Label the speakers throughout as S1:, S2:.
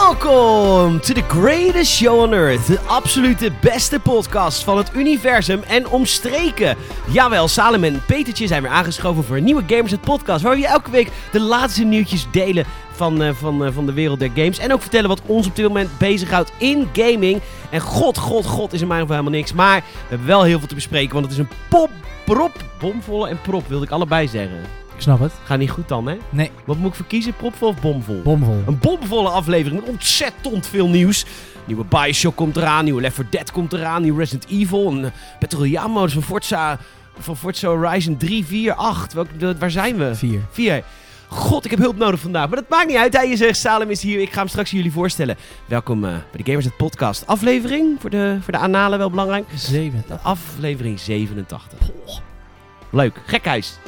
S1: Welkom to the greatest show on earth. De absolute beste podcast van het universum en omstreken. Jawel, Salem en Petertje zijn weer aangeschoven voor een nieuwe Gamers het Podcast. Waar we je elke week de laatste nieuwtjes delen van, eh, van, eh, van de wereld der games. En ook vertellen wat ons op dit moment bezighoudt in gaming. En god, god, god is in mijn geval helemaal niks. Maar we hebben wel heel veel te bespreken, want het is een pop, prop, bomvolle en prop wilde ik allebei zeggen.
S2: Ik snap het.
S1: Gaat niet goed dan, hè?
S2: Nee.
S1: Wat moet ik verkiezen, propvol of bomvol?
S2: Bomvol.
S1: Een bomvolle aflevering met ontzettend veel nieuws. Nieuwe Bioshock komt eraan, nieuwe Left 4 Dead komt eraan, nieuwe Resident Evil, een eh, Battle Royale modus van Forza, van Forza Horizon 3, 4, 8. Welk, wel- waar zijn we?
S2: Vier.
S1: 4. God, ik heb hulp nodig vandaag. Maar dat maakt niet uit. Hij is er. Salem is hier. Ik ga hem straks jullie voorstellen. Welkom eh, bij de Gamers het Podcast. Aflevering voor de, voor de analen wel belangrijk.
S2: Zeven.
S1: Oh. Aflevering 87. Leuk. Gekhuis.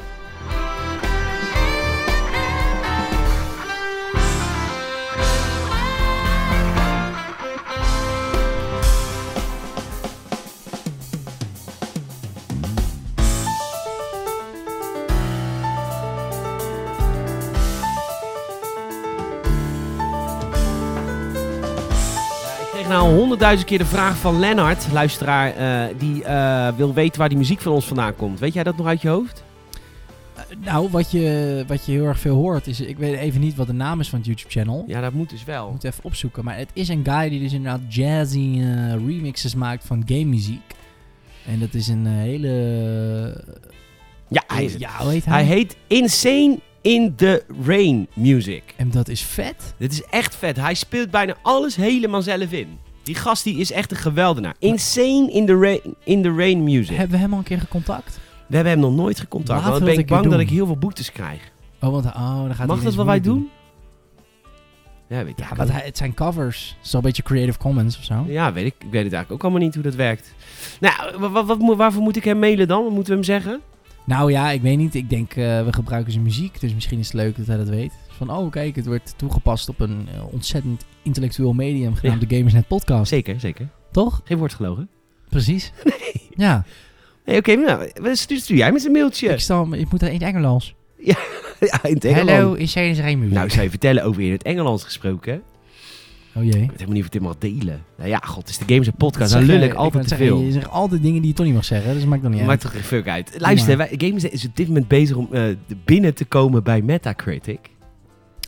S1: Ik kreeg nou honderdduizend keer de vraag van Lennart, luisteraar, eh, die eh, wil weten waar die muziek van ons vandaan komt. Weet jij dat nog uit je hoofd?
S2: Eh, Nou, wat je, wat je heel erg veel hoort is... Ik weet even niet wat de naam is van het YouTube-channel.
S1: Ja, dat moet dus wel.
S2: Moet even opzoeken. Maar het is een guy die dus inderdaad jazzy eh, remixes maakt van game muziek. En dat is een eh, hele... eh,
S1: Ja, hij, is het.
S2: ja, hoe heet hij?
S1: hij heet Insane in the Rain Music.
S2: En dat is vet.
S1: Dit is echt vet. Hij speelt bijna alles helemaal zelf in. Die gast die is echt een geweldenaar. Insane in the Rain, in the rain Music.
S2: Hebben we hem al een keer gecontact?
S1: We hebben hem nog nooit gecontact.
S2: Laten
S1: Want
S2: we
S1: dan ben
S2: dat
S1: ik
S2: een keer
S1: bang dat ik
S2: doen.
S1: heel veel boetes krijg.
S2: Oh, want, oh dan
S1: Mag
S2: gaat hij
S1: dat
S2: ineens
S1: wat wij doen?
S2: moeilijk
S1: Ja, weet ik
S2: Ja, want hij, het zijn covers. Het is wel een beetje Creative Commons of zo.
S1: Oh. Ja, weet ik. Ik weet het eigenlijk ook allemaal niet hoe dat werkt. Nou, wa- wa- wat moet- waarvoor moet ik hem mailen dan? Wat moeten we hem zeggen?
S2: Nou ja, ik weet niet. Ik denk, eh, we gebruiken zijn muziek. Dus misschien is het leuk dat hij dat weet. Van, oh kijk, het wordt toegepast op een eh, ontzettend intellectueel medium genaamd de Gamersnet Podcast.
S1: Zeker, zeker.
S2: Toch?
S1: Geen woord gelogen.
S2: Precies. Ja.
S1: Nee, oké, nou, wat stuur, stuur jij met een mailtje.
S2: Ik, stel, ik moet er in het Engels.
S1: ja, in het Engeland.
S2: Hallo, is jij eens geen muziek?
S1: Nou, ik zou je vertellen, over in het Engelands gesproken. hè?
S2: oh jee.
S1: Ik weet helemaal niet of ik dit mag delen. Nou ja, god, het is de Games en Podcast. Dan
S2: Zeg,
S1: lul
S2: eh,
S1: ik altijd
S2: wou
S1: te
S2: zeggen,
S1: veel.
S2: Je zegt altijd dingen die je toch niet mag zeggen. Dus maakt dan niet
S1: Maakt
S2: uit.
S1: toch geen fuck uit. Luister,
S2: maar.
S1: wij, Games is op dit moment bezig om eh, binnen te komen bij Metacritic.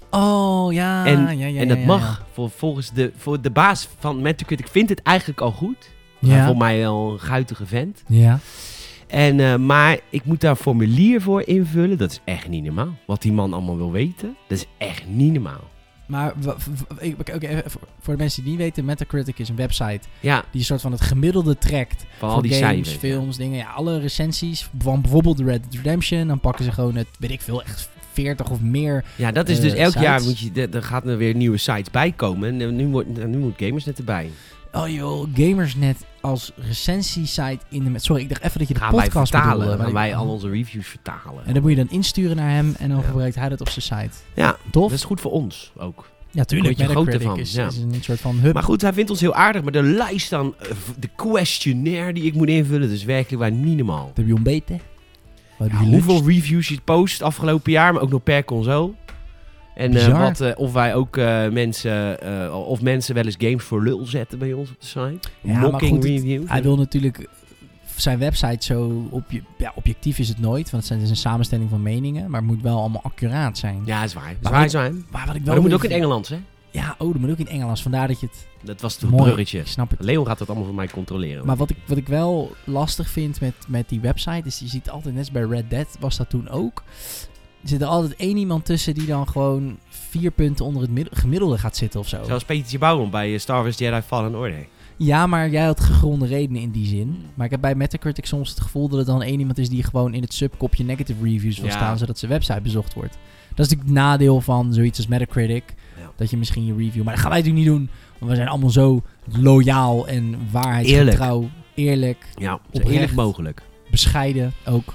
S2: Oh, ja.
S1: En-
S2: ja, ja,
S1: en dat
S2: ja, ja.
S1: mag. Voor, volgens de, voor de baas van Metacritic vindt het eigenlijk al goed. Hij
S2: Ja.
S1: Volgens mij wel een guitige vent.
S2: Ja.
S1: En, eh, maar ik moet daar een formulier voor invullen. Dat is echt niet normaal. Wat die man allemaal wil weten, dat is echt niet normaal.
S2: Maar wa- v- v- ik- oké, even voor voor de mensen die niet weten, Metacritic is een website
S1: Ja,
S2: die een soort van het gemiddelde trekt
S1: van al
S2: voor
S1: die
S2: games,
S1: cijfers.
S2: films, dingen. Ja, alle recensies van bijvoorbeeld Red Dead Redemption. Dan pakken ze gewoon het, weet ik veel, echt 40 of meer.
S1: Ja, dat is dus
S2: eh,
S1: elk
S2: sites.
S1: jaar moet je, er- er gaat er weer nieuwe sites bij komen. En eh, nu, wordt, nu moet gamers net erbij.
S2: Oh joh, Gamersnet als recensiesite in de... met- Sorry, ik dacht even dat je de
S1: Gaan wij
S2: podcast
S1: vertalen.
S2: bedoelde, maar
S1: gaan
S2: ik-
S1: wij al onze reviews vertalen.
S2: En dat moet je dan insturen naar hem en dan
S1: Ja.
S2: gebruikt hij dat op zijn site.
S1: Ja,
S2: Tof?
S1: dat is goed voor ons ook.
S2: ja, tuurlijk.
S1: word je groter
S2: Metacritic
S1: van,
S2: is,
S1: ja.
S2: is een soort van hub.
S1: Maar goed, hij vindt ons heel aardig. Maar de lijst dan, eh, v- de questionnaire die ik moet invullen, dat is werkelijk waar niet normaal.
S2: Wat heb je ontbeten? Wat
S1: Ja,
S2: heb je
S1: hoeveel
S2: luncht?
S1: reviews je post afgelopen jaar, maar ook nog per console. En eh,
S2: Bizar.
S1: wat, eh, of wij ook eh, mensen, eh, of mensen wel eens games voor lul zetten bij ons op de site.
S2: Ja, maar
S1: Mocking
S2: goed, het-
S1: reviews.
S2: Hij wil natuurlijk eh, zijn website zo... Obje ja, objectief is het nooit, want het zijn- het is een samenstelling van meningen. Maar het moet wel allemaal accuraat zijn.
S1: Ja, is waar. Is
S2: Maar
S1: waar,
S2: goed,
S1: is waar. Maar
S2: Maar wat ik wel
S1: dat moet
S2: weer
S1: ook in
S2: vind-
S1: Engelands, hè?
S2: Ja, oh, dat moet ook in Engels. Vandaar dat je het...
S1: Dat was het
S2: Mooi.
S1: bruggetje.
S2: Ik snap het.
S1: Leon gaat dat allemaal voor mij controleren.
S2: Maar wat ik, wat ik wel lastig vind met, met die website... is je ziet altijd, net als bij Red Dead was dat toen ook... Er zit er altijd één iemand tussen die dan gewoon vier punten onder het middel- gemiddelde gaat zitten of zo.
S1: Zoals Petertje Bouwman bij eh, Star Wars Jedi Fallen Order.
S2: Ja, maar jij had gegronde redenen in die zin.
S1: Hmm.
S2: Maar ik heb bij Metacritic soms het gevoel dat er dan één iemand is die gewoon in het subkopje negative reviews wil
S1: Ja.
S2: staan, zodat zijn website bezocht wordt. Dat is natuurlijk het nadeel van zoiets als Metacritic.
S1: Ja.
S2: Dat je misschien je review. Maar dat gaan wij natuurlijk niet doen. Want we zijn allemaal zo loyaal en waarheidsgetrouw. Eerlijk,
S1: Ja, zo
S2: Oprecht.
S1: eerlijk mogelijk.
S2: bescheiden ook.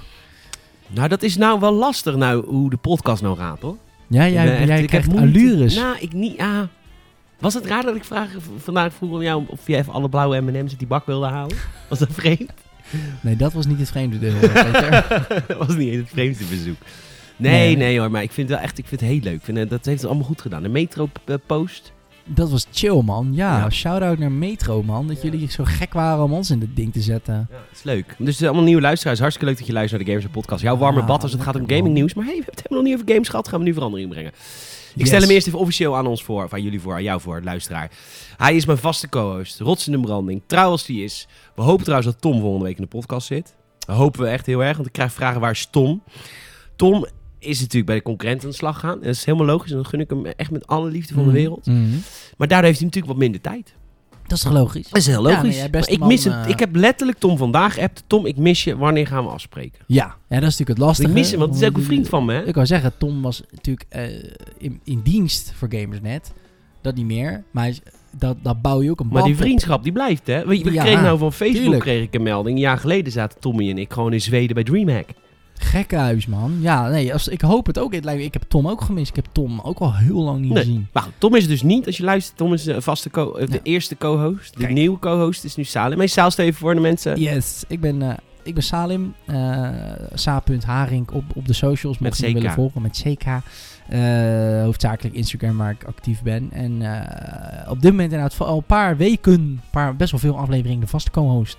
S1: Nou, dat is nou wel lastig nou, hoe de podcast nou gaat, hoor.
S2: Ja,
S1: Ik ben
S2: jij,
S1: echt-
S2: jij
S1: ik heb
S2: krijgt
S1: moeite-
S2: allures.
S1: Nou, ik niet. Ah. Was het raar dat ik vraag, v- vandaag vroeg aan jou of je even alle blauwe M&M's uit die bak wilde halen? Was dat vreemd?
S2: Nee, dat was niet het vreemde. deel, Peter.
S1: dat was niet eens het vreemdste bezoek. Nee, nee,
S2: Nee.
S1: hoor, maar ik vind het wel echt ik vind het heel leuk. Ik Vind, eh, dat heeft het allemaal goed gedaan. De Metro eh, Post,
S2: Dat was chill, man. Ja,
S1: Ja.
S2: shout-out naar Metro, man. Dat
S1: Ja.
S2: jullie zo gek waren om ons in dit ding te zetten.
S1: Ja, is leuk. Dus eh, allemaal nieuwe luisteraars. Hartstikke leuk dat je luistert naar de Gamers en Podcast. Jouw warme
S2: Ah,
S1: bad als het gaat om
S2: lekker, man.
S1: gaming nieuws. Maar hey, we hebben het helemaal nog niet over games gehad. Gaan we nu verandering brengen. Ik
S2: Yes.
S1: stel hem eerst even officieel aan ons voor. Of aan jullie voor, aan jou voor, luisteraar. Hij is mijn vaste co-host. Rots in de branding. Trouw als die is. We hopen trouwens dat Tom volgende week in de podcast zit. Dat hopen we echt heel erg. Want ik krijg vragen waar is Tom? Tom is natuurlijk bij de concurrent aan de slag gaan. En dat is helemaal logisch. En dan gun ik hem echt met alle liefde van de wereld.
S2: Mhm.
S1: Maar daardoor heeft hij natuurlijk wat minder tijd.
S2: Dat is toch logisch?
S1: Dat is heel
S2: Ja,
S1: logisch.
S2: nee, jij bent
S1: Maar ik,
S2: man,
S1: mis hem.
S2: eh,
S1: ik heb letterlijk Tom vandaag geappt. Tom, ik mis je. Wanneer gaan we afspreken?
S2: Ja, ja dat is natuurlijk het lastige.
S1: ik mis hem, want het is ook een vriend van me. Hè?
S2: Oh, Ik wou zeggen, Tom was natuurlijk eh, in, in dienst voor Gamersnet. Dat niet meer. Maar hij is- dat, dat bouw je ook een band
S1: Maar die
S2: op.
S1: vriendschap, die blijft, hè? We, we
S2: Ja,
S1: kregen nou van Facebook
S2: tuurlijk.
S1: kreeg ik een melding. Een jaar geleden zaten Tommy en ik gewoon in Zweden bij Dreamhack.
S2: Nou. Gekkenhuis, man. Ja, nee, als, ik hoop het ook. Het lijkt me- Ik heb Tom ook gemist. Ik heb Tom ook al heel lang niet
S1: Nee.
S2: gezien.
S1: Maar goed, Tom is het dus niet, als je luistert. Tom is een vaste co eh, de
S2: Ja.
S1: eerste co-host. De
S2: Kijk.
S1: nieuwe co-host is nu Salem. Hey, Saal, stel even voor de mensen.
S2: Yes, ik ben, eh, ik ben Salim. eh Sa.Haring op, op de socials.
S1: Met
S2: Mocht je me willen
S1: CK.
S2: volgen met CK. Eh, hoofdzakelijk Instagram waar ik actief ben. En eh, op dit moment inderdaad voor al een paar weken, een paar, best wel veel afleveringen de vaste co-host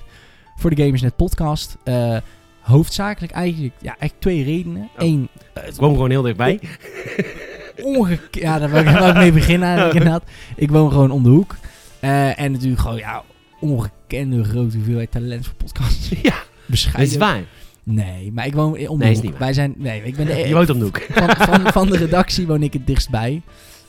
S2: voor de Gamersnet podcast. Eh, hoofdzakelijk eigenlijk, ja, eigenlijk twee redenen.
S1: Oh.
S2: Eén,
S1: Het kwam gewoon heel dichtbij.
S2: ongekeerd. Ja, daar wil ik, daar wil ik mee beginnen eigenlijk inderdaad. Ik woon gewoon om de hoek. Eh, en natuurlijk gewoon, ja, ongekende grote hoeveelheid talent voor podcasts.
S1: Ja, dat
S2: Bescheiden.
S1: is waar.
S2: Nee, maar ik woon in- om de
S1: Nee, is
S2: hoek.
S1: niet waar.
S2: Wij zijn, nee, ik ben de, e-
S1: Je woont op de hoek.
S2: van, van, van de redactie woon ik het dichtstbij.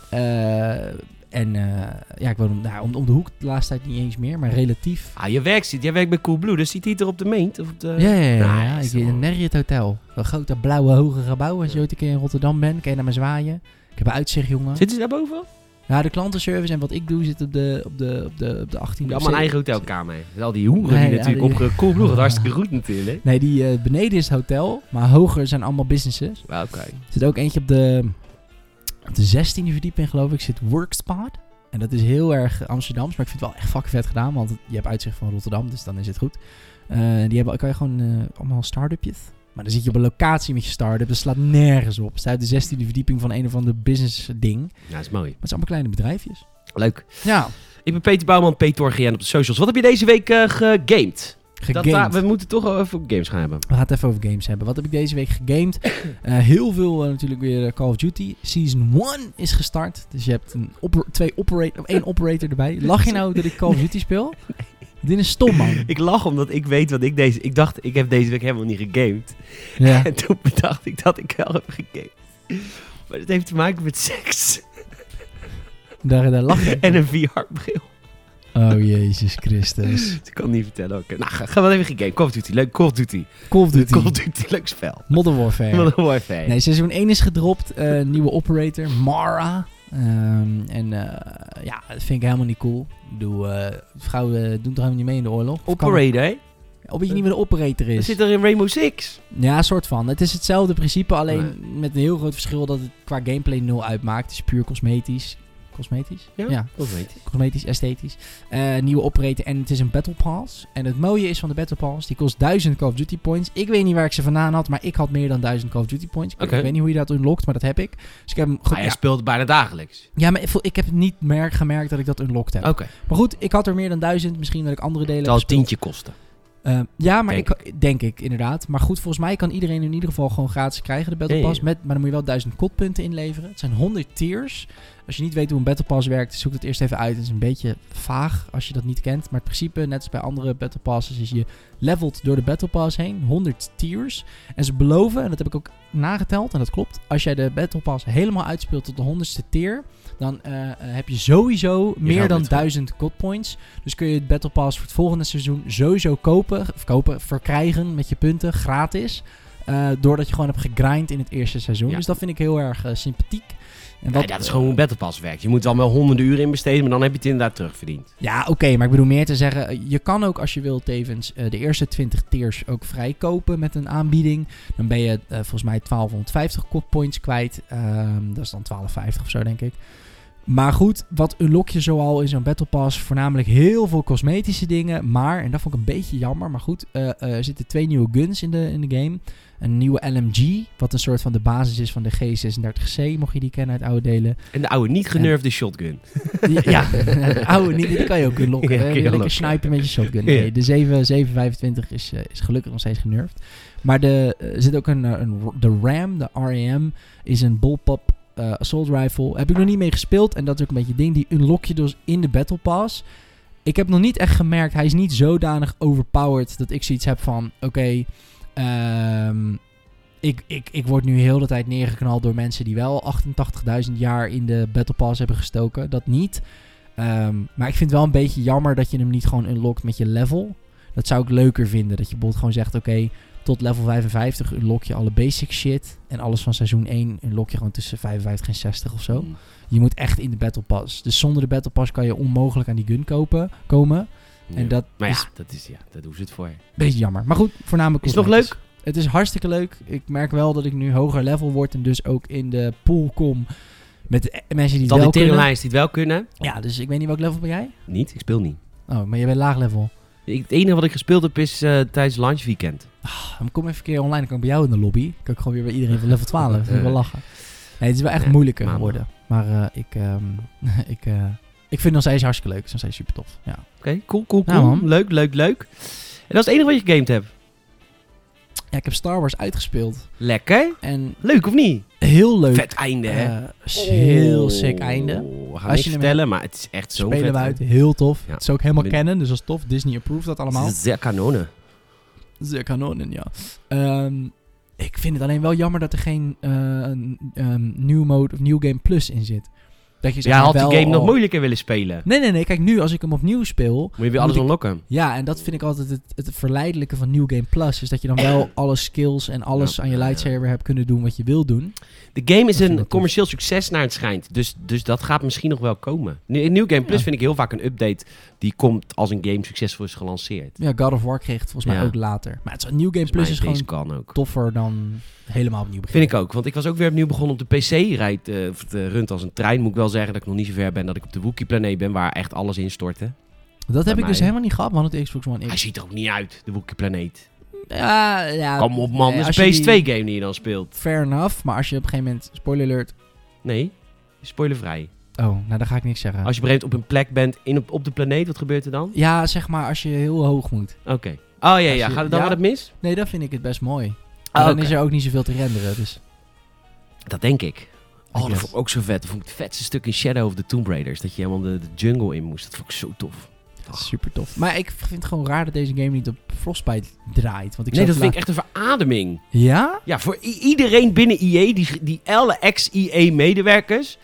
S2: Eh, en eh, ja, ik woon om, nou, om, om de hoek de laatste tijd niet eens meer, maar relatief.
S1: Ah, je werkt, zit- jij werkt bij Coolblue, dus zit hij er op de meent? Of op de...
S2: Ja, ja, ja, ja,
S1: Eh, nice,
S2: ja, ik zit in
S1: man.
S2: een Marriott Hotel. Een grote blauwe hoge gebouw. Als je ooit een keer in Rotterdam bent, kan je naar me zwaaien. Ik heb een uitzicht, jongen.
S1: Zitten ze daarboven?
S2: Ja, Nou, de klantenservice en wat ik doe zit op de, op de, op de, op de 18e.
S1: Ja, maar een eigen hotelkamer. Dus al die hoeren
S2: Nee,
S1: die
S2: ja,
S1: natuurlijk
S2: die-
S1: op Coolblue gaat hartstikke goed natuurlijk.
S2: Nee, die eh, beneden is het hotel, maar hoger zijn allemaal businesses.
S1: Wel, Oké.
S2: Er zit ook eentje op de, op de 16e verdieping, geloof ik, zit Workspot. En dat is heel erg Amsterdams, maar ik vind het wel echt fucking vet gedaan, want je hebt uitzicht van Rotterdam, dus dan is het goed. Eh, die hebben, kan je gewoon eh, allemaal start-upjes. Maar dan zit je op een locatie met je start-up, dat slaat nergens op. Het staat op de 16e verdieping van een of ander business ding. Maar
S1: Nou, dat is mooi.
S2: het zijn allemaal kleine bedrijfjes.
S1: Leuk.
S2: Ja,
S1: Ik ben Peter Bouwman, Peter GN op de socials. Wat heb je deze week eh, gegamed? Dat, eh,
S2: gegamed.
S1: we moeten toch wel even games gaan hebben.
S2: We gaan het even over games hebben. Wat heb ik deze week gegamed? Eh, heel veel eh, natuurlijk weer eh, Call of Duty. Season 1 is gestart. Dus je hebt een oper- twee operator, één operator erbij. Lach je nou dat ik Call of Duty speel? Dit is stom, man.
S1: Ik lach omdat ik weet wat ik deze... Ik dacht, ik heb deze week helemaal niet gegamed.
S2: Ja.
S1: En toen bedacht ik dat ik wel heb gegamed. Maar dat heeft te maken met seks
S2: Daar, daar lach je.
S1: en een VR-bril.
S2: Oh, Jezus Christus.
S1: Dus ik kan het niet vertellen. Oké. Nou, ga, ga wel even gegamed. Call of Duty, leuk. Call of Duty.
S2: Call of
S1: Call of
S2: Duty.
S1: Duty, leuk spel.
S2: Modern Warfare.
S1: Wat een mooi fan.
S2: Nee, seizoen 1 is gedropt. Eh, nieuwe operator, Mara. Ehm, en eh, ja, dat vind ik helemaal niet cool. Ik bedoel, eh, vrouwen doen toch helemaal niet mee in de oorlog? Of kan-
S1: Operator, hè?
S2: Of weet je niet meer de operator
S1: Dat
S2: is?
S1: zit er in Rainbow Six.
S2: Ja, soort van. Het is hetzelfde principe, alleen met een heel groot verschil dat het qua gameplay nul uitmaakt. Het is puur cosmetisch. Cosmetisch?
S1: Ja. Dat weet ik.
S2: cosmetisch, esthetisch. Eh, nieuwe operator en het is een Battle Pass. En het mooie is van de Battle Pass, die kost 1000 Call of Duty points. Ik weet niet waar ik ze vandaan had, maar ik had meer dan 1000 Call of Duty points. Ik,
S1: Oké. Ah,
S2: ik weet niet hoe je dat unlockt, maar dat heb ik. Dus ik heb hem... ge-
S1: Maar jij
S2: ja.
S1: speelt bijna dagelijks.
S2: ja, maar ik voel- ik heb niet merk, gemerkt dat ik dat unlocked heb.
S1: Oké.
S2: Maar goed, ik had er meer dan 1000. Misschien dat ik andere delen
S1: Het
S2: heb
S1: zal een
S2: gespeeld.
S1: tientje kosten.
S2: Eh, ja, maar
S1: Denk
S2: ik, denk ik inderdaad. Maar goed, volgens mij kan iedereen in ieder geval gewoon gratis krijgen de Battle
S1: Ja, ja,
S2: Pass.
S1: ja.
S2: Met, maar dan moet je wel 1000 kotpunten inleveren. Het zijn 100 tiers. Als je niet weet hoe een Battle Pass werkt, zoek het eerst even uit. Het is een beetje vaag als je dat niet kent. Maar het principe, net als bij andere Battle Passes, is je levelt door de Battle Pass heen. 100 tiers. En ze beloven, en dat heb ik ook nageteld, en dat klopt. Als jij de Battle Pass helemaal uitspeelt tot de 100ste tier, dan eh, eh, heb je sowieso meer
S1: geld
S2: dan
S1: wint gewoon.
S2: 1000 god points. Dus kun je het Battle Pass voor het volgende seizoen sowieso kopen, of kopen verkrijgen met je punten gratis. eh, doordat je gewoon hebt gegrind in het eerste seizoen.
S1: Ja.
S2: Dus dat vind ik heel erg eh, sympathiek. En
S1: Nee, dat is gewoon hoe Battle Pass werkt. Je moet er allemaal honderden uren in besteden, maar dan heb je het inderdaad terugverdiend.
S2: Ja, oké, maar ik bedoel meer te zeggen. eh, Je kan ook als je wilt tevens eh, de eerste 20 tiers ook vrijkopen met een aanbieding. Dan ben je eh, volgens mij 1250 kop points kwijt. Ehm, dat is dan 1250 of zo, denk ik. Maar goed, wat unlock je zoal in zo'n Battle Pass? Voornamelijk heel veel cosmetische dingen. Maar, en dat vond ik een beetje jammer, maar goed, eh, eh, er zitten twee nieuwe guns in de, in de game. Een nieuwe LMG, wat een soort van de basis is van de G36C, mocht je die kennen uit oude delen.
S1: En de oude niet genurfde shotgun.
S2: Die- Ja, oude niet, die kan je ook unlocken.
S1: Ja,
S2: hè.
S1: kun je
S2: Lekker
S1: unlocken.
S2: snipen met je shotgun. Nee,
S1: Ja.
S2: de 7, 725 is, eh, is gelukkig nog steeds genurfd. Maar de, eh, er zit ook een, eh, een, de RAM, de RAM, is een bullpup eh, assault rifle. Heb ik nog niet mee gespeeld en dat is ook een beetje het ding. Die unlock je dus in de battle pass. Ik heb nog niet echt gemerkt, hij is niet zodanig overpowered dat ik zoiets heb van, oké, ehm, ik, ik, ik word nu heel de tijd neergeknald door mensen die wel 88.000 jaar in de Battle Pass hebben gestoken. Dat niet. Ehm, maar ik vind het wel een beetje jammer dat je hem niet gewoon unlockt met je level. Dat zou ik leuker vinden. Dat je bijvoorbeeld gewoon zegt, oké, tot level 55 unlock je alle basic shit. En alles van seizoen 1 unlock je gewoon tussen 55 en 60 of
S1: Mm.
S2: zo. Je moet echt in de Battle Pass. Dus zonder de Battle Pass kan je onmogelijk aan die gun kopen, komen. En dat
S1: maar
S2: is
S1: ja, dat is, ja, dat doen ze het voor.
S2: een beetje jammer. Maar goed, voornamelijk
S1: Is het nog
S2: cosmetisch.
S1: leuk?
S2: Het is hartstikke leuk. Ik merk wel dat ik nu hoger level word en dus ook in de pool kom met de- eh,
S1: Dan
S2: mensen die het
S1: die
S2: wel kunnen.
S1: teringlijst die het wel kunnen.
S2: Ja, dus ik weet niet welk level ben jij?
S1: Niet, ik speel niet.
S2: Oh, maar jij bent laag level.
S1: Ik- het enige wat ik gespeeld heb is eh, tijdens lunchweekend.
S2: Ah, Dan kom even een keer online, dan kan ik bij jou in de lobby. Dan kan ik gewoon weer bij iedereen van level 12. Dan kan ik wel lachen. Nee, het is wel echt
S1: Nee,
S2: moeilijker
S1: maar-
S2: geworden. Maar eh, ik, ehm, ik, eh, ik vind het nog steeds hartstikke leuk. Het is nog steeds super tof. Ja.
S1: Oké, cool, cool,
S2: Ja,
S1: cool.
S2: man.
S1: leuk, leuk, leuk. En dat is het enige wat je gegamed hebt.
S2: ja, ik heb Star Wars uitgespeeld.
S1: Lekker.
S2: En
S1: Leuk of niet?
S2: heel leuk.
S1: Vet einde, hè?
S2: Eh, is heel sick einde.
S1: We gaan
S2: Als
S1: niks
S2: je hem
S1: vertellen, maar het is echt zo
S2: Spelen
S1: vet.
S2: we uit. Heel tof.
S1: Ja.
S2: Het is ook helemaal
S1: Ben-
S2: kennen, dus dat is tof. Disney approved dat
S1: Het
S2: allemaal.
S1: is zeer kanonen.
S2: Zeer kanonen, ja. Ehm, ik vind het alleen wel jammer dat er geen eh, een, ehm, New Mode of New Game Plus in zit. Dat je zeg
S1: Jij had
S2: maar
S1: die
S2: wel
S1: game nog
S2: al-
S1: moeilijker willen spelen.
S2: Nee, nee, nee. Kijk, nu als ik hem opnieuw speel...
S1: Moet je weer
S2: Moet
S1: alles
S2: ik-
S1: unlocken.
S2: Ja, en dat vind ik altijd het, het verleidelijke van New Game Plus. Is dat je dan wel alle skills en alles
S1: Ja,
S2: aan je
S1: ja, ja.
S2: lightsaber hebt kunnen doen wat je wil doen.
S1: De game is
S2: vind ik wel
S1: een
S2: tof.
S1: commercieel succes naar het schijnt. Dus, dus dat gaat misschien nog wel komen. Nu- In New Game Plus
S2: Ja.
S1: vind ik heel vaak een update die komt als een game succesvol is gelanceerd.
S2: Ja, God of War kreeg het volgens mij
S1: Ja.
S2: ook later. Maar het is, New Game
S1: Volgens
S2: Plus
S1: mij
S2: is gewoon
S1: deze kan ook.
S2: toffer dan helemaal opnieuw beginnen.
S1: Vind ik ook, want ik was ook weer opnieuw begonnen op de PC. Rijdt, eh, of het, eh, runt als een trein, moet ik wel zeggen dat ik nog niet zo ver ben dat ik op de Wookiee-planeet ben waar echt alles instortte.
S2: Dat heb ik
S1: Bij
S2: dus
S1: mij.
S2: helemaal niet gehad, want het Xbox One
S1: Hij
S2: X.
S1: ziet er ook niet uit, de Wookiee-planeet.
S2: Ja, ja.
S1: Kom op man,
S2: nee,
S1: dat is
S2: Ah, eh, als
S1: een
S2: je die-
S1: PS2-game die je dan speelt.
S2: Fair enough, maar als je op een gegeven moment, spoiler alert.
S1: Nee, spoilervrij.
S2: Oh, nou daar ga ik niks zeggen.
S1: Als je op een gegeven moment op een plek bent in op, op de planeet, wat gebeurt er dan?
S2: Ja, zeg maar als je heel hoog moet.
S1: Oké. Oh ja,
S2: Als
S1: ja.
S2: je-
S1: Gaat het, dan
S2: ja.
S1: gaat het mis?
S2: Nee, dat vind ik het best mooi. Maar dan
S1: oké.
S2: is er ook niet zoveel te renderen, dus...
S1: Dat denk ik. Oh, dat
S2: guess.
S1: vond ik ook zo vet. Dat vond ik het vetste stuk in Shadow of the Tomb Raiders. Dat je helemaal de, de jungle in moest. Dat vond ik zo tof.
S2: dat is Super tof. Maar ik vind het gewoon raar dat deze game niet op Frostbite draait. Want ik
S1: nee,
S2: zat
S1: dat
S2: te
S1: vind ik echt een verademing.
S2: la- Ja?
S1: Ja, voor i- iedereen binnen IE, die, die alle ex-IE-medewerkers,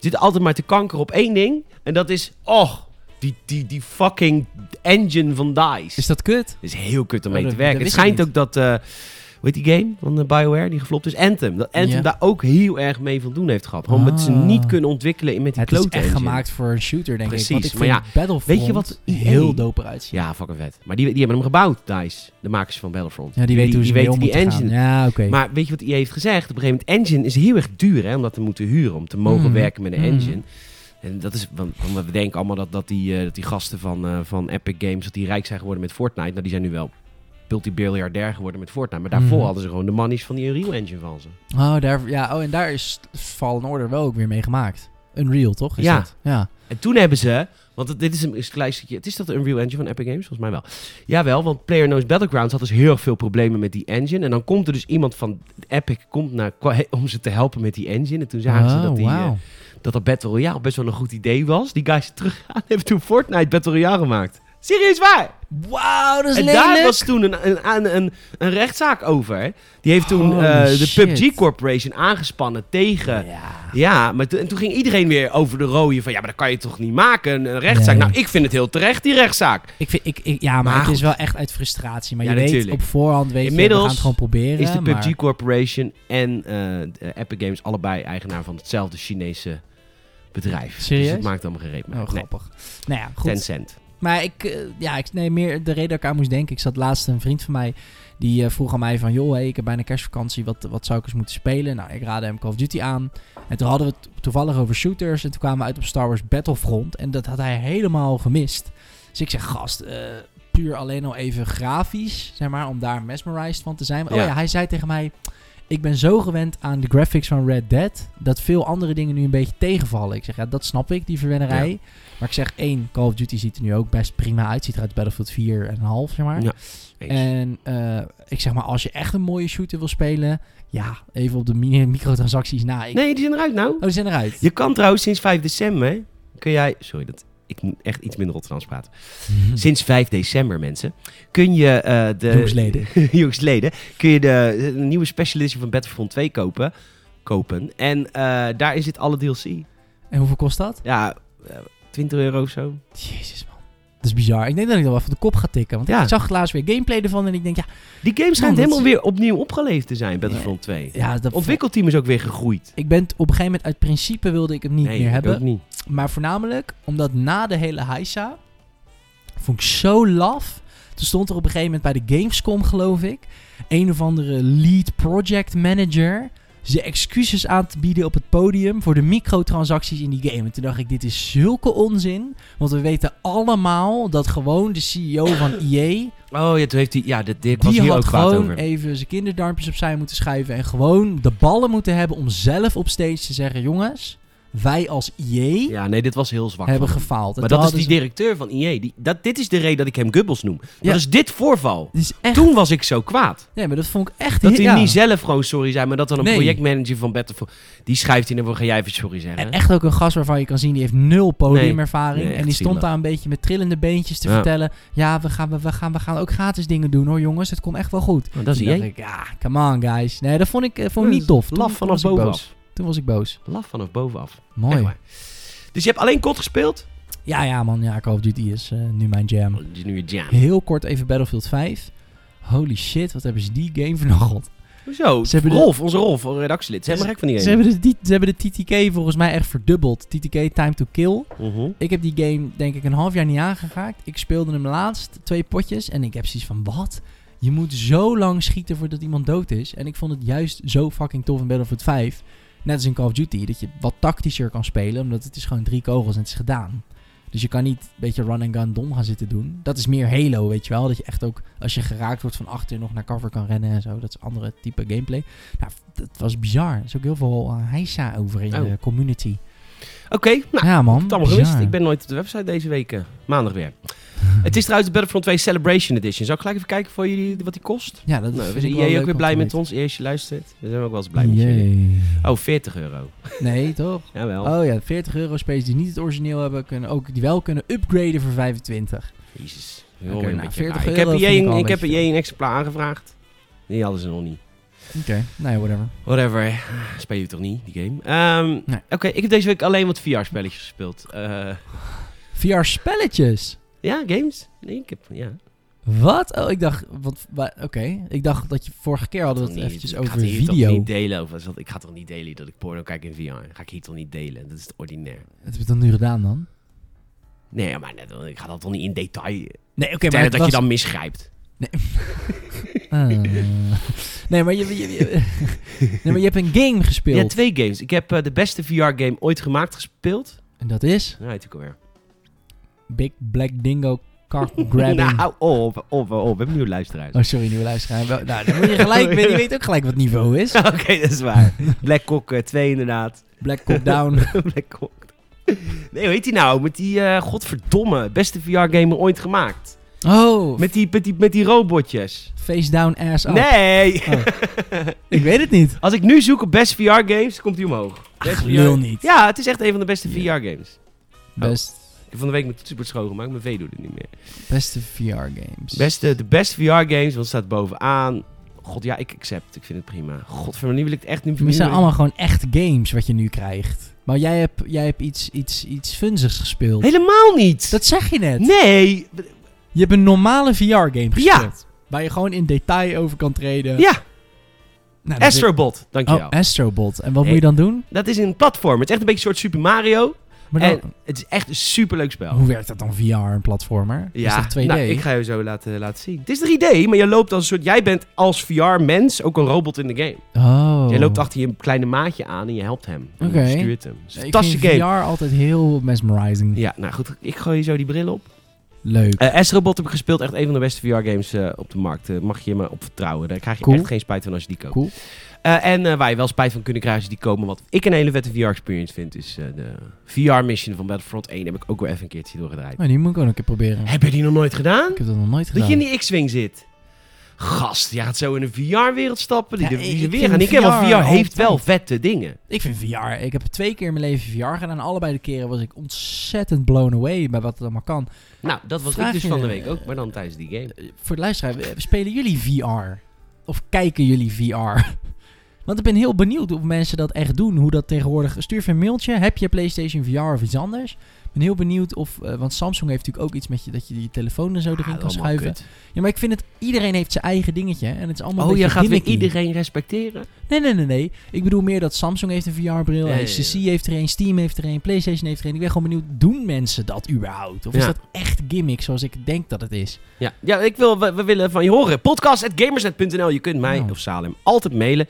S1: zitten altijd maar te kankeren op één ding. En dat is, oh, die, die, die fucking engine van DICE.
S2: Is dat kut?
S1: Dat is heel kut om
S2: Oh,
S1: mee
S2: dat-
S1: te werken.
S2: dat
S1: Het
S2: wist ik
S1: schijnt ook dat, eh hoe heet die game van eh, BioWare, die geflopt is? Anthem. Dat Anthem
S2: Ja.
S1: daar ook heel erg mee van doen heeft gehad. Gewoon omdat ze
S2: Ah.
S1: niet kunnen ontwikkelen in met die
S2: Het is
S1: klote
S2: echt
S1: engine.
S2: gemaakt voor een shooter, denk ik. Want
S1: Precies,
S2: ik
S1: maar
S2: vind Battlefront
S1: weet je wat-
S2: heel
S1: Nee.
S2: dope eruit zien.
S1: Ja, fucking vet. Maar die, die hebben hem gebouwd, DICE. De makers van Battlefront.
S2: Ja, die, weten hoe ze mee
S1: weten
S2: om
S1: die
S2: moeten
S1: engine.
S2: gaan. Ja, oké.
S1: Maar weet je wat EA heeft gezegd? Op een gegeven moment, engine is heel erg duur hè, om dat te moeten huren. Om te mogen
S2: Mm.
S1: werken met een
S2: Mm.
S1: engine. En dat is, want, want we denken allemaal dat, dat, die, eh, dat die gasten van, eh, van Epic Games, dat die rijk zijn geworden met Fortnite. Nou, die zijn nu wel multibiljardair geworden met Fortnite. Maar daarvoor
S2: Mm.
S1: hadden ze gewoon de monies van die Unreal Engine van ze.
S2: Oh, daar, ja, oh, en daar is Fallen Order wel ook weer mee gemaakt. Unreal, toch? Is
S1: Ja.
S2: Dat? ja.
S1: En toen hebben ze, want het- dit is een, is een klein stukje, het is dat de Unreal Engine van Epic Games? Volgens mij wel. Jawel, want PlayerUnknown's Battlegrounds had dus heel erg veel problemen met die engine. En dan komt er dus iemand van Epic komt naar, om ze te helpen met die engine. En toen zagen ze
S2: Oh,
S1: dat die... eh,
S2: wauw.
S1: dat dat Battle Royale best wel een goed idee was. Die guys terug hebben toen Fortnite Battle Royale gemaakt. Serieus waar?
S2: Wauw, dat is
S1: en
S2: lelijk.
S1: daar was toen een, een, een, een, een rechtszaak over. hè. Die heeft toen
S2: Holy
S1: eh, de
S2: shit.
S1: PUBG Corporation aangespannen tegen... Ja,
S2: Ja.
S1: maar toen- en toen ging iedereen weer over de rode van... Ja, maar dat kan je toch niet maken, een, een rechtszaak.
S2: Nee.
S1: Nou, ik vind het heel terecht, die rechtszaak.
S2: Ik vind, ik, ik- ja, maar,
S1: Maar
S2: het is
S1: goed.
S2: wel echt uit frustratie. Maar
S1: Ja,
S2: je weet,
S1: natuurlijk.
S2: op voorhand weet je,
S1: Inmiddels
S2: we gaan het gewoon proberen.
S1: Is de
S2: maar-
S1: PUBG Corporation en eh, de Epic Games allebei eigenaar van hetzelfde Chinese bedrijf. Dus
S2: Serieus?
S1: het maakt allemaal geen reet meer
S2: Oh,
S1: uit. Nee,
S2: grappig. Nou ja, goed.
S1: Tencent.
S2: Maar ik, eh, ja, ik, nee, meer de reden dat ik aan moest denken. Ik zat laatst een vriend van mij. Die eh, vroeg aan mij van, joh, hey, ik heb bijna kerstvakantie. Wat, wat zou ik eens moeten spelen? Nou, ik raadde hem Call of Duty aan. En toen hadden we het toevallig over shooters. En toen kwamen we uit op Star Wars Battlefront. En dat had hij helemaal gemist. Dus ik zeg, gast, eh, puur alleen al even grafisch, zeg maar, om daar mesmerized van te zijn. Maar,
S1: Ja.
S2: Oh ja, hij zei tegen mij, ik ben zo gewend aan de graphics van Red Dead, dat veel andere dingen nu een beetje tegenvallen. Ik zeg, ja, dat snap ik, die verwennerij.
S1: Ja.
S2: Maar ik zeg, één, Call of Duty ziet er nu ook best prima uit. Ziet er uit Battlefield 4 en een half, zeg maar.
S1: Ja.
S2: En eh, ik zeg maar, als je echt een mooie shooter wil spelen, ja, even op de mini- microtransacties na. Ik-
S1: Nee, die zijn eruit nou.
S2: Oh, die zijn eruit.
S1: Je kan trouwens sinds 5 december, hè, kun jij... Sorry, dat, ik moet echt iets minder Rotterdams praten.
S2: Mhm.
S1: Sinds 5 december, mensen, kun je eh, de...
S2: Jongsleden.
S1: jongsleden, kun je de, de nieuwe special edition van Battlefront 2 kopen. kopen. En eh, daarin zit alle DLC.
S2: En hoeveel kost dat?
S1: Ja, eh, 20 euro of zo.
S2: Jezus man. Dat is bizar. Ik denk dat ik dat wel even op de kop ga tikken. Want
S1: Ja.
S2: ik zag laatst weer gameplay ervan en ik denk, ja,
S1: Die game schijnt
S2: Man, Nou,
S1: helemaal
S2: dat-
S1: weer opnieuw opgeleefd te zijn, Battlefront 2.
S2: ja dat
S1: Het ontwikkelteam is ook weer gegroeid.
S2: Ik ben t- op een gegeven moment uit principe wilde ik hem niet
S1: nee,
S2: meer
S1: ik
S2: hebben.
S1: ook niet.
S2: Maar voornamelijk omdat na de hele heisa vond ik zo laf. Toen stond er op een gegeven moment bij de Gamescom, geloof ik, een of andere lead project manager zijn excuses aan te bieden op het podium voor de microtransacties in die game. En toen dacht ik, dit is zulke onzin, want we weten allemaal dat gewoon de CEO van EA
S1: Oh ja, toen heeft hij... Ja, dit, dit was
S2: die
S1: hier
S2: had
S1: ook kwaad
S2: gewoon
S1: over.
S2: even zijn kinderdarmpjes opzij moeten schuiven. En gewoon de ballen moeten hebben om zelf op stage te zeggen: jongens, wij als E IE
S1: Ja, nee, dit was heel zwak.
S2: hebben
S1: van hem.
S2: gefaald. dus En
S1: maar
S2: toen
S1: dat is
S2: hadden
S1: die
S2: ze-
S1: directeur van EA. Die, dat, dit is de reden dat ik hem Gubbels noem.
S2: Ja.
S1: Dat is dit voorval.
S2: Dit is echt.
S1: Toen was ik zo kwaad.
S2: Nee, maar dat vond ik echt
S1: Dat
S2: heel-
S1: hij
S2: ja.
S1: niet zelf gewoon sorry zei, maar dat dan een
S2: Nee.
S1: projectmanager van Battlefront... Die schrijft in en dan ga jij even sorry zeggen.
S2: En echt ook een gast waarvan je kan zien, die heeft nul podiumervaring.
S1: Nee, nee,
S2: en die
S1: echt
S2: stond
S1: zielig.
S2: daar een beetje met trillende beentjes te
S1: Ja.
S2: vertellen. Ja, we gaan, we, we gaan, we gaan ook gratis dingen doen hoor jongens. Het komt echt wel goed.
S1: Oh, dat is
S2: Toen dacht
S1: EA.
S2: E ik, ja, come on guys. Nee, dat vond ik, eh, vond ik niet tof. Toen-
S1: Laf
S2: toen
S1: vanaf
S2: was ik boos.
S1: bovenaf.
S2: Toen was ik boos.
S1: Laf vanaf bovenaf.
S2: Mooi.
S1: Echt waar. Dus je hebt alleen COD gespeeld?
S2: Ja, ja man. Ja, Call of Duty is eh, nu mijn jam.
S1: Dat is nu je jam.
S2: Heel kort even Battlefield 5. Holy shit, wat hebben ze die game vernageld.
S1: Hoezo?
S2: Ze hebben de-
S1: Rolf, onze Rolf, redactielid. Ze hebben gek van die
S2: Ze
S1: game.
S2: hebben, de, die- ze hebben de TTK volgens mij echt verdubbeld. TTK Time to Kill.
S1: Mhm.
S2: Ik heb die game denk ik een half jaar niet aangeraakt. Ik speelde hem laatst, twee potjes. En ik heb zoiets van, wat? Je moet zo lang schieten voordat iemand dood is. En ik vond het juist zo fucking tof in Battlefield 5. Net als in Call of Duty, dat je wat tactischer kan spelen. Omdat het is gewoon drie kogels en het is gedaan. Dus je kan niet een beetje run-and-gun dom gaan zitten doen. Dat is meer Halo, weet je wel. Dat je echt ook, als je geraakt wordt van achter, nog naar cover kan rennen en zo. Dat is een andere type gameplay. Nou, dat was bizar. Er is ook heel veel eh, heisa over in
S1: Oh.
S2: de community.
S1: Oké, nou,
S2: ja, man.
S1: het allemaal gewist.
S2: bizar.
S1: Ik ben nooit op de website deze week. eh, maandag weer. het is trouwens de Battlefront 2 Celebration Edition. Zal ik gelijk even kijken voor jullie wat die kost?
S2: Ja, dat
S1: Nou, we
S2: vind
S1: zijn
S2: ik wel
S1: jij ook
S2: leuk
S1: weer
S2: om
S1: blij
S2: te
S1: met
S2: weten.
S1: ons. Eerst je luistert. We zijn ook wel eens blij met
S2: Jee.
S1: jullie. Oh, 40 euro.
S2: Nee, toch?
S1: Jawel.
S2: Oh ja, 40 euro space die niet het origineel hebben, kunnen ook die wel kunnen upgraden voor 25.
S1: Jezus.
S2: Oké,
S1: Oké,
S2: nou, 40
S1: ik heb
S2: euro
S1: EA
S2: vind ik
S1: een,
S2: al
S1: ik
S2: een
S1: heb
S2: beetje
S1: EA een exemplaar aangevraagd. Die hadden ze nog niet.
S2: Oké, nee, Nou whatever.
S1: Whatever. Ah, Speel je toch niet, die game? Ehm,
S2: Nee.
S1: Oké, ik heb deze week alleen wat VR-spelletjes gespeeld. Eh,
S2: VR spelletjes.
S1: ja, games? Nee, ik heb... Ja.
S2: Wat? Oh, ik dacht, want wa- oké, ik dacht dat je vorige keer hadden we
S1: Toch
S2: het
S1: niet,
S2: eventjes
S1: ik
S2: over
S1: ga het hier
S2: video.
S1: Toch niet delen over, want ik ga toch niet delen dat ik porno kijk in VR. Ga ik hier toch niet delen. Dat is het ordinair.
S2: Wat heb je dan nu gedaan dan?
S1: Nee, maar net, ik ga dat toch niet in detail.
S2: Nee, oké, maar
S1: Tellen dat
S2: het
S1: je
S2: was-
S1: dan misgrijpt.
S2: Eh, nee, maar je, je- je- nee, maar je hebt een game gespeeld.
S1: Ja, twee games. Ik heb eh, de beste VR-game ooit gemaakt gespeeld.
S2: En dat is
S1: Nou, heet ik alweer.
S2: Big Black Dingo Car Grabbing.
S1: Nou, op, op, op. We hebben nieuwe luisteraars.
S2: Oh, sorry, nieuwe luisteraar. Wel- Nou, dan moet je gelijk, je weet ook gelijk wat het niveau is.
S1: Oké, dat is waar. Black Cock 2 inderdaad.
S2: Black Cop Down.
S1: Black Cock. Nee, hoe heet die nou? Met die, eh, godverdomme, beste VR-game ooit gemaakt.
S2: Oh,
S1: Met die, met die, met die robotjes.
S2: face down ass up.
S1: Nee!
S2: Ik weet het niet.
S1: Als ik nu zoek op best VR-games, komt die omhoog. Best VR
S2: lul niet.
S1: Ja, het is echt een van de beste
S2: Ja.
S1: VR-games.
S2: Best,
S1: Ik heb van de week mijn toetsenbord schoongemaakt, mijn V doet het niet meer.
S2: beste VR games.
S1: Beste, de best VR-games, want het staat bovenaan. God, ja, ik accept. Ik vind het prima. Godverdomme, nu wil ik het echt niet
S2: Maar het zijn allemaal gewoon echt games wat je nu krijgt. Maar jij hebt, jij hebt iets, iets, iets funsigs gespeeld.
S1: Helemaal niet!
S2: Dat zeg je net.
S1: Nee!
S2: Je hebt een normale VR game
S1: Ja.
S2: gespeeld. Waar je gewoon in detail over kan treden.
S1: Ja,
S2: Nou, dat
S1: Astrobot,
S2: is-
S1: dankjewel.
S2: Oh, Astrobot. En wat
S1: Nee.
S2: moet je dan doen?
S1: dat is een platform. Het is echt een beetje een soort Super Mario.
S2: Maar dan, Oh,
S1: En het is echt een superleuk spel.
S2: hoe werkt dat dan VR, een platformer?
S1: Ja,
S2: is dat 2D?
S1: nou, ik ga je zo laten, laten zien. Het is 3D, maar je loopt als een soort... Jij bent als VR-mens ook een robot in de game.
S2: Oh.
S1: Jij loopt achter je kleine maatje aan en je helpt hem. En
S2: Oké.
S1: Je stuurt hem. Het is een
S2: Ik
S1: fantastische
S2: vind
S1: game.
S2: VR altijd heel mesmerizing.
S1: Ja, nou goed. Ik gooi je zo die bril op.
S2: Leuk.
S1: Eh S-Robot heb ik gespeeld. Echt een van de beste VR-games eh, op de markt. Eh, mag je me op vertrouwen. Daar krijg je
S2: Cool.
S1: echt geen spijt van als je die koopt.
S2: Cool.
S1: Eh, en eh, waar je wel spijt van kunnen krijgen als je die komen. Wat ik een hele vette VR-experience vind, is eh, de VR-mission van Battlefront 1. Heb ik ook wel even een keertje doorgedraaid.
S2: Maar die Nou, moet ik ook nog een keer proberen.
S1: Heb je die nog nooit gedaan?
S2: Ik heb dat nog Oh. nooit gedaan.
S1: Dat je in die X-Wing zit. Gast, je gaat zo in een VR-wereld stappen. Die
S2: Ja,
S1: de- die
S2: ik-
S1: ze
S2: ik
S1: weer
S2: vind
S1: gaan. Ik ken wel, VR
S2: VR
S1: heeft wel
S2: altijd.
S1: vette dingen.
S2: Ik vind VR. Ik heb twee keer in mijn leven VR gedaan. En allebei de keren was ik ontzettend blown away bij wat het allemaal kan.
S1: Nou, dat was
S2: Vraag
S1: ik dus
S2: je-
S1: van de week ook, maar dan tijdens die game.
S2: Eh, Voor de luisteraar, eh, spelen jullie VR? Of kijken jullie VR? Want ik ben heel benieuwd of mensen dat echt doen. Hoe dat tegenwoordig... Stuur even een mailtje. Heb je PlayStation VR of iets anders? Ik ben heel benieuwd of... eh, want Samsung heeft natuurlijk ook iets met je... dat je die telefoon en zo
S1: Ah,
S2: erin kan
S1: allemaal
S2: schuiven.
S1: kut.
S2: Ja, maar ik vind het... Iedereen heeft zijn eigen dingetje. En het is allemaal
S1: Oh,
S2: een
S1: je
S2: beetje
S1: gaat weer
S2: gimmicky.
S1: iedereen respecteren?
S2: Nee, nee, nee, nee. Ik bedoel meer dat Samsung heeft een VR-bril,
S1: Ja, ja, ja.
S2: HTC heeft er een, Steam heeft er een, PlayStation heeft er een. Ik ben gewoon benieuwd, doen mensen dat überhaupt? Of is
S1: Ja.
S2: dat echt gimmick zoals ik denk dat het is?
S1: Ja, ja ik wil, we, we willen van je horen. Podcast.gamersnet.nl. Je kunt mij
S2: Nou.
S1: of Salem altijd mailen.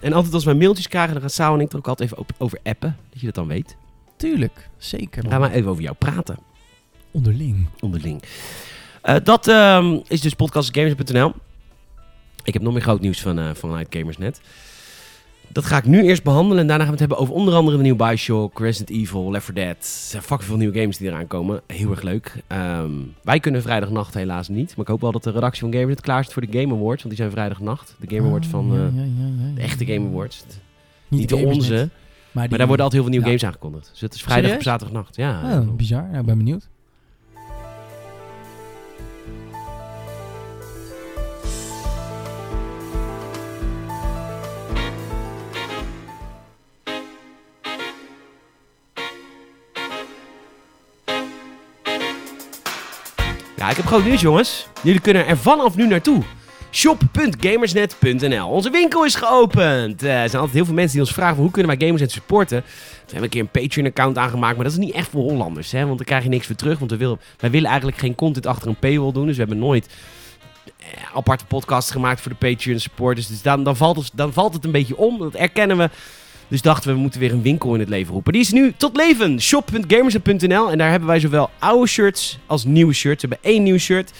S1: en altijd als wij mailtjes krijgen, dan gaat Salem en ik er ook altijd even op- over appen. Dat je dat dan weet.
S2: Tuurlijk, zeker.
S1: Dan
S2: man.
S1: gaan we even over jou praten.
S2: Onderling.
S1: onderling. Eh, dat ehm, is dus podcastgamers.nl. Ik heb nog meer groot nieuws van, eh, vanuit Gamersnet. Dat ga ik nu eerst behandelen. En daarna gaan we het hebben over onder andere de nieuwe Bioshock, Resident Evil, Left 4 Dead. Er zijn fucking veel nieuwe games die eraan komen. Heel erg leuk. Ehm, wij kunnen vrijdagnacht helaas niet. Maar ik hoop wel dat de redactie van Gamersnet klaar is voor de Game Awards. Want die zijn vrijdagnacht. De Game Awards
S2: Oh,
S1: van
S2: ja,
S1: eh,
S2: ja, ja, ja,
S1: de
S2: ja.
S1: echte Game Awards.
S2: Niet,
S1: Niet de
S2: Gamersnet,
S1: onze. Maar
S2: Maar, die-
S1: daar worden altijd heel veel nieuwe
S2: Ja.
S1: games aangekondigd. Dus het is vrijdag op
S2: Serieus?
S1: zaterdagnacht. Ja,
S2: Oh, bizar. Nou, ik ben benieuwd.
S1: Ja, ik heb groot nieuws, jongens. Jullie kunnen er vanaf nu naartoe. Shop.gamersnet.nl. Onze winkel is geopend. Eh, er zijn altijd heel veel mensen die ons vragen: van, hoe kunnen wij Gamersnet supporten? We hebben een keer een Patreon-account aangemaakt, maar dat is niet echt voor Hollanders, hè? Want dan krijg je niks voor terug. Want we willen, wij willen eigenlijk geen content achter een paywall doen. Dus we hebben nooit eh, aparte podcasts gemaakt voor de Patreon-supporters. Dus dan, dan, valt het, dan valt het een beetje om. Dat erkennen we. Dus dachten we, we moeten weer een winkel in het leven roepen. Die is nu tot leven. Shop.gamersnet.nl. En daar hebben wij zowel oude shirts als nieuwe shirts. We hebben één nieuw shirt.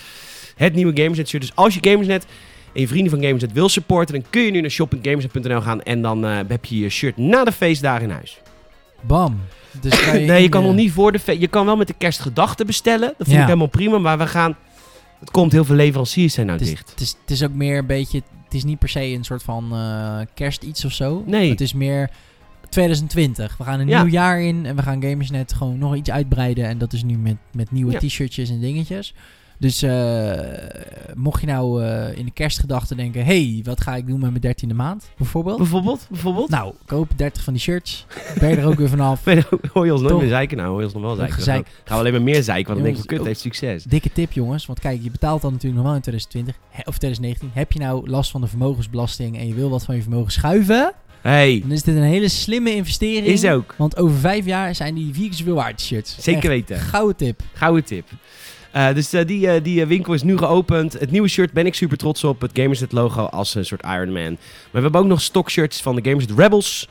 S1: Het nieuwe Gamersnet shirt. Dus als je Gamersnet en je vrienden van Gamersnet wil supporten... dan kun je nu naar shop.gamersnet.nl gaan. En dan eh, heb je je shirt na de feestdagen in huis.
S2: Bam. Dus kan
S1: Nee, je kan
S2: eh,
S1: nog niet voor de feest... Je kan wel met de kerstgedachten bestellen. Dat vind
S2: Ja.
S1: ik helemaal prima. Maar we gaan... Het komt heel veel leveranciers zijn nou
S2: Het is,
S1: dicht.
S2: het, is, het is ook meer een beetje... Het is niet per se een soort van eh, kerst iets of zo.
S1: Nee.
S2: Het is meer 2020. We gaan een
S1: Ja.
S2: nieuw jaar in en we gaan Gamersnet gewoon nog iets uitbreiden. En dat is nu met, met nieuwe
S1: Ja.
S2: t-shirtjes en dingetjes. Dus eh, mocht je nou eh, in de kerstgedachten denken... hey, wat ga ik doen met mijn 13e maand, bijvoorbeeld?
S1: Bijvoorbeeld? Bijvoorbeeld?
S2: Nou, koop 30 van die shirts. Ben je er ook weer vanaf.
S1: Ik weet ook- Hoor je ons nooit
S2: Toch.
S1: meer zeiken? Nou, hoor je ons nog wel zeiken. Dan
S2: gezeik.
S1: gaan we- gaan we alleen maar meer zeiken, want dan denk
S2: Jongens, oh.
S1: ik, kut,
S2: ook-
S1: heeft succes.
S2: Dikke tip jongens, want kijk, je betaalt dan natuurlijk nog wel in 2020 hè, of 2019. Heb je nou last van de vermogensbelasting en je wil wat van je vermogen schuiven,
S1: Hey,
S2: dan is dit een hele slimme investering.
S1: is ook.
S2: Want over vijf jaar zijn die vier keer zoveel waard die shirts.
S1: Zeker
S2: Echt,
S1: weten.
S2: Gouden tip.
S1: Gouden tip. Eh, dus eh, die, eh, die eh, winkel is nu geopend. Het nieuwe shirt ben ik super trots op. Het Gamersnet logo als een soort Iron Man. Maar we hebben ook nog stockshirts van de Gamersnet Rebels.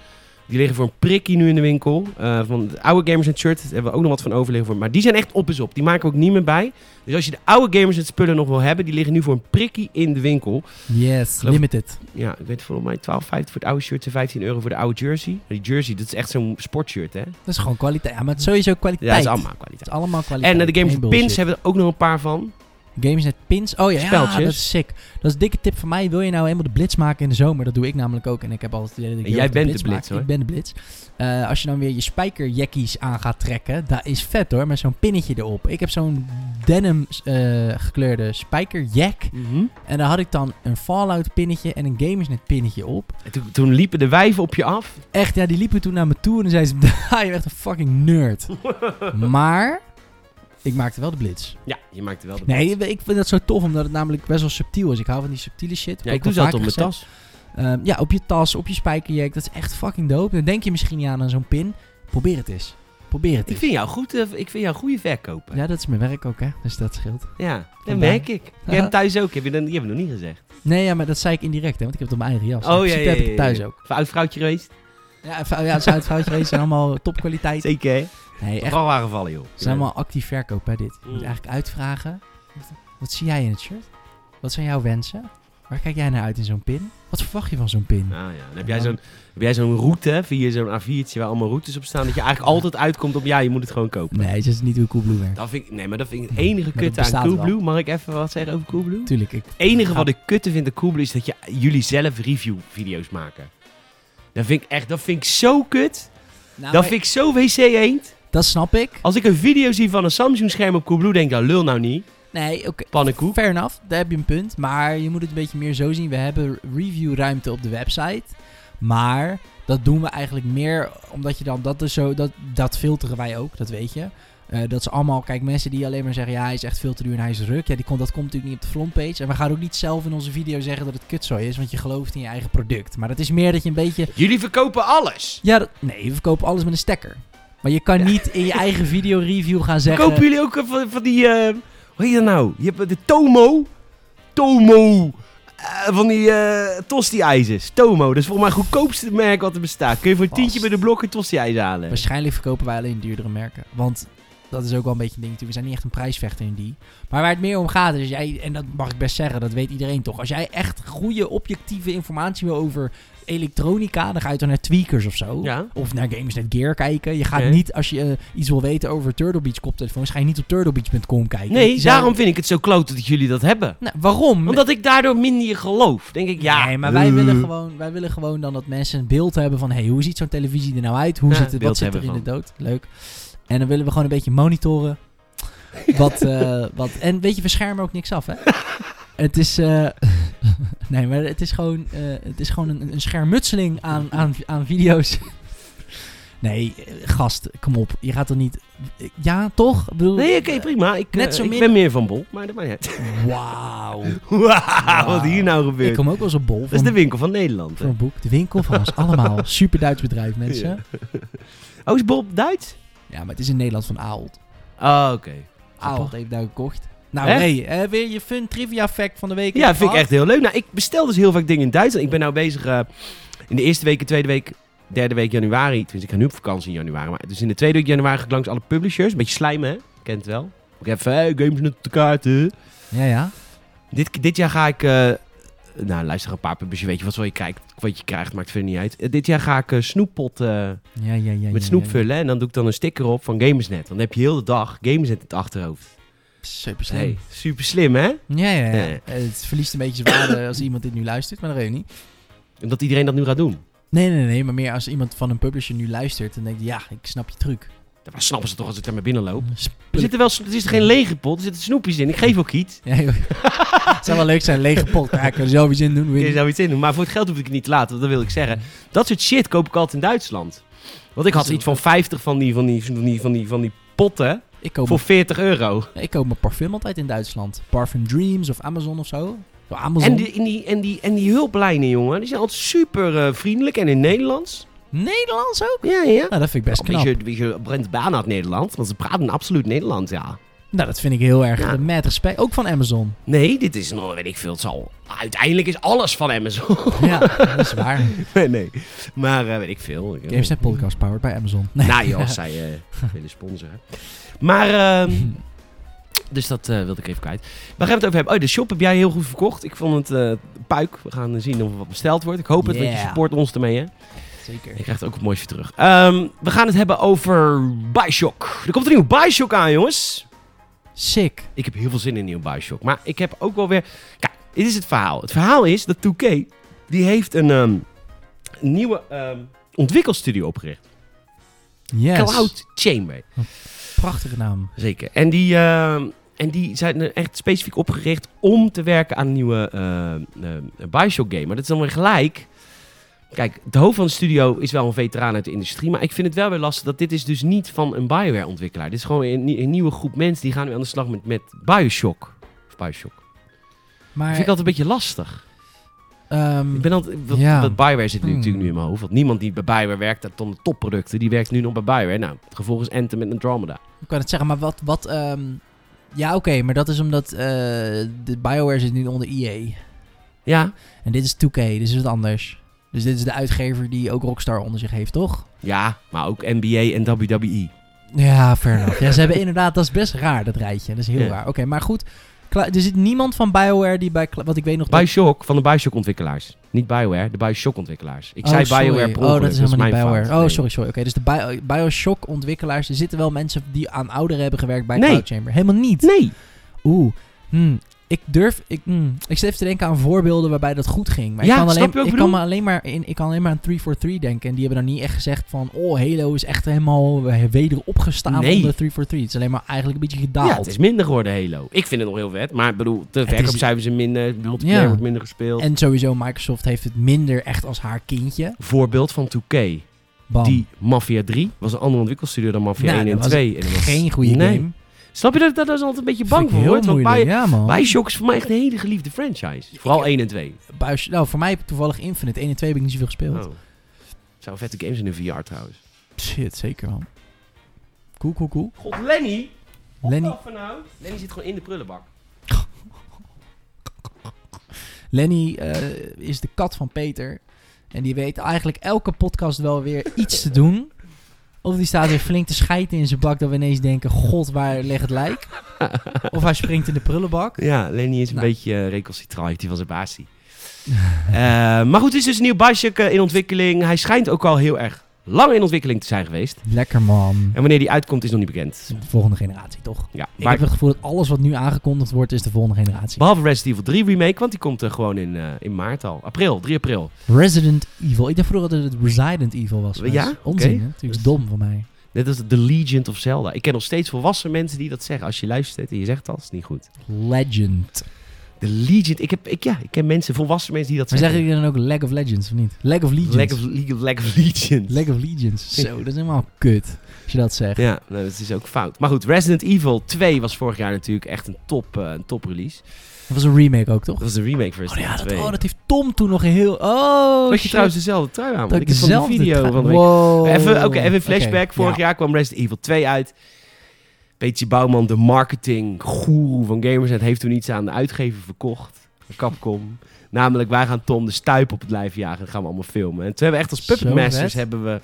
S1: Die liggen voor een prikkie nu in de winkel. Eh, van het oude Gamersnet shirt. Daar hebben we ook nog wat van overliggen voor. Maar die zijn echt op is op. Die maken we ook niet meer bij. Dus als je de oude Gamersnet spullen nog wil hebben. Die liggen nu voor een prikkie in de winkel.
S2: Yes,
S1: Geloof-
S2: limited.
S1: Ja, ik weet volgens mij 12,50 voor het oude shirt en 15 euro voor de oude jersey. Maar die jersey, dat is echt zo'n sportshirt hè.
S2: Dat is gewoon kwaliteit. Ja, maar het is sowieso kwaliteit.
S1: Ja, dat is allemaal
S2: Het
S1: kwaliteit.
S2: is allemaal kwaliteit.
S1: En eh, de Gamersnet
S2: Geen
S1: pins
S2: bullshit.
S1: hebben we er ook nog een paar van.
S2: Gamersnet pins. Oh ja, ja,
S1: Speldjes.
S2: dat is sick. Dat is een dikke tip van mij. Wil je nou helemaal de blitz maken in de zomer? Dat doe ik namelijk ook. En ik heb altijd het idee dat ik
S1: En jij
S2: heel erg
S1: bent de blitz,
S2: maak. Ik ben de blitz. Eh, als je dan weer je spijkerjackies aan gaat trekken, dat is vet hoor. Met zo'n pinnetje erop. Ik heb zo'n denim eh, gekleurde spijkerjack. En daar had ik dan een Fallout pinnetje en een Gamersnet pinnetje op.
S1: En toen, toen liepen de wijven op je af.
S2: Echt, ja, die liepen toen naar me toe en dan zei ze, "Ah, je bent echt een fucking nerd. maar, ik maakte wel de blitz.
S1: Ja, je maakte wel de
S2: Nee, ik vind dat zo tof, omdat het namelijk best wel subtiel is. Ik hou van die subtiele shit.
S1: Ja,
S2: Heb
S1: ik doe
S2: al
S1: ze altijd op
S2: vaker
S1: mijn tas.
S2: gezegd. Ehm, ja, op je tas, op je spijkerjack, dat is echt fucking dope. Dan denk je misschien niet aan, aan zo'n pin. Probeer het eens. Probeer het
S1: Ik
S2: eens.
S1: vind jou goed, eh, ik vind jou een goede verkoper. Ja,
S2: Ja, dat is mijn werk ook, hè. Dus dat scheelt.
S1: dat
S2: Vandaar.
S1: merk ik. Jij hebt thuis ook, heb je, dan, je hebt het nog niet gezegd. Oh,
S2: Nee, ja, maar dat zei ik indirect, hè. Want ik heb het op mijn eigen jas. In
S1: ja,
S2: principe heb ik het thuis ook.
S1: Oud vrouwtje geweest?
S2: Ja, en vou- ja Zuid-Foutjes zijn allemaal topkwaliteit.
S1: Zeker hè?
S2: Nee, echt.
S1: Vooral waren gevallen joh.
S2: Het is helemaal actief verkoop, hè, dit. Je moet
S1: Mm.
S2: eigenlijk uitvragen. wat- Wat zie jij in het shirt? Wat zijn jouw wensen? Waar kijk jij naar uit in zo'n pin? Wat verwacht je van zo'n pin?
S1: Ah, ja. Dan heb jij zo'n heb jij zo'n route, via zo'n A4'tje waar allemaal routes op staan, dat je eigenlijk altijd uitkomt op ja, je moet het gewoon kopen.
S2: Nee, dat is niet hoe Coolblue werkt.
S1: Dat vind ik, nee, maar dat vind ik het enige
S2: dat
S1: kutte aan
S2: bestaat wel.
S1: Coolblue. Mag ik even wat zeggen over Coolblue?
S2: Tuurlijk, ik...
S1: Het enige
S2: Ja.
S1: wat ik kutte vind aan Coolblue is dat je, jullie zelf review video's maken. Dat vind ik echt, dat vind ik zo kut. dat vind ik zo wc eend.
S2: Nou, dat snap ik.
S1: Als ik Oh. een video zie van een Samsung scherm op Coolblue, denk ik, nou lul nou niet.
S2: Nee, oké.
S1: Pannenkoek.
S2: Fair enough, daar heb je een punt. Maar je moet het een beetje meer zo zien. We hebben reviewruimte op de website. Maar dat doen we eigenlijk meer omdat je dan... Dat, is zo, dat, dat filteren wij ook, dat weet je. Eh, dat ze allemaal... Kijk, mensen die alleen maar zeggen... Ja, hij is echt veel te duur en hij is ruk. Ja, die komt, dat komt natuurlijk niet op de frontpage. En we gaan ook niet zelf in onze video zeggen dat het kutzooi is. Want je gelooft in je eigen product. Maar dat is meer dat je een beetje...
S1: Jullie verkopen alles.
S2: Ja, dat- nee, we verkopen alles met een stekker. Maar je kan niet in je eigen videoreview gaan zeggen...
S1: Kopen jullie ook eh, van, van die, eh, hoe heet dat nou? Je hebt eh, de Tomo. Tomo. Eh, van die eh tosti-ijzers. Tomo, dat is volgens mij het goedkoopste merk wat er bestaat. Kun je voor een
S2: Vast.
S1: tientje bij de blokken tosti-ijs halen.
S2: Waarschijnlijk verkopen wij alleen duurdere merken. Want dat is ook wel een beetje een ding natuurlijk. We zijn niet echt een prijsvechter in die. Maar waar het meer om gaat is, jij, en dat mag ik best zeggen, dat weet iedereen toch. Als jij echt goede, objectieve informatie wil over elektronica, dan ga je toch naar tweakers of zo.
S1: Ja.
S2: Of naar Games.net Gear kijken. Je gaat
S1: Oké.
S2: niet, als je eh, iets wil weten over Turtle Beach koptelefoons, ga je niet op turtlebeach.com kijken.
S1: Nee,
S2: Die zijn-
S1: daarom vind ik het zo kloot dat jullie dat hebben.
S2: Nou, waarom?
S1: Omdat ik daardoor minder in geloof. Denk ik, ja.
S2: Nee, maar wij,
S1: eh,
S2: willen gewoon, wij willen gewoon dan dat mensen een beeld hebben van... hey, hoe ziet zo'n televisie er nou uit? Hoe
S1: Ja,
S2: zit het,
S1: beeld
S2: wat zit er in
S1: hebben
S2: de dood? Leuk. En dan willen we gewoon een beetje monitoren. Wat, eh, wat, en weet je, we schermen ook niks af, hè? het is... eh, nee, maar het is gewoon, eh, het is gewoon een, een schermutseling aan, aan, aan video's. nee, eh, gast, kom op. Je gaat er niet... Ja, toch? Ik bedoel,
S1: Nee, oké, prima. Ik,
S2: Net
S1: eh,
S2: zo
S1: ik
S2: min-
S1: ben meer van Bol, maar dat maakt niet uit.
S2: Wauw.
S1: Wauw, wat hier nou
S2: Ik
S1: gebeurt.
S2: kom ook wel eens op bol
S1: Dat is
S2: van-
S1: de winkel van Nederland.
S2: voor
S1: hè.
S2: een boek. De winkel van ons allemaal. Super Duits bedrijf, mensen. Ja.
S1: Oh, is Bol Duits?
S2: maar het is in Nederland van Aalt.
S1: Oh, oké.
S2: Aalt heeft daar gekocht. Nou,
S1: Echt?
S2: hey, eh, weer je fun trivia fact van de week.
S1: Ja, vind ik echt heel leuk. Nou, ik bestel dus heel vaak dingen in Duitsland. Ik ben nou bezig eh, in de eerste week, tweede week, derde week januari. Tenminste, ik ga nu op vakantie in januari. Maar dus in de tweede week januari ga ik langs alle publishers. Een beetje slijmen, hè? Kent het wel. Ik even, hey, games net op de kaarten.
S2: Ja, ja.
S1: Dit, dit jaar ga ik... eh, nou, luister een paar publishers. Weet je wat, wel je krijgt, wat je krijgt, maakt verder niet uit. Eh, dit jaar ga ik eh, snoeppot eh,
S2: ja, ja, ja
S1: met
S2: ja,
S1: snoep
S2: ja.
S1: vullen. En dan doe ik dan een sticker op van Gamersnet. Want Dan heb je heel de dag Gamersnet in het achterhoofd.
S2: Super slim.
S1: Hey, super slim, hè?
S2: Ja, ja, ja.
S1: Ja.
S2: Het verliest een beetje zijn waarde als iemand dit nu luistert, maar dat weet ik niet.
S1: Omdat iedereen dat nu gaat doen.
S2: Nee, nee, nee, maar meer als iemand van een publisher nu luistert en denkt, ja, ik snap je truc.
S1: Dat snappen ze toch als ik daarmee binnenloop? Er
S2: Spullen-
S1: zitten wel, er is geen lege pot, er zitten snoepjes in. Ik geef ook iets.
S2: Ja, joh. het zou wel leuk zijn, lege pot. Ja, ik kan er zelf iets in doen.
S1: Ik
S2: Weet
S1: er
S2: ik.
S1: zou iets in doen. Maar voor het geld hoef ik het niet te laten, want dat wil ik zeggen. Dat soort shit koop ik altijd in Duitsland. Want ik had iets van 50 van die, van die, van die, van die, van die potten
S2: Ik koop
S1: voor 40 euro.
S2: Ik koop mijn parfum altijd in Duitsland. Parfum Dreams of Amazon of zo. Zo Amazon.
S1: En die, en, die, en, die, en die hulplijnen, jongen, die zijn altijd super eh, vriendelijk en in Nederlands.
S2: Nederlands ook?
S1: Ja, ja.
S2: Nou, dat vind ik best
S1: Een beetje,
S2: knap.
S1: een beetje Brent Baan uit Nederland, want ze praten absoluut Nederlands, ja.
S2: Nou, dat vind ik heel erg.
S1: Ja.
S2: Met respect. Ook van Amazon.
S1: Nee, dit is nog, weet ik veel, het zal... Uiteindelijk is alles van Amazon.
S2: ja, dat is waar.
S1: nee, nee. Maar eh, weet ik veel. Ik-
S2: GameSnet Podcast powered bij Amazon. Nee.
S1: Nou joh, zij eh, willen sponsoren. Maar, ehm, dus dat eh, wilde ik even kwijt. Waar gaan we het over hebben? Oh, de shop heb jij heel goed verkocht. Ik vond het eh, puik. We gaan zien of er wat besteld wordt. Ik hoop het, want je
S2: Yeah.
S1: support ons ermee, hè?
S2: Zeker.
S1: Je krijgt er ook wat moois voor terug. Ehm, we gaan het hebben over Bioshock. Er komt een nieuwe Bioshock aan, jongens.
S2: Sick.
S1: Ik heb heel veel zin in een nieuwe Bioshock. Maar ik heb ook wel weer... Kijk, dit is het verhaal. Het verhaal is dat 2K... Die heeft een ehm, nieuwe ehm, ontwikkelstudio opgericht.
S2: Yes.
S1: Cloud Chamber.
S2: Prachtige naam.
S1: Zeker. En die, eh, en die zijn er echt specifiek opgericht om te werken aan een nieuwe eh, eh, Bioshock game. Maar dat is dan weer gelijk. Kijk, de hoofd van de studio is wel een veteraan uit de industrie. Maar ik vind het wel weer lastig dat dit is dus niet van een Bioware ontwikkelaar. Dit is gewoon een, nie- een nieuwe groep mensen die gaan weer aan de slag met, met Bioshock. Of Bioshock. Dat
S2: Maar
S1: vind ik altijd een beetje lastig.
S2: Ehm,
S1: Ik ben altijd, wat,
S2: Ja.
S1: wat Bioware zit nu
S2: Hmm.
S1: natuurlijk nu in mijn hoofd. Want niemand die bij Bioware werkt, dat dan de topproducten, die werkt nu nog bij Bioware. Nou, het gevolg is Anthem en Andromeda.
S2: Ik kan het zeggen, maar wat... wat ehm, ja, oké, maar dat is omdat eh, de Bioware zit nu onder EA.
S1: Ja,
S2: En dit is 2K, dus is wat anders. Dus dit is de uitgever die ook Rockstar onder zich heeft, toch?
S1: ja, maar ook NBA en E. WWE.
S2: Ja, fair enough. Ja, ze hebben inderdaad... Dat is best raar, dat rijtje. Dat is heel
S1: Ja.
S2: raar. Oké, maar goed. Cla- er zit niemand van Bioware die bij... Cla- Wat ik weet nog... dat-
S1: Bioshock van de Bioshock ontwikkelaars. Niet Bioware, de Bioshock ontwikkelaars. Ik zei
S2: Oh, sorry.
S1: Bioware per
S2: Oh,
S1: ongeluk, dus
S2: dat is helemaal
S1: mijn
S2: niet Bioware.
S1: fout.
S2: Oh,
S1: Nee.
S2: sorry, sorry. Oké, dus de Bio- Bioshock ontwikkelaars... Er zitten wel mensen die aan ouderen hebben gewerkt bij
S1: Nee.
S2: Cloud Chamber. Helemaal niet.
S1: Nee.
S2: Oeh, hmm, ik durf, ik, hmm, ik zit even te denken aan voorbeelden waarbij dat goed ging. Maar
S1: Ja,
S2: ik kan,
S1: snap
S2: alleen,
S1: je wat ik
S2: ik, kan
S1: bedoel?
S2: me alleen maar in, ik kan alleen maar aan 343 denken. En die hebben dan niet echt gezegd van, oh, Halo is echt helemaal weder opgestaan
S1: Nee.
S2: onder 343. Het is alleen maar eigenlijk een beetje
S1: Ja,
S2: gedaald.
S1: het is minder geworden, Halo. Ik vind het nog heel vet, maar ik bedoel, de
S2: Het is-
S1: verkoopcijfers zijn minder, multiplayer
S2: Ja.
S1: wordt minder gespeeld.
S2: en sowieso, Microsoft heeft het minder echt als haar kindje.
S1: Voorbeeld van 2K.
S2: Bam.
S1: Die Mafia 3 was een andere ontwikkelstudio dan Mafia
S2: Oh. Nou,
S1: 1 en
S2: dat was
S1: 2. En dat was-
S2: Geen goede
S1: Nee.
S2: game.
S1: Snap je dat ik daar dus altijd een beetje
S2: Vind
S1: bang
S2: ik
S1: voor
S2: heel
S1: word? Want
S2: moeilijk.
S1: Bio-
S2: ja, man.
S1: Bioshock is voor mij echt een hele geliefde franchise. Vooral 1 en 2.
S2: Bios- nou, voor mij toevallig Infinite. 1 en 2 heb ik niet zoveel gespeeld.
S1: Oh. Zou vette games in een VR trouwens.
S2: Shit, zeker man. Cool, cool, cool.
S1: God, Lenny!
S2: Lenny,
S1: nou? Lenny zit gewoon in de prullenbak.
S2: Lenny eh, is de kat van Peter. En die weet eigenlijk elke podcast wel weer iets te doen. Of die staat weer flink te schijten in zijn bak dat we ineens denken... God, waar ligt het lijk? Of hij springt in de prullenbak.
S1: Ja, Lenny is een
S2: Nou.
S1: beetje eh recalcitrant. Die was een baasie. Eh, maar goed, het is dus een nieuw Bioshock eh, in ontwikkeling. Hij schijnt ook al heel erg lang in ontwikkeling te zijn geweest.
S2: Lekker man.
S1: En wanneer die uitkomt is nog niet bekend.
S2: De volgende generatie, toch?
S1: Ja,
S2: Ik
S1: maar-
S2: heb het gevoel dat alles wat nu aangekondigd wordt... is de volgende generatie.
S1: behalve Resident Evil 3 remake, want die komt er gewoon in, eh, in maart al. April, 3 april.
S2: Resident Evil. Ik dacht vroeger dat het Resident Evil was. maar
S1: Ja?
S2: dat is Onzin,
S1: Oké.
S2: hè? Natuurlijk dom van mij.
S1: Net als The Legend of Zelda. Ik ken nog steeds volwassen mensen die dat zeggen. Als je luistert en je zegt dat, is het niet goed.
S2: Legend.
S1: The Legend, ik, heb, ik, ja, ik ken mensen, volwassen mensen die dat
S2: Maar zeggen
S1: zeggen.
S2: jullie dan ook Leg of Legends, of niet? Leg of Legends.
S1: Lack of, League of- Lack of Legend.
S2: League of Legends. Zo, dat is helemaal kut. Als je dat zegt.
S1: Ja, nou, dat is ook fout. Maar goed, Resident Evil 2 was vorig jaar natuurlijk echt een top, eh, een top release.
S2: Dat was een remake ook, toch?
S1: Dat was de remake van
S2: Oh
S1: Resident
S2: ja, dat,
S1: Evil 2.
S2: oh, dat heeft Tom toen nog een heel... Oh,
S1: Had je
S2: shit.
S1: trouwens dezelfde trui aan? want
S2: dat
S1: ik heb van de video
S2: tra-
S1: van de week-
S2: wow.
S1: Even, oké, even een flashback.
S2: Oké,
S1: Vorig
S2: ja.
S1: jaar kwam Resident Evil 2 uit. Beetje Bouwman, de marketing guru van Gamersnet, heeft toen iets aan de uitgever verkocht. Capcom. Namelijk, wij gaan Tom de stuip op het lijf jagen. Dat gaan we allemaal filmen. En toen hebben we echt als Puppet
S2: Zo
S1: Masters
S2: vet.
S1: hebben we...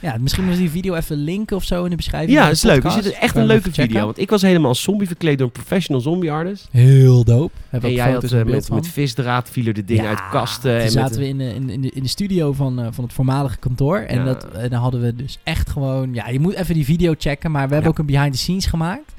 S2: Ja, misschien moet je die video even linken of zo in de beschrijving.
S1: Ja,
S2: van
S1: dat
S2: de
S1: is leuk. Er
S2: podcast.
S1: zit echt
S2: Kan
S1: een
S2: je
S1: leuke
S2: hem even checken?
S1: video. Want ik was helemaal als zombie verkleed door een professional zombie artist.
S2: Heel dope. Hebben
S1: En
S2: we ook
S1: jij had
S2: foto's
S1: eh,
S2: en beeld
S1: met,
S2: van.
S1: met visdraad vielen de dingen
S2: Ja,
S1: uit kasten.
S2: Toen
S1: en met,
S2: zaten we in, de- in, in, de, in de studio van, eh, van het voormalige kantoor. En,
S1: Ja.
S2: dat, en dan hadden we dus echt gewoon... Ja, je moet even die video checken. Maar we hebben
S1: Ja.
S2: ook een behind the scenes gemaakt.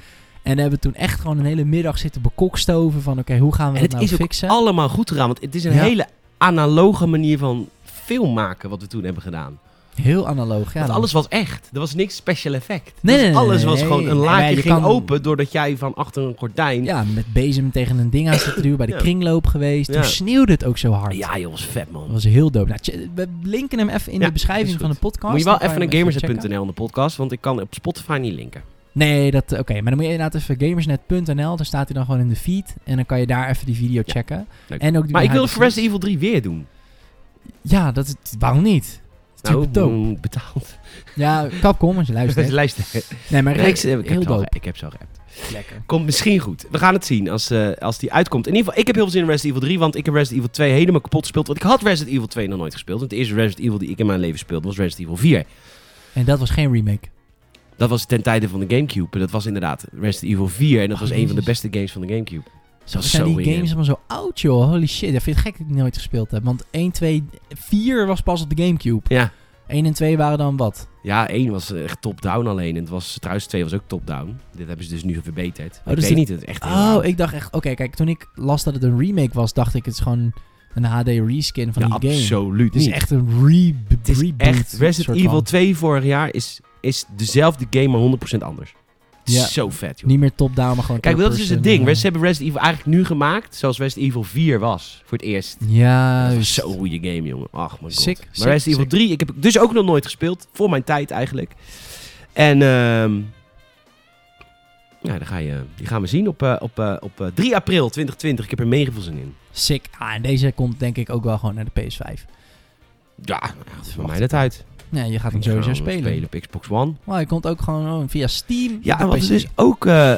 S2: En hebben toen echt gewoon een hele middag zitten bekokstoven van... Oké, hoe gaan we
S1: En
S2: dat
S1: het
S2: nou
S1: is ook
S2: fixen?
S1: allemaal goed gedaan. Want het is een
S2: Ja.
S1: hele analoge manier van film maken wat we toen hebben gedaan.
S2: Heel analoog, ja.
S1: Want
S2: dan-
S1: alles was echt. Er was niks special effect. Dus
S2: Nee, nee, nee,
S1: alles
S2: nee,
S1: was
S2: nee.
S1: gewoon... Een
S2: Nee, maar
S1: laadje
S2: je
S1: ging
S2: kan-
S1: open doordat jij van achter een gordijn... Ja,
S2: Ja, met bezem tegen een ding aan zitten duwen. Bij de
S1: Ja.
S2: kringloop geweest.
S1: Ja.
S2: Toen sneeuwde het ook zo hard.
S1: joh, was vet, man.
S2: Dat was heel dope. Nou, che- we linken hem even in
S1: Ja,
S2: de beschrijving
S1: is
S2: van de
S1: goed.
S2: podcast.
S1: Moet je
S2: Dan
S1: wel
S2: kan
S1: even naar
S2: hem checken.
S1: gamers.nl in de podcast, want ik kan op Spotify niet linken.
S2: Nee, dat, eh, oké. maar dan moet je inderdaad even gamersnet.nl. Daar staat hij dan gewoon in de feed. En dan kan je daar even die video
S1: Ja,
S2: checken.
S1: leuk.
S2: En ook die
S1: Maar ik wil
S2: behind the
S1: voor Resident Evil 3 weer doen.
S2: scenes. Ja, dat is, waarom niet?
S1: Nou,
S2: Super dope.
S1: mm, betaald.
S2: Ja, Capcom, als je luistert.
S1: Luister.
S2: Nee, maar
S1: Rex, eh,
S2: heel
S1: ik heb het al
S2: dope.
S1: ge- Ik heb zo geappt.
S2: Lekker.
S1: Komt misschien goed. We gaan het zien als, eh, als die uitkomt. In ieder geval, ik heb heel veel zin in Resident Evil 3, want ik heb Resident Evil 2 helemaal kapot gespeeld. Want ik had Resident Evil 2 nog nooit gespeeld. Want de eerste Resident Evil die ik in mijn leven speelde was Resident Evil 4.
S2: En dat was geen remake.
S1: Dat was ten tijde van de Gamecube. En dat was inderdaad Resident Evil 4. En dat
S2: Oh,
S1: was een van de
S2: jezus.
S1: beste games van de Gamecube.
S2: Zo
S1: was
S2: zijn
S1: zo
S2: die
S1: weird.
S2: games allemaal zo oud, joh. Holy shit. Dat vind ik gek dat ik die nooit gespeeld heb. Want 1, 2, 4 was pas op de Gamecube.
S1: Ja.
S2: 1 en 2 waren dan wat?
S1: Ja, 1 was eh, echt top-down alleen. En het was, trouwens, 2 was ook top-down. Dit hebben ze dus nu verbeterd. ik
S2: dus
S1: weet
S2: dit-
S1: niet, het is echt heel
S2: Oh,
S1: oud.
S2: ik dacht echt... Oké, kijk, toen ik las dat het een remake was, dacht ik het is gewoon een HD reskin van
S1: ja,
S2: die game.
S1: absoluut
S2: Het is
S1: niet.
S2: echt een re
S1: Het is
S2: reboot.
S1: echt
S2: soort
S1: Resident
S2: van.
S1: Evil 2 vorig jaar is, is dezelfde game, maar 100% anders.
S2: Ja.
S1: Zo vet, joh.
S2: Niet meer top-down, maar gewoon
S1: Kijk, dat is dus
S2: third-person,
S1: het ding.
S2: eh.
S1: Ze hebben Resident Evil eigenlijk nu gemaakt zoals Resident Evil 4 was. Voor het eerst.
S2: Ja,
S1: Dat was
S2: juist.
S1: zo'n goede game, jongen. Ach, mijn god.
S2: Sick,
S1: Maar
S2: sick,
S1: Resident Evil
S2: sick.
S1: 3, ik heb dus ook nog nooit gespeeld. Voor mijn tijd eigenlijk. En ehm, Ja, dan ga je, die gaan we zien op, eh, op, eh, op eh, 3 april 2020. Ik heb er mega veel zin in.
S2: Sick. Ah, en deze komt denk ik ook wel gewoon naar de PS5.
S1: Ja, voor mij dat uit.
S2: Nee, je gaat hem
S1: Ik ga
S2: sowieso
S1: hem
S2: spelen.
S1: op Xbox One.
S2: Maar hij komt ook gewoon oh, via Steam.
S1: Ja,
S2: op de
S1: en wat
S2: PC.
S1: er dus ook eh,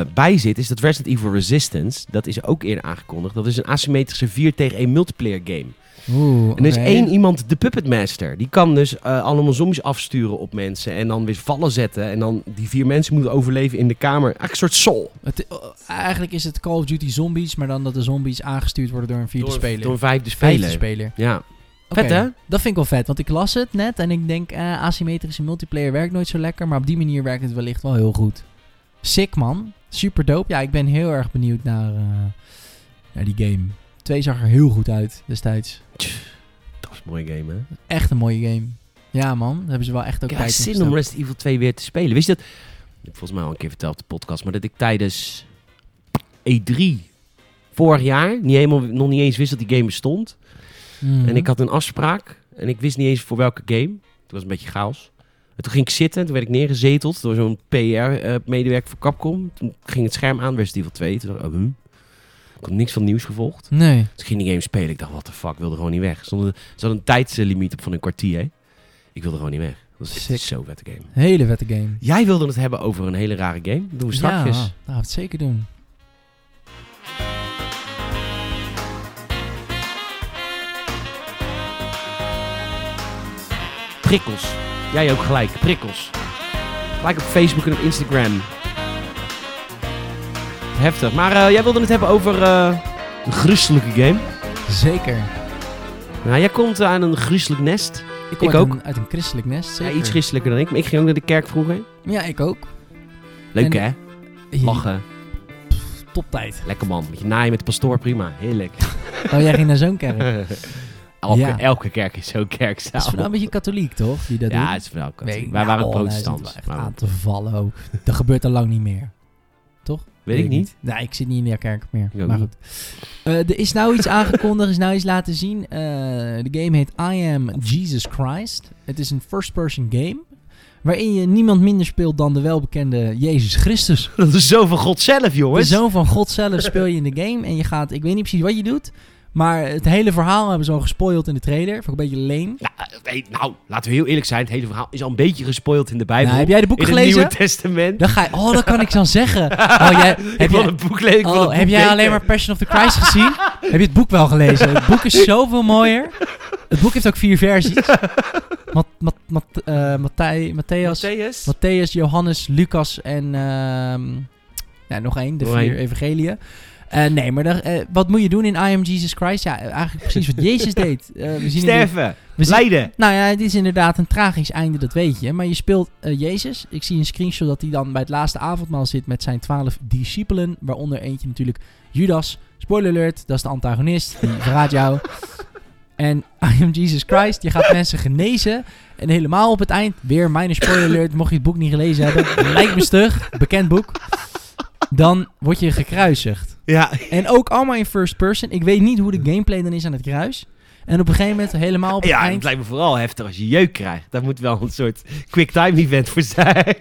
S1: eh, bij zit, is dat Resident Evil Resistance, dat is ook eerder aangekondigd, dat is een asymmetrische 4 tegen 1 multiplayer game.
S2: Oeh,
S1: En er is
S2: oké.
S1: één iemand, de Puppet Master, die kan dus eh, allemaal zombies afsturen op mensen en dan weer vallen zetten en dan die vier mensen moeten overleven in de kamer. Eigenlijk een soort Sol.
S2: Het- oh, eigenlijk is het Call of Duty Zombies, maar dan dat de zombies aangestuurd worden door een vierde speler.
S1: Door een vijfde speler.
S2: vijfde speler.
S1: Ja.
S2: Oké,
S1: Vet, hè?
S2: Dat vind ik wel vet, want ik las het net en ik denk eh, asymmetrische multiplayer werkt nooit zo lekker, maar op die manier werkt het wellicht wel heel goed. Sick man, super dope. Ja, ik ben heel erg benieuwd naar, eh, naar die game. Twee zag er heel goed uit destijds.
S1: Dat is een mooie game, hè?
S2: Echt een mooie game. Ja man, daar hebben ze wel echt ook
S1: Ik heb
S2: tijd in
S1: zin om
S2: gestoken.
S1: Resident Evil 2 weer te spelen. Wist je dat? Ik heb volgens mij al een keer verteld op de podcast, maar dat ik tijdens E3 vorig jaar niet helemaal, nog niet eens wist dat die game bestond.
S2: Mhm.
S1: En ik had een afspraak en ik wist niet eens voor welke game. Het was een beetje chaos. En toen ging ik zitten en toen werd ik neergezeteld door zo'n PR-medewerker voor Capcom. Toen ging het scherm aan, Resident Evil 2. Toen dacht ik, oh, hm. ik had niks van nieuws gevolgd.
S2: Nee.
S1: Toen ging die game spelen. Ik dacht, wat de fuck, ik wilde gewoon niet weg. Er stond een- Er zat een tijdslimiet op van een kwartier. hè. Ik wilde gewoon niet weg. Dat was
S2: Sick.
S1: echt zo'n vette game.
S2: Hele vette game.
S1: Jij wilde het hebben over een hele rare game. Dat doen we straks.
S2: Ja, dat gaan we het zeker doen.
S1: Prikkels. Jij ook gelijk. Prikkels. Gelijk op Facebook en op Instagram. Heftig. Maar eh, jij wilde het hebben over eh, een gruwelijke game.
S2: Zeker.
S1: Nou, jij komt eh, aan een gruwelijk nest.
S2: Ik
S1: Ik
S2: kom uit
S1: ook.
S2: Een, uit een christelijk nest,
S1: Ja,
S2: zeker.
S1: iets christelijker dan ik. Maar ik ging ook naar de kerk vroeger.
S2: Ja, ik ook.
S1: Leuk
S2: En-
S1: hè? Lachen.
S2: Toptijd.
S1: Lekker man. Met je naaien met de pastoor. Prima. Heerlijk.
S2: Oh, jij ging naar zo'n kerk. Dat
S1: elke,
S2: Ja.
S1: elke kerk is zo'n kerkzaal.
S2: is vooral een beetje katholiek, toch? Die dat
S1: ja, oh,
S2: doen?
S1: het is vooral
S2: Nee,
S1: katholiek. Wij
S2: nou,
S1: waren
S2: nou, hij zit
S1: protestants.
S2: wel echt
S1: Maar
S2: aan te vallen ook. Dat gebeurt al lang niet meer.
S1: Weet ik niet.
S2: Nee, ik zit niet in de kerk meer.
S1: Ik ook
S2: maar
S1: niet.
S2: goed. Eh, er is nou iets aangekondigd, is nou iets laten zien. Eh, de game heet I Am Jesus Christ. Het is een first-person game. Waarin je niemand minder speelt dan de welbekende Jezus Christus.
S1: Dat is zo van God zelf,
S2: De
S1: jongens.
S2: zoon van God zelf speel je in de game. En je gaat, ik weet niet precies wat je doet. Maar het hele verhaal hebben ze al gespoild in de trailer. Vond ik een beetje leen.
S1: Nou, nee, nou, laten we heel eerlijk zijn. Het hele verhaal is al een beetje gespoild in de Bijbel.
S2: Nou, heb jij de boek
S1: in het
S2: gelezen?
S1: Nieuwe Testament.
S2: Dan ga je, oh, dat kan ik dan zeggen. Oh, jij,
S1: ik
S2: heb
S1: wil
S2: jij,
S1: een boek lezen. ik wil
S2: oh,
S1: een boek
S2: heb jij
S1: lezen.
S2: alleen maar Passion of the Christ gezien? heb je het boek wel gelezen? Het boek is zoveel mooier. Het boek heeft ook vier versies. Mat, mat, mat, eh, Matthij- Matthäus,
S1: Matthäus?
S2: Matthäus, Johannes, Lucas en ehm, ja, nog één, de
S1: Nog
S2: vier
S1: één.
S2: evangeliën. Eh, nee, maar daar, eh, wat moet je doen in I am Jesus Christ? Ja, eh, eigenlijk precies wat Jezus deed. Eh, we zien in die-
S1: Sterven.
S2: we zien-
S1: Lijden.
S2: nou ja, het is inderdaad een tragisch einde, dat weet je. Maar je speelt eh, Jezus. Ik zie een screenshot dat hij dan bij het laatste avondmaal zit met zijn twaalf discipelen. Waaronder eentje natuurlijk Judas. Spoiler alert, dat is de antagonist. Die verraadt jou. En I am Jesus Christ. Je gaat mensen genezen. En helemaal op het eind, weer mijn spoiler alert. Mocht je het boek niet gelezen hebben, lijkt me stug. Bekend boek. Dan word je gekruisigd.
S1: Ja.
S2: En ook allemaal in first person. Ik weet niet hoe de gameplay dan is aan het kruis. En op een gegeven moment, helemaal op het
S1: ja, het
S2: eind...
S1: lijkt me vooral heftig als je jeuk krijgt. Daar moet wel een soort quicktime event voor zijn.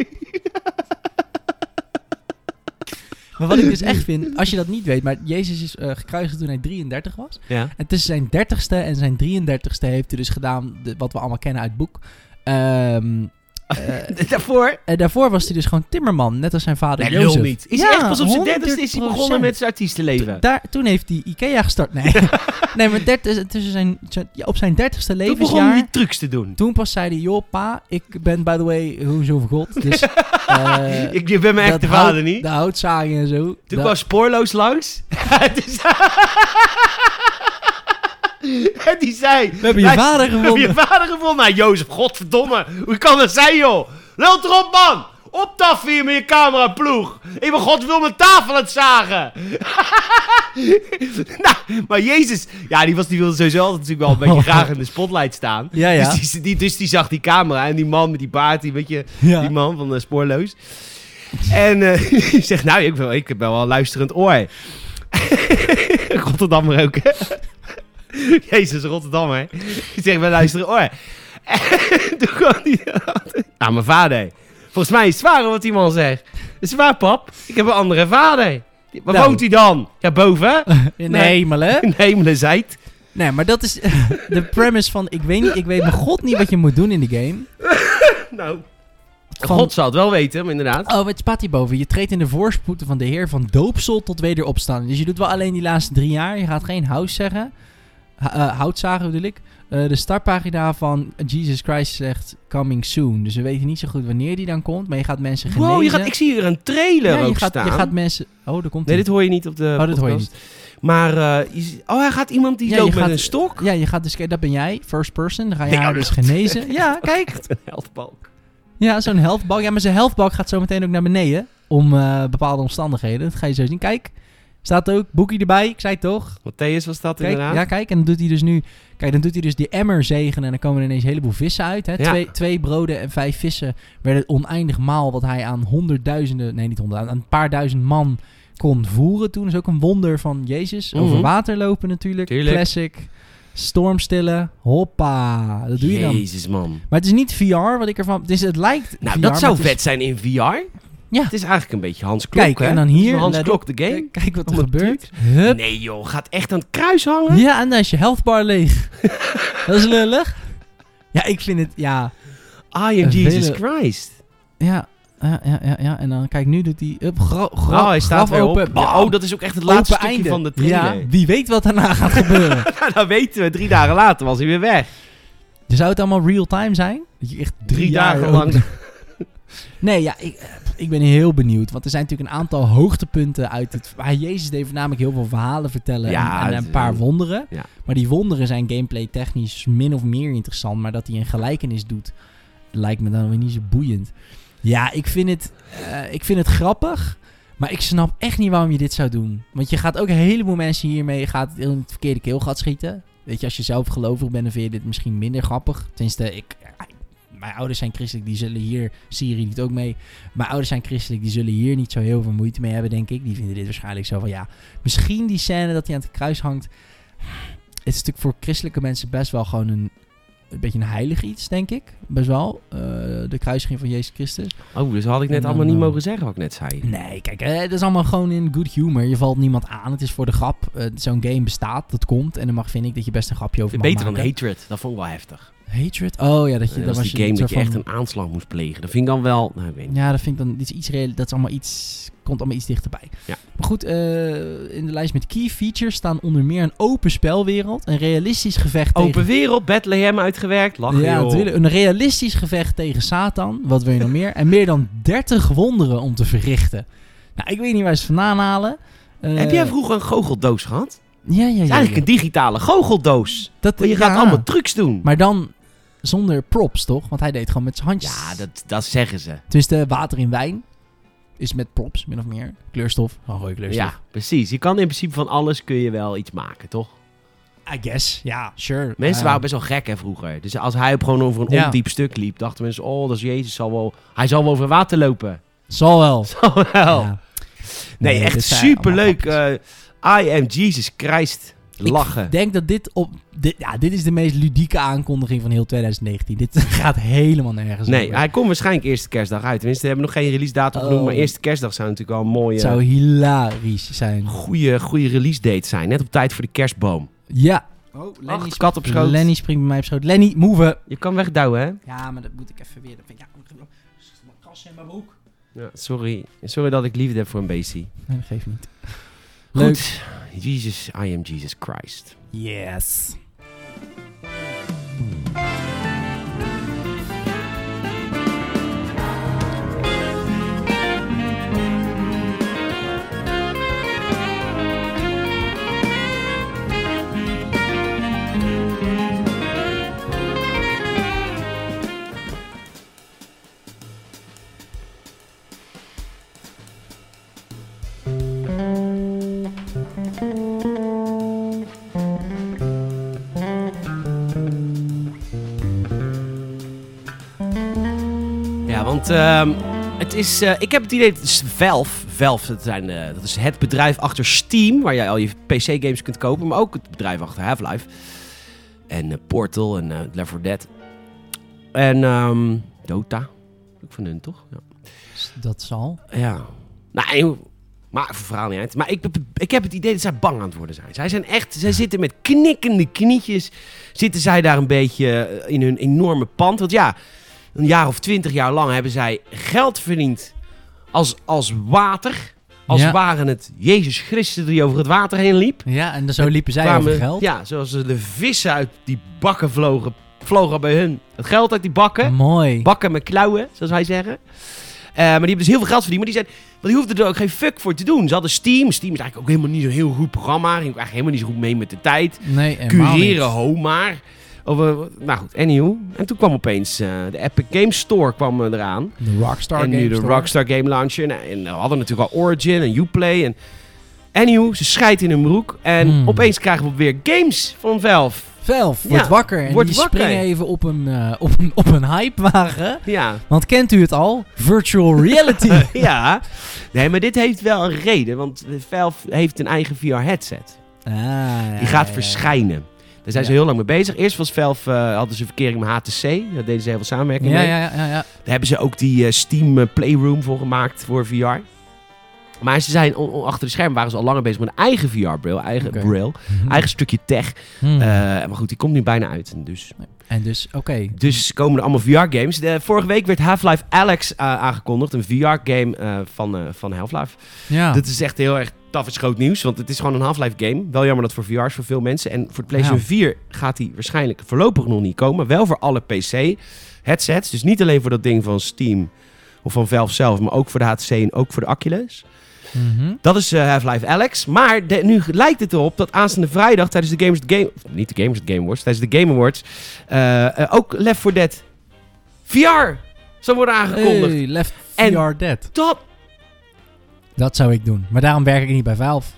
S2: Maar wat ik dus echt vind, als je dat niet weet... Maar Jezus is eh, gekruisigd toen hij 33 was.
S1: Ja.
S2: En tussen zijn 30ste en zijn 33ste heeft hij dus gedaan... de- wat we allemaal kennen uit het boek. Ehm, eh,
S1: Daarvoor?
S2: en daarvoor was hij dus gewoon timmerman. Net als zijn vader
S1: Nee,
S2: Jozef.
S1: lul niet. Is hij
S2: Ja,
S1: echt pas op zijn dertigste is hij
S2: 100%.
S1: begonnen met zijn artiestenleven?
S2: Daar, toen heeft hij Ikea gestart. Nee, nee maar dert- tussen zijn, zijn- ja, op zijn 30ste
S1: Toen
S2: levensjaar...
S1: begon hij trucs te doen.
S2: Toen pas zei hij, joh pa, ik ben by the way hoezo van God. Dus, eh,
S1: ik, je bent mijn
S2: dat
S1: echte
S2: hout-
S1: vader niet.
S2: De houtzagen en zo.
S1: Toen
S2: dat-
S1: kwam spoorloos langs. en die zei- en die zei...
S2: We hebben je
S1: Wij-
S2: vader
S1: We hebben je
S2: gevonden.
S1: vader gevonden. Nou, Jozef, godverdomme. Hoe kan dat zijn, joh? Lult erop, man. Op tafel hier met je cameraploeg. Ik ben god wil mijn tafel aan het zagen. nou, maar Jezus... Ja, die, was, die wilde sowieso altijd natuurlijk wel een beetje graag in de spotlight staan.
S2: Ja, ja.
S1: Dus, die, die- dus die zag die camera en die man met die baard, die, weet je,
S2: Ja.
S1: die man van eh, Spoorloos. En eh, die zegt, nou, ik, ben, ik heb wel een luisterend oor. Rotterdammer ook, hè? Jezus, Rotterdammer. Die zegt, ik ben een luisterend oor. Nou, En toen kwam die aan mijn vader. Volgens mij is het zwaar wat die man zegt. is waar, pap. Ik heb een andere vader. Die- Waar
S2: Nou.
S1: woont hij dan? Ja, boven?
S2: In de hemel, hè?
S1: In de hemelen zijt.
S2: Nee, maar dat is de premise van... Ik weet, niet, ik weet mijn god niet wat je moet doen in de game.
S1: Nou,
S2: Van-
S1: God zal het wel weten, maar inderdaad.
S2: Oh, het staat hierboven. Je treedt in de voorspoeden van de Heer van doopsel tot wederopstaan. Dus je doet wel alleen die laatste drie jaar. Je gaat geen hout zeggen. Ha- eh, hout zagen bedoel ik. Eh, de startpagina van Jesus Christ zegt coming soon. Dus we weten niet zo goed wanneer die dan komt. Maar je gaat mensen genezen.
S1: Wow, je gaat, ik zie hier een
S2: Ja,
S1: trailer
S2: je
S1: ook
S2: gaat,
S1: staan.
S2: je gaat mensen... Oh, daar komt
S1: Nee,
S2: ie.
S1: dit hoor je niet op de
S2: Oh, dit hoor je
S1: podcast. Maar, eh, je zie- oh, hij gaat iemand die
S2: Ja,
S1: loopt
S2: je
S1: met
S2: gaat-
S1: een stok.
S2: Ja, je gaat dus... Kijk, dat ben jij. First person. Dan ga je
S1: Nee,
S2: haar
S1: oh,
S2: dus genezen. Ja, kijk.
S1: Echt een helftbalk.
S2: Ja, zo'n helftbalk. Ja, maar zijn helftbalk gaat zo meteen ook naar beneden. Om eh, bepaalde omstandigheden. Dat ga je zo zien. Kijk, staat ook boekie erbij. Ik zei het toch.
S1: Matthäus was dat
S2: Kijk,
S1: inderdaad.
S2: ja, kijk. En dan doet hij dus nu... Kijk, dan doet hij dus die emmer zegen. En dan komen er ineens een heleboel vissen uit. Hè?
S1: Ja.
S2: Twee, twee broden en vijf vissen werden oneindig maal... wat hij aan honderdduizenden... Nee, niet honderdduizend. Aan een paar duizend man kon voeren toen. Dat is ook een wonder van Jezus.
S1: Mhm.
S2: Over water lopen natuurlijk.
S1: Tuurlijk.
S2: Classic. Stormstillen. Hoppa. Dat doe je dan.
S1: Jezus, man.
S2: Maar het is niet VR wat ik ervan... Het, is, het lijkt
S1: Nou,
S2: VR,
S1: dat zou
S2: maar het is-
S1: vet zijn in VR.
S2: Ja.
S1: Het is eigenlijk een beetje Hans Klok,
S2: Kijk,
S1: hè?
S2: en dan
S1: Het is
S2: hier,
S1: wel Hans
S2: let
S1: Klok, de game.
S2: Kijk, kijk wat er
S1: Allemaal
S2: gebeurt. Hup.
S1: Nee, joh. Gaat echt aan het kruis hangen?
S2: Ja, en dan is je health bar leeg. dat is lullig. Ja, ik vind het, ja.
S1: I am
S2: Een
S1: Ah, Jesus
S2: vele-
S1: Christ.
S2: Ja, ja, ja, ja. ja. En dan, kijk, nu doet hij, hup, gra, gra,
S1: oh, hij staat
S2: graf
S1: weer
S2: open.
S1: op.
S2: Ja,
S1: Oh, dat is ook echt het laatste stukje
S2: open einde.
S1: van de
S2: Ja,
S1: trailer.
S2: wie weet wat daarna gaat gebeuren.
S1: Nou, dat weten we. Drie dagen later was hij weer weg.
S2: Zou het allemaal real-time zijn? Dat je echt drie,
S1: Drie,
S2: jaar
S1: dagen
S2: ook-
S1: lang.
S2: Nee, ja, ik, eh, ik ben heel benieuwd. Want er zijn natuurlijk een aantal hoogtepunten uit het... Maar Jezus deed voornamelijk heel veel verhalen vertellen en-
S1: Ja,
S2: en,
S1: het-
S2: een paar wonderen.
S1: ja.
S2: Maar die wonderen zijn gameplay technisch min of meer interessant. Maar dat hij een gelijkenis doet, lijkt me dan weer niet zo boeiend. Ja, ik vind het, eh, ik vind het grappig. Maar ik snap echt niet waarom je dit zou doen. Want je gaat ook een heleboel mensen hiermee gaat in het verkeerde keelgat schieten. Weet je, als je zelf gelovig bent, dan vind je dit misschien minder grappig. Tenminste, ik, mijn ouders zijn christelijk, die zullen hier... Siri doet ook mee. Mijn ouders zijn christelijk, die zullen hier niet zo heel veel moeite mee hebben, denk ik. Die vinden dit waarschijnlijk zo van, ja... Misschien die scène dat hij aan het kruis hangt... Het is natuurlijk voor christelijke mensen best wel gewoon een... Een beetje een heilig iets, denk ik. Best wel. Eh, de kruisiging van Jezus Christus.
S1: Oh, dus had ik net
S2: En dan,
S1: allemaal niet
S2: eh,
S1: mogen zeggen wat ik net zei.
S2: Nee, kijk, eh, dat is allemaal gewoon in good humor. Je valt niemand aan. Het is voor de grap. Eh, Zo'n game bestaat, dat komt. En dan mag, vind ik, dat je best een grapje over mag
S1: Beter dan
S2: maken.
S1: Hatred. Dat vond ik wel heftig.
S2: Hatred? Oh ja, dat je...
S1: Dat
S2: dan
S1: was
S2: was
S1: Eh, die game
S2: je
S1: dat je
S2: soort
S1: echt
S2: van-
S1: een aanslag moest plegen. Dat vind ik dan wel... Nou, ik weet niet.
S2: Ja, dat vind ik dan iets, iets reëel- Dat is allemaal iets, komt allemaal iets dichterbij.
S1: Ja.
S2: Maar goed, eh, in de lijst met key features staan onder meer een open spelwereld, een realistisch gevecht
S1: Open
S2: tegen...
S1: wereld, Bethlehem uitgewerkt. Lachen,
S2: ja,
S1: joh.
S2: natuurlijk. Een realistisch gevecht tegen Satan. Wat wil je nog meer? En meer dan 30 wonderen om te verrichten. Nou, ik weet niet waar ze het vandaan halen. Eh,
S1: Heb jij vroeger een goocheldoos gehad? Het
S2: Ja, ja, ja.
S1: is
S2: ja.
S1: eigenlijk een digitale goocheldoos.
S2: Dat,
S1: Je
S2: ja.
S1: gaat allemaal trucs doen.
S2: Maar dan zonder props, toch? Want hij deed gewoon met zijn handjes.
S1: Ja, dat, dat zeggen ze.
S2: Tenminste, water in wijn is met props, min of meer. Kleurstof. Gewoon rode kleurstof.
S1: Ja, precies. Je kan in principe van alles kun je wel iets maken, toch?
S2: I guess, ja, sure.
S1: Mensen
S2: Eh,
S1: waren best wel gek hè, vroeger. Dus als hij op gewoon over een
S2: Ja.
S1: ondiep stuk liep, dachten mensen, oh, dat is Jezus, zal wel, hij zal wel over water lopen.
S2: Zal wel.
S1: Zal wel.
S2: Ja.
S1: Nee,
S2: dit
S1: echt
S2: zijn
S1: superleuk.
S2: allemaal
S1: eh, I am Jesus Christ. Lachen.
S2: Ik denk dat dit op... Dit, ja, dit is de meest ludieke aankondiging van heel 2019. Dit gaat helemaal nergens
S1: Nee,
S2: over.
S1: hij komt waarschijnlijk eerste kerstdag uit. Tenminste, we hebben nog geen release datum genoemd,
S2: Oh.
S1: maar eerste kerstdag zou natuurlijk wel een mooie,
S2: Het zou hilarisch zijn.
S1: goede, goede release date zijn. Net op tijd voor de kerstboom.
S2: Ja.
S1: Lenny Ach, kat op schoot.
S2: Oh, Lenny springt bij mij op schoot. Lenny, move.
S1: Je kan wegduwen, hè?
S2: Ja, maar dat moet ik even weer... Dat vind ik, ja, mijn kast in mijn broek.
S1: Ja, sorry. Sorry dat ik liefde heb voor een beestie.
S2: Nee, dat geeft niet. Leuk.
S1: Goed. Jesus, I am Jesus Christ.
S2: Yes.
S1: Ja, want ehm, het is. eh, ik heb het idee dat is Valve. Valve, dat, zijn, eh, dat is het bedrijf achter Steam, waar jij al je PC-games kunt kopen, maar ook het bedrijf achter Half-Life. En eh, Portal en eh Left 4 Dead. En ehm, Dota. Ook van hun, toch? Ja.
S2: Dus dat zal.
S1: Ja. Nou, joh, maar voor verhaal niet uit. Maar ik, ik heb het idee dat zij bang aan het worden zijn. Zij zijn echt, zij zitten met knikkende knietjes, zitten zij daar een beetje eh, in hun enorme pand. Want ja, een jaar of twintig jaar lang hebben zij geld verdiend als, als water. Als
S2: Ja.
S1: waren het Jezus Christus die over het water heen liep.
S2: Ja, en zo liepen zij
S1: Kwamen-
S2: over geld.
S1: Ja, zoals de vissen uit die bakken vlogen, vlogen bij hun het geld uit die bakken.
S2: Mooi.
S1: Bakken met klauwen, zoals wij zeggen. Eh, maar die hebben dus heel veel geld verdiend. Maar die, zijn, want die hoefden er ook geen fuck voor te doen. Ze hadden Steam. Steam is eigenlijk ook helemaal niet zo'n heel goed programma. Ging ook eigenlijk helemaal niet zo goed mee met de tijd.
S2: Nee, helemaal niet.
S1: Cureren, homaar. Of, eh, nou goed, anyhow. En toen kwam opeens eh, de Epic Games Store kwam eh, eraan
S2: De Rockstar
S1: en nu
S2: Games
S1: de
S2: Store.
S1: Rockstar Game Launcher. Nou, en we hadden natuurlijk al Origin en Uplay. En anyhow, ze scheidt in hun broek. En
S2: Hmm.
S1: opeens krijgen we weer games van Valve.
S2: Velf wordt
S1: Ja,
S2: wakker en
S1: wordt
S2: die
S1: wakker.
S2: springen even op een, eh, op, een, op een hypewagen.
S1: Ja,
S2: Want kent u het al? Virtual reality. Ah,
S1: ja. Nee, maar dit heeft wel een reden. Want Valve heeft een eigen VR-headset.
S2: Ah, ja,
S1: Die gaat
S2: ja, ja.
S1: verschijnen. Daar zijn ze
S2: Ja.
S1: heel lang mee bezig. Eerst was Valve, eh, hadden ze verkering met HTC. Daar deden ze heel veel samenwerking
S2: Ja,
S1: mee.
S2: ja, ja, ja, ja.
S1: Daar hebben ze ook die eh, Steam eh, Playroom voor gemaakt voor VR. Maar ze zijn on- on- achter de schermen waren ze al langer bezig met een eigen VR-bril. Eigen
S2: Oké.
S1: bril. Eigen stukje tech.
S2: Hmm.
S1: Eh, maar goed, die komt nu bijna uit. En Dus,
S2: en dus, oké.
S1: dus komen er allemaal VR-games. De- Vorige week werd Half-Life Alex eh, aangekondigd. Een VR-game eh, van, eh, van Half-Life.
S2: Ja.
S1: Dat is echt heel erg taf is groot nieuws. Want het is gewoon een Half-Life-game. Wel jammer dat het voor VR is voor veel mensen. En voor de PlayStation
S2: Ja.
S1: 4 gaat die waarschijnlijk voorlopig nog niet komen. Wel voor alle PC-headsets. Dus niet alleen voor dat ding van Steam of van Valve zelf. Maar ook voor de HTC en ook voor de Oculus.
S2: Mhm.
S1: Dat is eh, Half-Life Alex. Maar de- nu lijkt het erop dat aanstaande vrijdag tijdens de Games Game... of Niet de Games Game Awards, tijdens de Game Awards... eh, eh, ook Left 4 Dead VR zal worden aangekondigd.
S2: Hey, left
S1: En-
S2: VR Dead.
S1: Dat,
S2: Dat zou ik doen. Maar daarom werk ik niet bij Valve.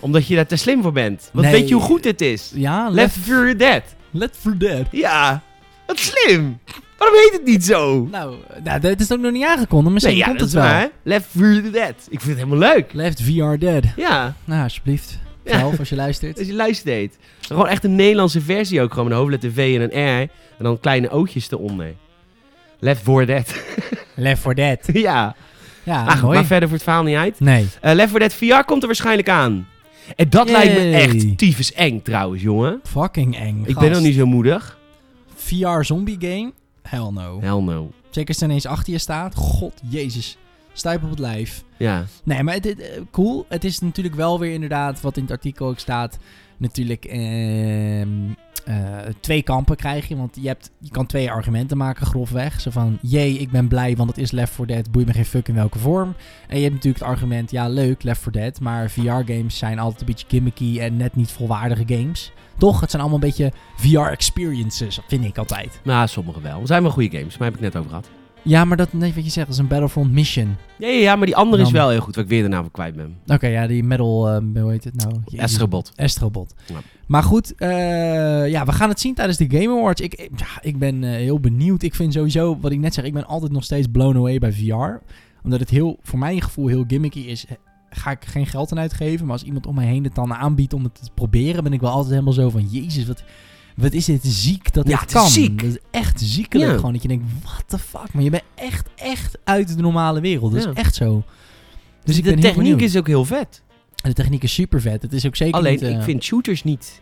S1: omdat je daar te slim voor bent. Want
S2: Nee.
S1: weet je hoe goed dit is?
S2: Ja,
S1: Left
S2: Left,
S1: 4 Dead.
S2: left for Dead.
S1: Ja, dat is slim. Waarom heet het niet zo?
S2: Nou, eh, nou, dat is ook nog niet aangekondigd. Misschien
S1: ja,
S2: komt
S1: dat
S2: het
S1: is
S2: wel.
S1: waar, hè? Left 4 Dead. Ik vind het helemaal leuk.
S2: Left VR Dead.
S1: Ja,
S2: Nou, alsjeblieft.
S1: Ja.
S2: Valve, als je luistert.
S1: als je luistert. deed. Gewoon echt een Nederlandse versie ook. Gewoon een hoofdletter V en een R. En dan kleine ootjes eronder. Left 4 Dead.
S2: Left for Dead.
S1: ja.
S2: Ja,
S1: Ach,
S2: Ah, mooi.
S1: Ah, maar verder voor het verhaal niet uit.
S2: Nee.
S1: Eh, Left 4 Dead VR komt er waarschijnlijk aan. En dat lijkt me
S2: Yay.
S1: echt tyfus eng trouwens, jongen.
S2: Fucking eng.
S1: Ik ben nog niet zo moedig.
S2: VR zombie game? Hell no.
S1: Hell no.
S2: Zeker als er ineens achter je staat. God, jezus. Stuip op het lijf.
S1: Ja.
S2: Nee, maar het, het, eh, cool. Het is natuurlijk wel weer inderdaad, wat in het artikel ook staat, natuurlijk ehm, eh, twee kampen krijg je. Want je, hebt, je kan twee argumenten maken, grofweg. Zo van, jee, ik ben blij, want het is Left 4 Dead. Boeit me geen fuck in welke vorm. En je hebt natuurlijk het argument, ja leuk, Left 4 Dead. Maar VR-games zijn altijd een beetje gimmicky en net niet volwaardige games. Toch, het zijn allemaal een beetje VR-experiences, vind ik altijd.
S1: Nou, sommige wel. Er zijn wel goede games, maar heb ik net over gehad.
S2: Ja, maar dat, nee, wat je zegt, dat is een Battlefront Mission.
S1: Ja, ja, ja, maar die andere is
S2: Jammer.
S1: wel heel goed, waar ik weer de naam van kwijt ben.
S2: Oké, ja, die metal, eh, hoe heet het nou? Jezus.
S1: Astrobot.
S2: Astrobot.
S1: Ja.
S2: Maar goed, eh, ja, we gaan het zien tijdens de Game Awards. Ik, ik- ja, ik ben eh, heel benieuwd. Ik vind sowieso, wat ik net zeg, ik ben altijd nog steeds blown away bij VR. Omdat het heel, voor mijn gevoel heel gimmicky is, eh, ga ik geen geld aan uitgeven. Maar als iemand om mij heen het dan aanbiedt om het te proberen, ben ik wel altijd helemaal zo van, jezus, wat, wat is dit ziek dat
S1: Ja,
S2: dit
S1: het is
S2: kan.
S1: ziek.
S2: Dat is echt ziekelijk
S1: Ja.
S2: gewoon. Dat je denkt, what the fuck, maar je bent echt, echt uit de normale wereld. Dat
S1: Ja.
S2: is echt zo. Dus ik
S1: de
S2: ben heel
S1: techniek
S2: benieuwd.
S1: is ook heel vet.
S2: De techniek is super vet. Het is ook zeker
S1: Alleen,
S2: niet, eh,
S1: ik vind shooters niet,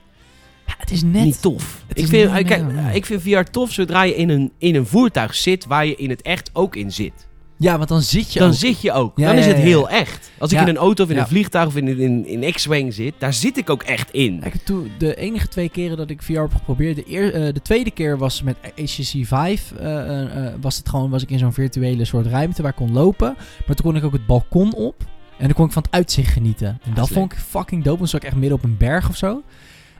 S2: ja, het is net
S1: niet tof.
S2: het
S1: Ik
S2: is
S1: vind, eh,
S2: niet
S1: kijk,
S2: meer, nee.
S1: ik vind VR tof zodra je in een, in een voertuig zit waar je in het echt ook in zit.
S2: Ja, want dan zit je
S1: Dan
S2: ook.
S1: zit je ook.
S2: Ja,
S1: Dan
S2: ja,
S1: is het
S2: ja, ja.
S1: heel echt. Als ik
S2: Ja.
S1: in een auto of in
S2: Ja.
S1: een vliegtuig of in, in, in X-Wing zit, daar zit ik ook echt in.
S2: Ik heb toen- de enige twee keren dat ik VR heb geprobeerd. De, eer- eh, de tweede keer was met HTC Vive. eh, eh, eh, was, het gewoon, was ik in zo'n virtuele soort ruimte waar ik kon lopen. Maar toen kon ik ook het balkon op. En dan kon ik van het uitzicht genieten. En dat
S1: slim.
S2: vond ik fucking dope. Dan zat ik echt midden op een berg of zo.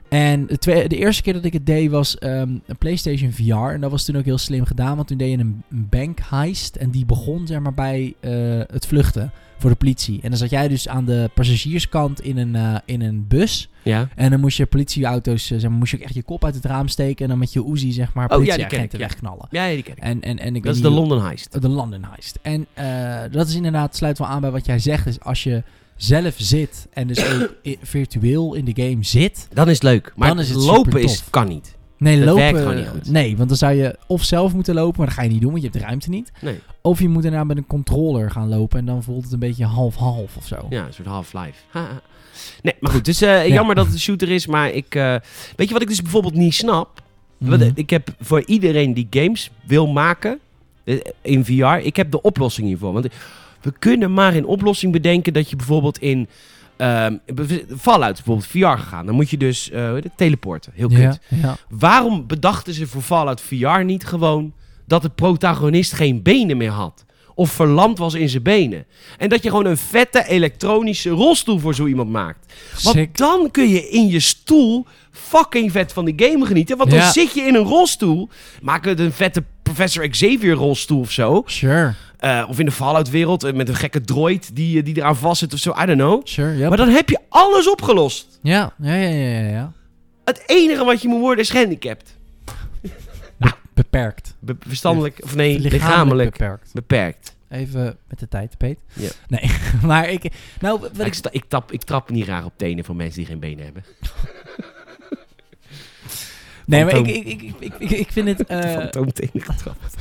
S2: En de, twee- de eerste keer dat ik het deed was ehm, een PlayStation VR. En dat was toen ook heel slim gedaan. Want toen deed je een een bank heist. En die begon zeg maar bij eh, het vluchten voor de politie. En dan zat jij dus aan de passagierskant in een, eh, in een bus.
S1: Ja.
S2: En dan moest je politieauto's, eh, zeg maar, moest je ook echt je kop uit het raam steken en dan met je Uzi, zeg maar,
S1: Oh, ja, die
S2: politieagenten
S1: ken ik, ja.
S2: wegknallen.
S1: Ja, die ken ik.
S2: En, en, en ik
S1: Dat is
S2: weet
S1: de
S2: niet-
S1: London Heist.
S2: de London Heist. En eh, dat is inderdaad, sluit wel aan bij wat jij zegt, is als je zelf zit en dus ook i- virtueel in de game zit.
S1: Dan is het leuk. Maar
S2: Dan is het
S1: lopen
S2: supertof.
S1: is, kan niet.
S2: Nee,
S1: Dat
S2: lopen.
S1: werkt gewoon niet goed.
S2: Nee, want dan zou je of zelf moeten lopen, maar dat ga je niet doen, want je hebt de ruimte niet.
S1: Nee.
S2: Of je moet daarna met een controller gaan lopen en dan voelt het een beetje half-half of zo.
S1: Ja, een soort half-life. Haha. nee, maar goed. Dus eh,
S2: Ja.
S1: jammer dat het een shooter is, maar ik... eh, weet je wat ik dus bijvoorbeeld niet snap?
S2: Mhm.
S1: Want, eh, Ik heb voor iedereen die games wil maken eh, in VR, ik heb de oplossing hiervoor. Want we kunnen maar een oplossing bedenken dat je bijvoorbeeld in ehm, bev- Fallout, bijvoorbeeld VR gegaan. Dan moet je dus eh, hoe heet het, teleporten. Heel kut.
S2: ja, ja.
S1: Waarom bedachten ze voor Fallout VR niet gewoon dat de protagonist geen benen meer had? Of verlamd was in zijn benen. En dat je gewoon een vette elektronische rolstoel voor zo iemand maakt. Want
S2: Sick.
S1: dan kun je in je stoel fucking vet van die game genieten. Want dan
S2: Ja.
S1: zit je in een rolstoel. Maak het een vette Professor Xavier rolstoel of zo.
S2: Sure,
S1: Eh, of in de Fallout wereld eh, met een gekke droid die, eh, die eraan vast zit of zo. I don't know.
S2: sure, yep.
S1: Maar dan heb je alles opgelost.
S2: ja. Ja, ja, ja, ja, ja.
S1: Het enige wat je moet worden is gehandicapt.
S2: Beperkt.
S1: Be- verstandelijk, of nee, lichamelijk
S2: beperkt.
S1: beperkt.
S2: Even met de tijd, Peet.
S1: Ja.
S2: Nee, maar ik... Nou, wat
S1: Ik,
S2: ik...
S1: sta- ik, tap, ik trap niet raar op tenen van mensen die geen benen hebben.
S2: Nee, maar ik,
S1: fantoom.
S2: ik, ik, ik, ik, ik vind het... eh,
S1: Fantoomtenen getrapt.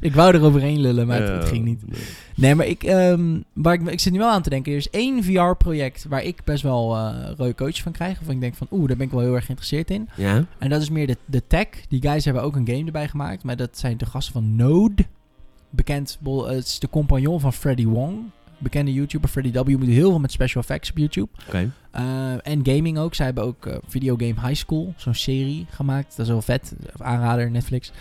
S2: ik wou eroverheen lullen, maar het, het
S1: Eh,
S2: ging niet.
S1: nee.
S2: Nee, maar ik, ehm, waar ik, ik zit nu wel aan te denken. Er is één VR-project waar ik best wel eh rode coach van krijg. Of ik denk van, oeh, daar ben ik wel heel erg geïnteresseerd in.
S1: Ja?
S2: En dat is meer de, de tech. Die guys hebben ook een game erbij gemaakt. Maar dat zijn de gasten van Node. Bekend, bol- eh, het is de compagnon van Freddy Wong. Bekende YouTuber Freddy W. Moet heel veel met special effects op YouTube.
S1: Oké.
S2: Eh, en gaming ook. Zij hebben ook eh, Videogame High School, zo'n serie gemaakt. Dat is wel vet. Aanrader, Netflix.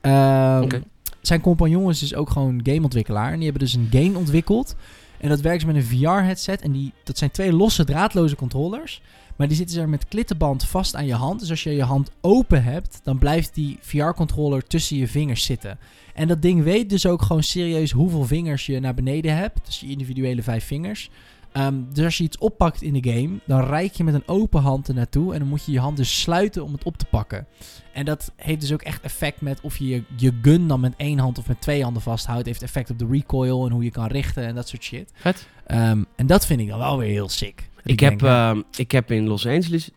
S2: Ehm,
S1: Oké.
S2: Zijn compagnon is dus ook gewoon gameontwikkelaar. En die hebben dus een game ontwikkeld. En dat werkt ze met een VR-headset. En die, dat zijn twee losse draadloze controllers. Maar die zitten er met klittenband vast aan je hand. Dus als je je hand open hebt, dan blijft die VR-controller tussen je vingers zitten. En dat ding weet dus ook gewoon serieus hoeveel vingers je naar beneden hebt. Dus je individuele vijf vingers. Ehm, dus als je iets oppakt in de game, dan reik je met een open hand ernaartoe. En dan moet je je hand dus sluiten om het op te pakken. En dat heeft dus ook echt effect met of je je, je gun dan met één hand of met twee handen vasthoudt. Heeft effect op de recoil en hoe je kan richten en dat soort shit.
S1: Vet.
S2: Ehm, en dat vind ik dan wel weer heel sick. Dat
S1: Ik heb,
S2: denk, ja.
S1: ehm, ik heb in Los Angeles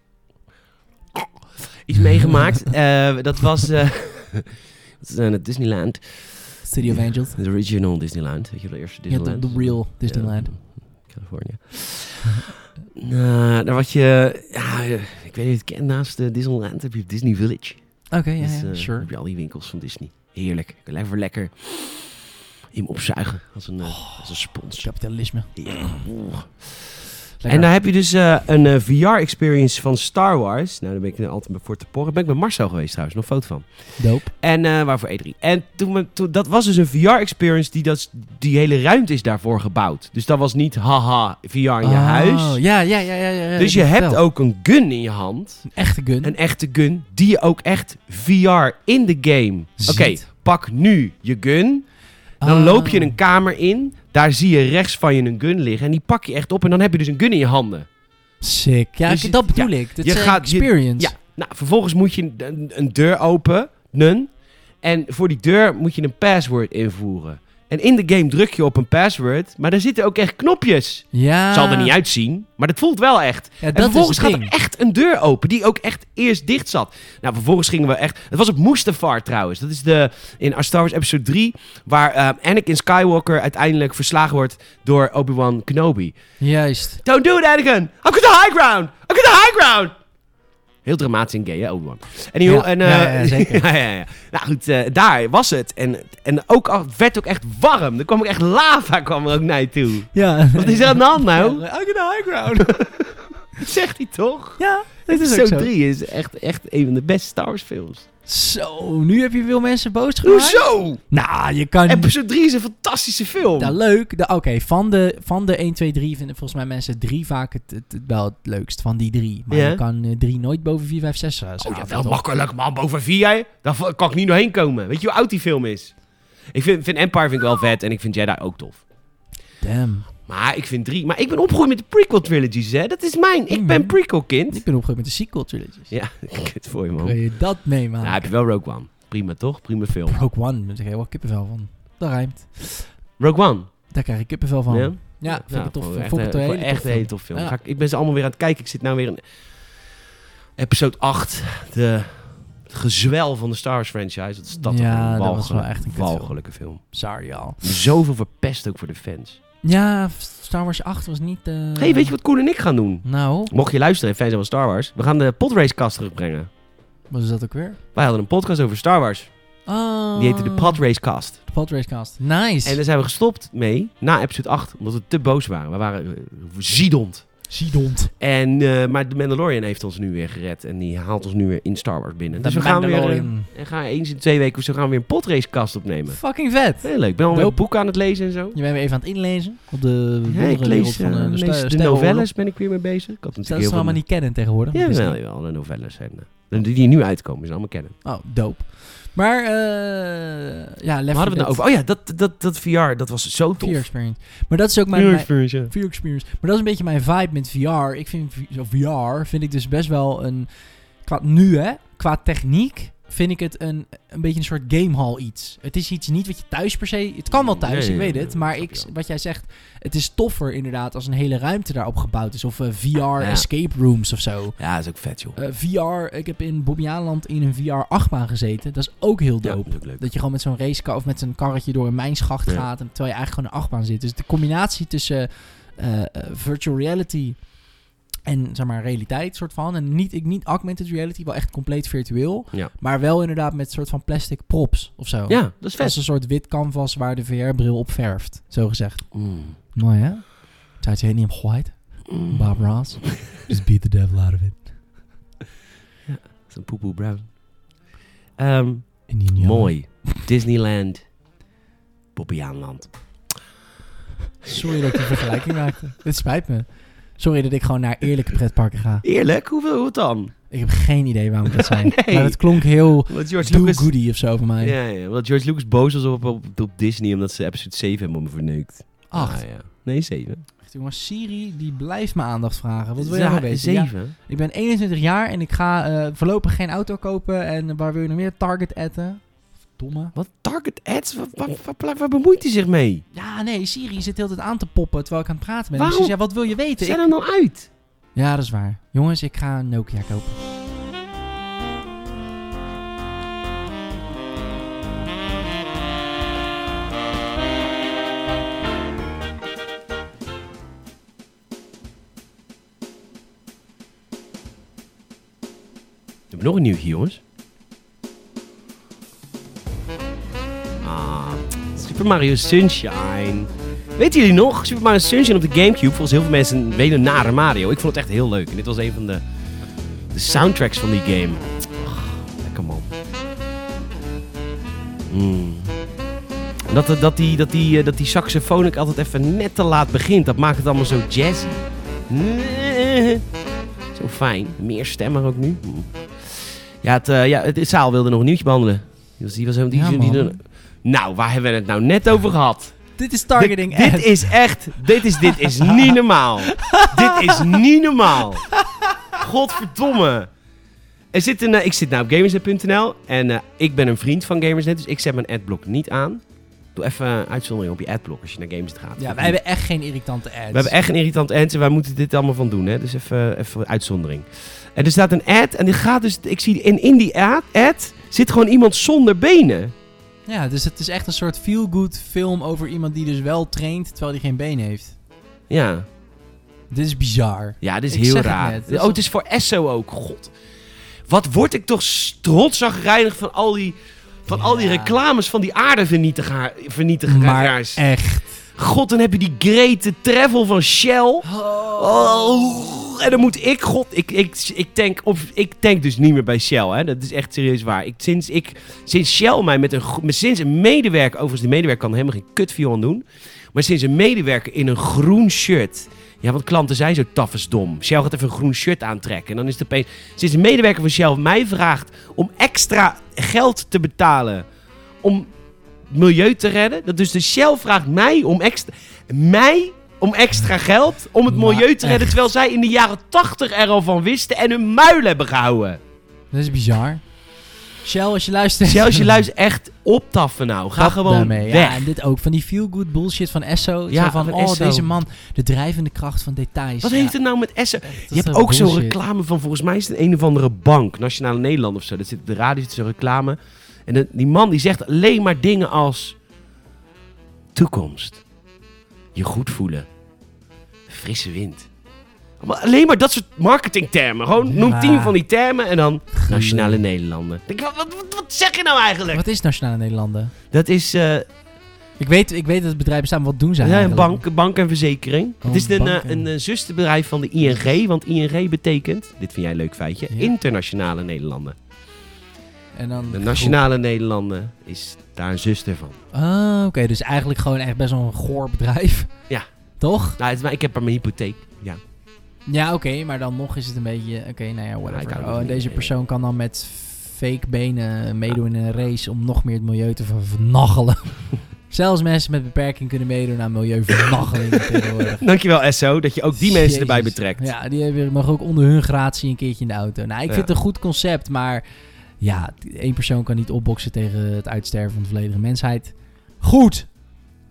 S1: iets meegemaakt. Eh, dat was. eh dat is, eh, het Disneyland.
S2: City of Angels.
S1: De original Disneyland. Weet je, de eerste
S2: Ja,
S1: Disneyland.
S2: de, de real Disneyland.
S1: Ja, Californië. Nou, daar wat je. Ja, eh, ik weet niet of je het kent. Naast eh, Disneyland heb je Disney Village.
S2: Oké, ja,
S1: Dus,
S2: ja,
S1: eh,
S2: sure.
S1: heb je al die winkels van Disney. Heerlijk. Ik wil even lekker hem opzuigen als een, eh,
S2: Oh.
S1: als een spons.
S2: Kapitalisme.
S1: Ja. Oeh.
S2: Lekker.
S1: En daar heb je dus eh, een VR-experience van Star Wars. Nou, daar ben ik er altijd voor te porren. Ben ik met Marcel geweest trouwens, nog een foto van.
S2: Dope.
S1: En eh, waarvoor E3. En toen, we- toen, dat was dus een VR-experience die, dat- die hele ruimte is daarvoor gebouwd. Dus dat was niet haha, VR in je
S2: Oh,
S1: huis.
S2: Ja, ja, ja. ja, ja
S1: Dus je hebt ook een gun in je hand.
S2: Een echte gun.
S1: Een echte gun die je ook echt VR in de game. Oké,
S2: Ziet.
S1: pak nu je gun. Dan
S2: Ah.
S1: loop je een kamer in. Daar zie je rechts van je een gun liggen. En die pak je echt op. En dan heb je dus een gun in je handen.
S2: Sick. Ja,
S1: Dus
S2: ik-
S1: je-
S2: dat bedoel ik. Dit
S1: je
S2: is een
S1: gaat- je-
S2: experience.
S1: Ja, nou, vervolgens moet je een, een deur openen. En voor die deur moet je een password invoeren. En in de game druk je op een password, maar daar zitten ook echt knopjes.
S2: ja.
S1: Zal er niet uitzien, maar dat voelt wel echt.
S2: Eh. Ja,
S1: en
S2: dat is
S1: vervolgens
S2: het
S1: gaat
S2: ding.
S1: er echt een deur open, die ook echt eerst dicht zat. Nou, vervolgens gingen we echt... Het was op Mustafar trouwens. Dat is de, in Star Wars Episode 3, waar ehm, Anakin Skywalker uiteindelijk verslagen wordt door Obi-Wan Kenobi.
S2: Juist.
S1: Don't do it, Anakin. I've got the high ground. I've got the high ground. Heel dramatisch in gay, hè, Obi-Wan. Anywho,
S2: Ja,
S1: en, eh,
S2: ja, ja, zeker.
S1: ja, ja, ja. Nou goed, eh, daar was het. En, en ook, al- het werd ook echt warm. Er kwam ook echt lava kwam er ook naar je toe.
S2: Ja.
S1: Wat is er aan de hand nou?
S2: Ja, I got a high ground.
S1: Dat zegt hij toch?
S2: ja, dit is ook
S1: Episode
S2: zo.
S1: 3 is echt, echt een van de beste Star Wars films.
S2: Zo, nu heb je veel mensen boos gemaakt.
S1: Hoezo?
S2: Nou, je kan...
S1: Episode 3 is een fantastische film.
S2: Nou, leuk. De- Oké, van, de, van de 1, 2, 3 vinden volgens mij mensen 3 vaak het, het, het- wel het leukst van die drie. Maar
S1: Ja.
S2: je kan 3 nooit boven 4, 5, 6
S1: Oh ja, wel makkelijk man, boven vier jij. Daar v- kan ik niet doorheen komen. Weet je hoe oud die film is? Ik vind, vind Empire vind ik wel vet en ik vind Jedi ook tof.
S2: Damn.
S1: Maar ik vind drie. Maar ik ben opgegroeid met de prequel trilogies, hè? Dat is mijn. Ik
S2: Mhm.
S1: ben prequel kind.
S2: Ik ben opgegroeid met de sequel trilogies.
S1: Ja, kut voor je
S2: Kun
S1: man.
S2: je dat meemaken?
S1: Nou, heb je wel Rogue One. Prima toch? Prima film.
S2: Rogue One, daar krijg ik wel kippenvel van. Dat rijmt.
S1: Rogue One.
S2: Daar krijg ik kippenvel van.
S1: Ja?
S2: Ja, vind ik
S1: Nou,
S2: het tof.
S1: vond
S2: Vond
S1: ik
S2: ik
S1: echt,
S2: het
S1: eh,
S2: een
S1: vond
S2: hele
S1: echt
S2: toffe
S1: een hele
S2: film.
S1: tof film.
S2: Ja.
S1: Ga ik, ik ben ze allemaal weer aan het kijken. Ik zit nou weer een... Episode 8, de, het gezwel van de Star Wars franchise. Dat is dat
S2: ja,
S1: een
S2: dat was wel
S1: walgelijk-
S2: echt een kutfilm.
S1: walgelijke film.
S2: Sorry al.
S1: Zoveel verpest ook voor de fans.
S2: Ja, Star Wars 8 was niet... eh,
S1: hey, weet je wat Koen en ik gaan doen?
S2: Nou,
S1: Mocht je luisteren en fan zijn van Star Wars, we gaan de podracecast terugbrengen.
S2: wat is dat ook weer?
S1: Wij hadden een podcast over Star Wars.
S2: Oh,
S1: Die heette de Podracecast.
S2: de Podracecast. Nice.
S1: En daar zijn we gestopt mee na episode 8, omdat we te boos waren. We waren eh, ziedond.
S2: Sidont.
S1: En, eh, maar de Mandalorian heeft ons nu weer gered. En die haalt ons nu weer in Star Wars binnen. dus we gaan weer, eh, en gaan eens in twee weken of zo gaan we weer een podracekast opnemen.
S2: Fucking vet.
S1: Heel leuk. Ik ben alweer
S2: Dope.
S1: boeken aan het lezen en zo.
S2: Je bent weer even aan het inlezen op de
S1: Ja, ik
S2: wereld
S1: lees,
S2: van eh,
S1: eh,
S2: de,
S1: lees
S2: ster-
S1: de
S2: sterrenoorlog.
S1: novelles ben ik weer mee bezig. Ik had
S2: Dat
S1: natuurlijk
S2: ze
S1: heel
S2: het allemaal
S1: veel-
S2: niet kennen tegenwoordig.
S1: Ja,
S2: Dus-
S1: wel, jawel, de novelles en eh, die die nu uitkomen, zijn allemaal kennen.
S2: Oh, dope. Maar, eh ja,
S1: Waar
S2: Left
S1: hadden we het nou over? Oh ja, dat, dat, dat VR, dat was zo tof.
S2: Fear experience. Maar dat is ook mijn...
S1: Fear
S2: mijn-
S1: experience, ja.
S2: View experience. Maar dat is een beetje mijn vibe met VR. Ik vind v- zo VR vind ik dus best wel een qua nu hè, qua techniek vind ik het een, een beetje een soort gamehall iets. Het is iets niet wat je thuis per se. Het kan wel thuis,
S1: Nee,
S2: ik
S1: nee,
S2: weet
S1: nee,
S2: het.
S1: dat
S2: Maar
S1: snap
S2: ik,
S1: je wel.
S2: wat jij zegt, het is toffer inderdaad als een hele ruimte daarop gebouwd is of eh, VR escape rooms of zo.
S1: Ja, dat is ook vet, joh.
S2: Eh, VR, ik heb in Bobbejaanland in een VR achtbaan gezeten. Dat is ook heel
S1: Ja,
S2: dope.
S1: dat is ook leuk.
S2: Dat je gewoon met zo'n racecar of met zo'n karretje door een mijnschacht
S1: Ja.
S2: gaat. En terwijl je eigenlijk gewoon in een achtbaan zit. Dus de combinatie tussen eh, eh, virtual reality en zeg maar realiteit soort van. En niet, ik, niet augmented reality, wel echt compleet virtueel.
S1: Ja.
S2: Maar wel inderdaad met soort van plastic props of zo.
S1: Ja, dat is
S2: Dat is
S1: vet.
S2: een soort wit canvas waar de VR-bril op verft, zo gezegd.
S1: Mm.
S2: Mooi hè? Zij het niet op white,
S1: Mm.
S2: Bob Ross. Just beat the devil out of it.
S1: Dat is een poepoe brown. Ehm,
S2: In die nieuwe-
S1: Mooi. Disneyland. Bobbejaanland.
S2: Sorry dat ik die vergelijking maakte. Dit spijt me. Sorry dat ik gewoon naar eerlijke pretparken ga.
S1: Eerlijk, hoeveel het dan?
S2: Ik heb geen idee waarom dat zijn.
S1: Nee.
S2: Maar dat klonk heel
S1: Wat George
S2: do
S1: Lucas...
S2: goody of zo voor mij.
S1: Ja, ja, want George Lucas boos was op, op, op Disney omdat ze episode 7 hebben hem verneukt.
S2: Acht.
S1: Ah, ja. Nee, 7.
S2: Echt, jongen, Siri die blijft me aandacht vragen. Wat wil je nou weten? Ja,
S1: 7?
S2: ik ben 21 jaar en ik ga eh, voorlopig geen auto kopen. En waar wil je nog meer? Target etten. Domme.
S1: Wat? Target ads? Waar, waar, waar- waar bemoeit hij zich mee?
S2: Ja, nee, Siri zit heel tijd aan te poppen terwijl ik aan het praten ben.
S1: Waarom?
S2: Precies, ja, wat wil je weten?
S1: Zet
S2: Ik-
S1: hem nou uit.
S2: Ja, dat is waar. Jongens, ik ga een Nokia kopen.
S1: Ik heb nog een nieuwtje, jongens. Ah, Super Mario Sunshine. Weten jullie nog? Super Mario Sunshine op de Gamecube. Volgens heel veel mensen een hele nare Mario. Ik vond het echt heel leuk. En dit was een van de, de soundtracks van die game. Ach, lekker man. Mm. Dat, dat, dat, die, dat, die, eh, dat die saxofoon ook altijd even net te laat begint. Dat maakt het allemaal zo jazzy. Eh, Zo fijn. Meer stemmen ook nu. Mm. Ja, het, eh, ja, het, de zaal wilde nog een nieuwtje behandelen. Die was, die was helemaal...
S2: Ja,
S1: Die, die,
S2: man.
S1: nou, waar hebben we het nou net over gehad?
S2: Dit is targeting
S1: Dit-
S2: ad.
S1: Dit is echt, dit is, dit is niet normaal. dit is niet normaal. Godverdomme. Er zit een, eh, ik zit nou op gamersnet.nl en eh, ik ben een vriend van Gamersnet, dus ik zet mijn adblock niet aan. Doe even een uitzondering op je adblock als je naar Gamersnet gaat.
S2: Ja, wij hebben echt geen irritante ads.
S1: We hebben echt een irritant ad en wij moeten dit allemaal van doen, hè? dus even, even een uitzondering. En er staat een ad en die gaat dus, ik zie, in, in die ad, ad zit gewoon iemand zonder benen.
S2: Ja, dus het is echt een soort feel-good film over iemand die dus wel traint terwijl hij geen been heeft.
S1: Ja.
S2: Dit is bizar.
S1: Ja, dit is
S2: Ik
S1: heel
S2: zeg het
S1: raar.
S2: net. dus- Dat is
S1: oh, het is voor Esso ook. God. Wat word ik toch trotsagreinig van al die, van al die
S2: Ja.
S1: reclames van die aardevernietigaar-
S2: Maar
S1: vernietigers.
S2: echt.
S1: God, dan heb je die Grete Travel van Shell.
S2: Oh.
S1: Oh, en dan moet ik, god, ik, ik, ik, tank, of, ik tank dus niet meer bij Shell. Hè? Dat is echt serieus waar. Ik, sinds, ik, sinds Shell mij met een, gro- met- sinds een medewerker, overigens die medewerker kan helemaal geen kut viool aan doen. Maar sinds een medewerker in een groen shirt. Ja, want klanten zijn zo taf als dom. Shell gaat even een groen shirt aantrekken. En dan is het opeens... Sinds een medewerker van Shell mij vraagt om extra geld te betalen om milieu te redden. Dat dus de Shell vraagt mij om extra... Mij om extra geld om het
S2: Maar
S1: milieu te redden.
S2: echt.
S1: Terwijl zij in de jaren tachtig er al van wisten en hun muil hebben gehouden.
S2: Dat is bizar. Shell, als je luistert.
S1: Shell, als je luistert, echt optaffen nou. Ga
S2: Kap
S1: gewoon
S2: daarmee.
S1: weg.
S2: Ja, en dit ook. Van die feel-good bullshit van Esso.
S1: Ja,
S2: Ja, van,
S1: van
S2: oh,
S1: Esso.
S2: deze man. De drijvende kracht van details.
S1: Wat
S2: Ja,
S1: heeft het nou met Essen?
S2: dat is
S1: Je hebt
S2: toch
S1: ook zo'n
S2: bullshit.
S1: reclame van, volgens mij is het een of andere bank, Nationale Nederland of zo. Dat zit op de radio, zit zo'n reclame. En de- die man die zegt alleen maar dingen als toekomst, je goed voelen, frisse wind. Allemaal- Alleen maar dat soort marketingtermen. Gewoon noem
S2: Ja.
S1: tien van die termen en dan Nationale Nederlanden. Denk, wat, wat, wat- wat zeg je nou eigenlijk?
S2: Wat is Nationale Nederlanden?
S1: Dat is eh,
S2: Ik weet, ik weet dat het bedrijf bestaat, maar wat doen zij
S1: ja, een
S2: eigenlijk?
S1: bank, bank en verzekering.
S2: Oh,
S1: het is een,
S2: bank
S1: eh,
S2: en-
S1: een, eh, zusterbedrijf van de ING, want ING betekent, dit vind jij een leuk feitje,
S2: Ja.
S1: internationale Nederlanden.
S2: En dan
S1: De Nationale Nederlanden is daar een zuster van.
S2: Ah, oké. Dus eigenlijk gewoon echt best wel een goor bedrijf.
S1: Ja.
S2: Toch?
S1: Nou, het, maar ik heb er mijn hypotheek. Ja.
S2: Ja, oké. maar dan nog is het een beetje... Oké, nou ja,
S1: ik
S2: whatever.
S1: hou
S2: oh,
S1: ervan.
S2: en deze persoon kan dan met fake benen meedoen in een race... om nog meer het milieu te vernachelen. Zelfs mensen met beperking kunnen meedoen aan milieuvernacheling tegenwoordig.
S1: Dankjewel, SO, dat je ook die mensen
S2: Jezus.
S1: erbij betrekt.
S2: Ja, die hebben, mogen ook onder hun gratie een keertje in de auto. Nou, ik
S1: Ja.
S2: vind het een goed concept, maar ja, één persoon kan niet opboksen tegen het uitsterven van de volledige mensheid. Goed!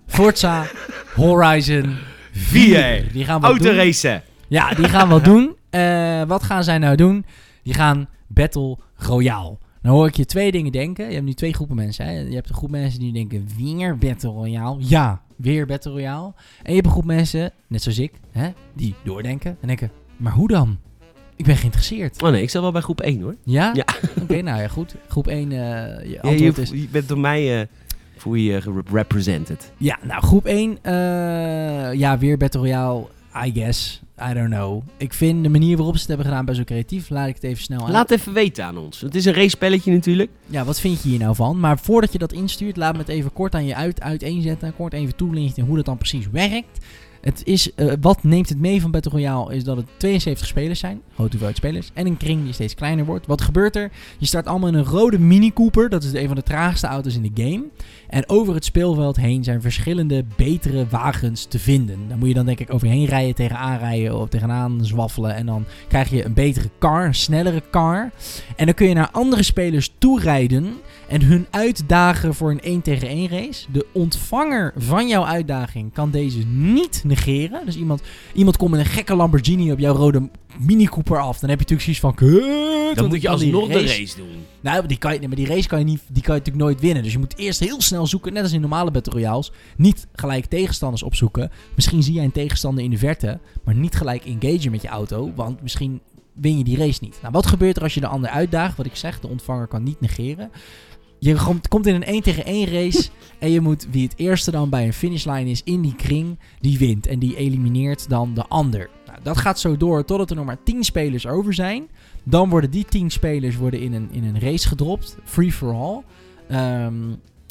S2: Forza Horizon 4.
S1: Vier.
S2: Die gaan we doen.
S1: Autoracen.
S2: Ja, die gaan wat doen. Eh, wat gaan zij nou doen? Die gaan Battle Royale. Nou hoor ik je twee dingen denken. Je hebt nu twee groepen mensen. Hè? Je hebt een groep mensen die denken, weer Battle Royale? Ja, weer Battle Royale. En je hebt een groep mensen, net zoals ik, hè, die doordenken en denken, maar hoe dan? Ik ben geïnteresseerd.
S1: Oh nee, ik zat wel bij groep 1 hoor.
S2: Ja?
S1: Ja.
S2: Oké, nou ja, goed. Groep 1, eh je
S1: Ja,
S2: antwoord
S1: je,
S2: is...
S1: je bent door mij, eh, voel je je gerepresented.
S2: Ja, nou, groep 1. eh, ja, weer Battle Royale. I guess. I don't know. Ik vind de manier waarop ze het hebben gedaan best wel creatief. Laat ik het even snel aan.
S1: Laat even weten aan ons. Het is een racepelletje natuurlijk.
S2: Ja, wat vind je hier nou van? Maar voordat je dat instuurt, laat me het even kort aan je uit, uiteenzetten. Kort even toelichten hoe dat dan precies werkt. Het is, eh, wat neemt het mee van Battle Royale is dat het 72 spelers zijn, grote hoeveelheid spelers, en een kring die steeds kleiner wordt. Wat gebeurt er? Je start allemaal in een rode Mini Cooper, dat is een van de traagste auto's in de game. En over het speelveld heen zijn verschillende betere wagens te vinden. Daar moet je dan denk ik overheen rijden, tegenaan rijden of tegenaan zwaffelen. En dan krijg je een betere car, een snellere car. En dan kun je naar andere spelers toerijden en hun uitdagen voor een 1 tegen 1 race. De ontvanger van jouw uitdaging kan deze niet negeren. Dus iemand, iemand komt met een gekke Lamborghini op jouw rode Mini Cooper af. Dan heb je natuurlijk zoiets van... "Kut,
S1: Dan
S2: want
S1: moet
S2: ik
S1: je
S2: kan die
S1: alsnog de race doen.
S2: nou, maar die kan je, nee, maar die race kan je, niet, die kan je natuurlijk nooit winnen. Dus je moet eerst heel snel zoeken, net als in normale Battle Royales. Niet gelijk tegenstanders opzoeken. Misschien zie jij een tegenstander in de verte, maar niet gelijk engagen met je auto. Want misschien win je die race niet. Nou, wat gebeurt er als je de ander uitdaagt? Wat ik zeg, de ontvanger kan niet negeren. Je komt- komt in een 1 tegen 1 race en je moet wie het eerste dan bij een finishlijn is in die kring, die wint. En die elimineert dan de ander. Nou, dat gaat zo door totdat er nog maar 10 spelers over zijn. Dan worden die tien spelers worden in, een, in een race gedropt. Free for all. Ehm,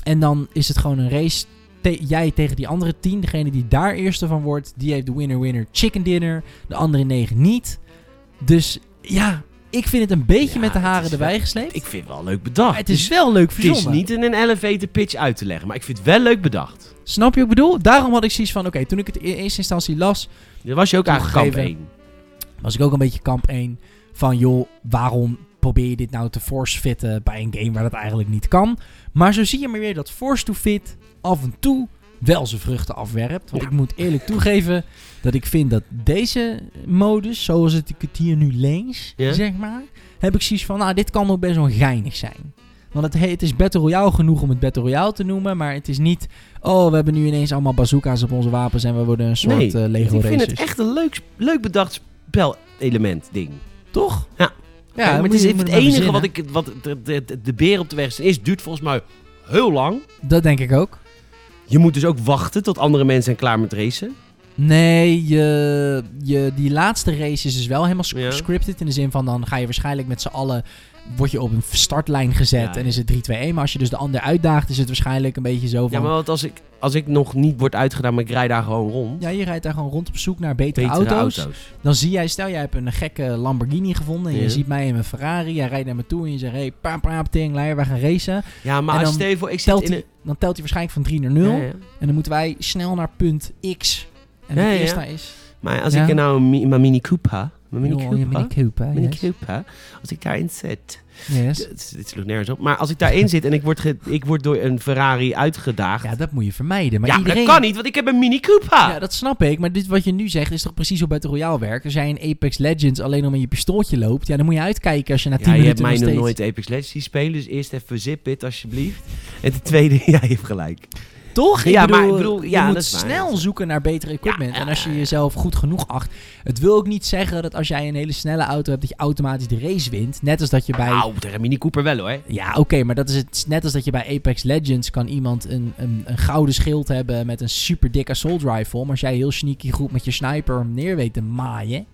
S2: en dan is het gewoon een race. te- jij tegen die andere tien. Degene die daar eerste van wordt, die heeft de winner-winner chicken dinner. De andere negen niet. Dus ja, ik vind het een beetje
S1: Ja,
S2: met de
S1: het
S2: haren
S1: is
S2: erbij
S1: wel-
S2: gesleept.
S1: Ik vind het wel leuk bedacht. Dus
S2: maar het is wel leuk
S1: het is
S2: verzonnen.
S1: niet in een elevator pitch uit te leggen, maar ik vind het wel leuk bedacht.
S2: Snap je wat ik bedoel? Daarom had ik zoiets van, oké, toen ik het in eerste instantie las,
S1: Dan was je ook eigenlijk kamp
S2: Toegegeven.
S1: 1.
S2: was ik ook een beetje kamp 1 van joh, waarom probeer je dit nou te force fitten bij een game waar dat eigenlijk niet kan. Maar zo zie je maar weer dat force to fit af en toe wel zijn vruchten afwerpt. Want ik moet eerlijk toegeven dat ik vind dat deze modus, zoals het ik het hier nu lees,
S1: Ja.
S2: zeg maar, heb ik zoiets van, nou dit kan ook best wel geinig zijn. Want het, he- het is Battle Royale genoeg om het Battle Royale te noemen, maar het is niet, oh we hebben nu ineens allemaal bazooka's op onze wapens en we worden een soort
S1: Nee,
S2: eh, Lego
S1: ik vind
S2: racers.
S1: het echt een leuk, leuk bedacht spelelement ding.
S2: Toch?
S1: Ja. Kijk, maar het
S2: moet
S1: is
S2: je-
S1: even
S2: moet
S1: het
S2: maar
S1: enige
S2: verzinnen.
S1: wat ik wat de, de, de- de beer op de weg is. duurt volgens mij heel lang.
S2: Dat denk ik ook.
S1: Je moet dus ook wachten tot andere mensen zijn klaar met racen.
S2: Nee, je, je, die laatste race is dus wel helemaal sc-
S1: Ja.
S2: scripted. In de zin van dan ga je waarschijnlijk met z'n allen. Word je op een startlijn gezet
S1: Ja,
S2: en is het 3-2-1. Maar als je dus de ander uitdaagt, is het waarschijnlijk een beetje zo van.
S1: Ja, maar wat als ik, als ik nog niet word uitgedaan, maar ik rijd daar gewoon rond.
S2: Ja, je rijdt daar gewoon rond op zoek naar betere,
S1: Betere
S2: auto's. Dan zie jij, stel jij hebt een gekke Lamborghini gevonden. En
S1: Ja.
S2: je ziet mij in mijn Ferrari. Jij rijdt naar me toe en je zegt: hey, paap, paap, ting, leier, we gaan racen.
S1: Ja, maar
S2: En
S1: als
S2: dan
S1: stel je voor, ik zit
S2: Telt
S1: in
S2: hij-
S1: een...
S2: Dan telt hij waarschijnlijk van 3 naar 0.
S1: Ja, ja.
S2: En dan moeten wij snel naar punt X. En
S1: Ja,
S2: de
S1: ja,
S2: eerste
S1: ja.
S2: daar is.
S1: Maar als
S2: Ja.
S1: ik er nou een mi- mijn Mini Cooper... Mijn Mini
S2: Joh, je
S1: Cooper?
S2: Mini Cooper,
S1: Mini
S2: yes.
S1: Cooper. Als ik daarin zit...
S2: Yes.
S1: Dit, dit sloeg nergens op. Maar als ik daarin zit en ik word, ge- ik word door een Ferrari uitgedaagd.
S2: Ja,
S1: Ja,
S2: dat moet je vermijden. Maar iedereen...
S1: dat kan niet, want ik heb een Mini Cooper.
S2: Ja, dat snap ik. Maar dit wat je nu zegt is toch precies hoe Battle Royale werkt? Als jij in Apex Legends alleen om in je pistooltje loopt, ja, dan moet je uitkijken als je na 10
S1: Ja, je hebt
S2: minuten
S1: mij
S2: nog
S1: nog
S2: steeds...
S1: nooit Apex Legends zien spelen, dus eerst even zip it alsjeblieft. En ten tweede, ja, je hebt gelijk.
S2: Toch?
S1: Ja, maar ik bedoel, ja,
S2: je
S1: dat
S2: moet
S1: is waar,
S2: snel
S1: dat is
S2: zoeken naar betere equipment.
S1: Ja,
S2: en als je
S1: ja, ja.
S2: jezelf goed genoeg acht. Het wil ook niet zeggen dat als jij een hele snelle auto hebt, dat je automatisch de race wint. Net als dat je bij...
S1: Nou, tegen Mini Cooper wel hoor.
S2: Ja, oké, maar dat is het, net als dat je bij Apex Legends kan iemand een, een, een gouden schild hebben met een super dikke assault rifle. Maar als jij heel sneaky goed met je sniper hem neer weet te maaien,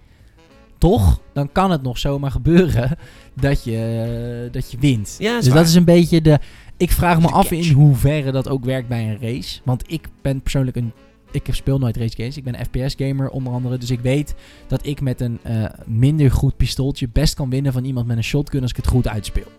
S2: toch? Dan kan het nog zomaar gebeuren dat je, dat je wint.
S1: Ja, dat is
S2: dus
S1: waar.
S2: dat is een beetje de... Ik vraag me
S1: Dat is de
S2: af
S1: catch.
S2: in hoeverre dat ook werkt bij een race. Want ik ben persoonlijk een... Ik speel nooit race games. Ik ben een FPS gamer onder andere. Dus ik weet dat ik met een eh, minder goed pistooltje best kan winnen van iemand met een shotgun als ik het goed uitspeel.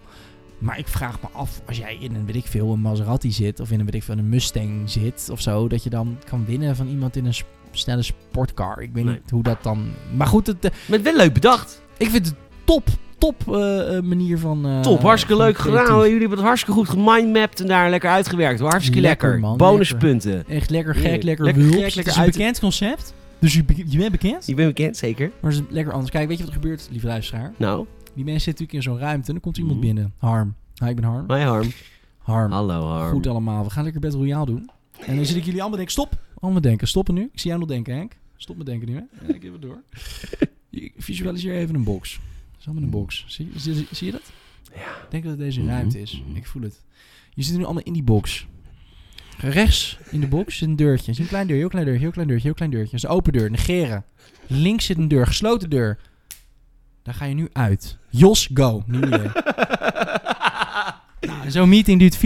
S2: Maar ik vraag me af, als jij in een, weet ik veel, een Maserati zit, of in een, weet ik veel, een Mustang zit of zo, dat je dan kan winnen van iemand in een sp- snelle sportcar. Ik weet
S1: Nee.
S2: niet hoe dat dan... Maar goed, het, eh,
S1: Met wel leuk bedacht.
S2: ik vind het top, top eh, eh, manier van... eh,
S1: Top, hartstikke
S2: van
S1: leuk
S2: creatief.
S1: gedaan. hoor. Jullie hebben het hartstikke goed gemindmapped en daar lekker uitgewerkt. hoor. Hartstikke
S2: Lekker,
S1: lekker.
S2: man,
S1: Bonuspunten.
S2: Echt lekker
S1: Heerlijk.
S2: gek, lekker
S1: Lekker
S2: wild.
S1: gek,
S2: Het
S1: lekker
S2: is een
S1: uit-
S2: bekend concept. Dus je, be- je bent bekend?
S1: Ik ben bekend, zeker.
S2: Maar het is lekker anders. Kijk, weet je wat er gebeurt, lieve luisteraar?
S1: Nou,
S2: Die mensen zitten natuurlijk in zo'n ruimte en dan komt iemand
S1: Mhm.
S2: binnen. Harm. Hi, ik ben Harm.
S1: hoi Harm.
S2: Harm.
S1: Hallo Harm.
S2: Goed allemaal, we gaan lekker Battle Royale doen. En dan zit ik jullie allemaal denken, stop. Allemaal denken, stoppen nu. Ik zie jou nog denken, Henk. Stop met denken nu, hè. Ja, ik heb het door. Ik Visualiseer even een box. Dat is allemaal een box. Zie, zie, zie je dat? Ja. Ik denk dat het deze
S1: Mhm,
S2: ruimte is.
S1: mhm.
S2: Ik voel het. Je zit nu allemaal in die box. Rechts in de box zit een deurtje. Er zit een klein deurtje, heel klein deurtje, heel klein deurtje, heel klein deurtje. Dat is een open deur, negeren. Links zit een deur, gesloten deur. Daar ga je nu uit. Jos, go. Nieuw idee. Nou, Zo'n meeting duurt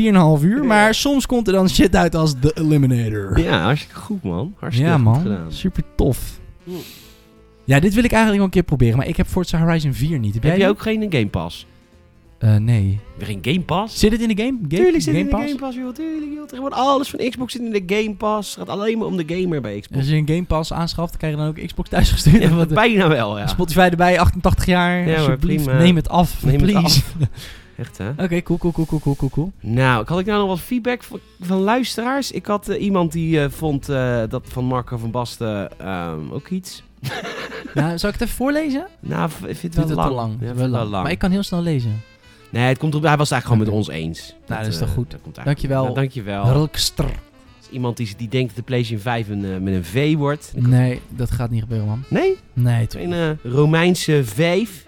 S2: 4,5 uur, maar soms komt er dan shit uit als The Eliminator.
S1: ja, hartstikke goed man. Hartstikke
S2: Ja
S1: goed
S2: man,
S1: gedaan.
S2: super tof. Ja, dit wil ik eigenlijk wel een keer proberen, maar ik heb Forza Horizon 4 niet.
S1: Heb
S2: Heb, jij
S1: je
S2: die?
S1: ook geen Game Pass?
S2: Eh, nee.
S1: Weer een Game Pass?
S2: Zit het in de game? game
S1: tuurlijk zit in de
S2: Pass?
S1: Game Pass, joh. Tuurlijk, joh. Tegenwoordig alles van Xbox zit in de Game Pass. Het gaat alleen maar om de gamer bij Xbox.
S2: Als je een Game Pass aanschaft, dan krijg je dan ook Xbox thuisgestuurd.
S1: Ja,
S2: Wat-
S1: bijna wel, ja.
S2: eh, Spotify erbij, 88 jaar,
S1: Ja, maar
S2: alsjeblieft,
S1: prima.
S2: neem het af,
S1: Neem het
S2: please.
S1: Echt, hè?
S2: Oké, cool, cool, cool, cool, cool, cool, cool.
S1: Nou, ik had ik nou nog wat feedback van, van luisteraars? Ik had eh, iemand die eh, vond eh, dat van Marco van Basten ehm, ook iets.
S2: Nou, zal ik het even voorlezen?
S1: Nou, v- ik vind het
S2: Duurt
S1: wel
S2: het
S1: lang.
S2: te lang.
S1: Ja, ik vind
S2: Wel
S1: het wel
S2: lang. Maar ik kan heel snel lezen.
S1: Nee, het komt op, hij was het eigenlijk gewoon met ons eens.
S2: Nou, dat is toch
S1: eh,
S2: goed.
S1: dat komt eigenlijk-
S2: Dankjewel.
S1: Ja, dankjewel.
S2: Rukster.
S1: Als Iemand die, die denkt dat de PlayStation 5 een, eh, met een V wordt.
S2: Nee, dat gaat niet gebeuren, man.
S1: Nee,
S2: Nee, toch.
S1: een eh, Romeinse vijf.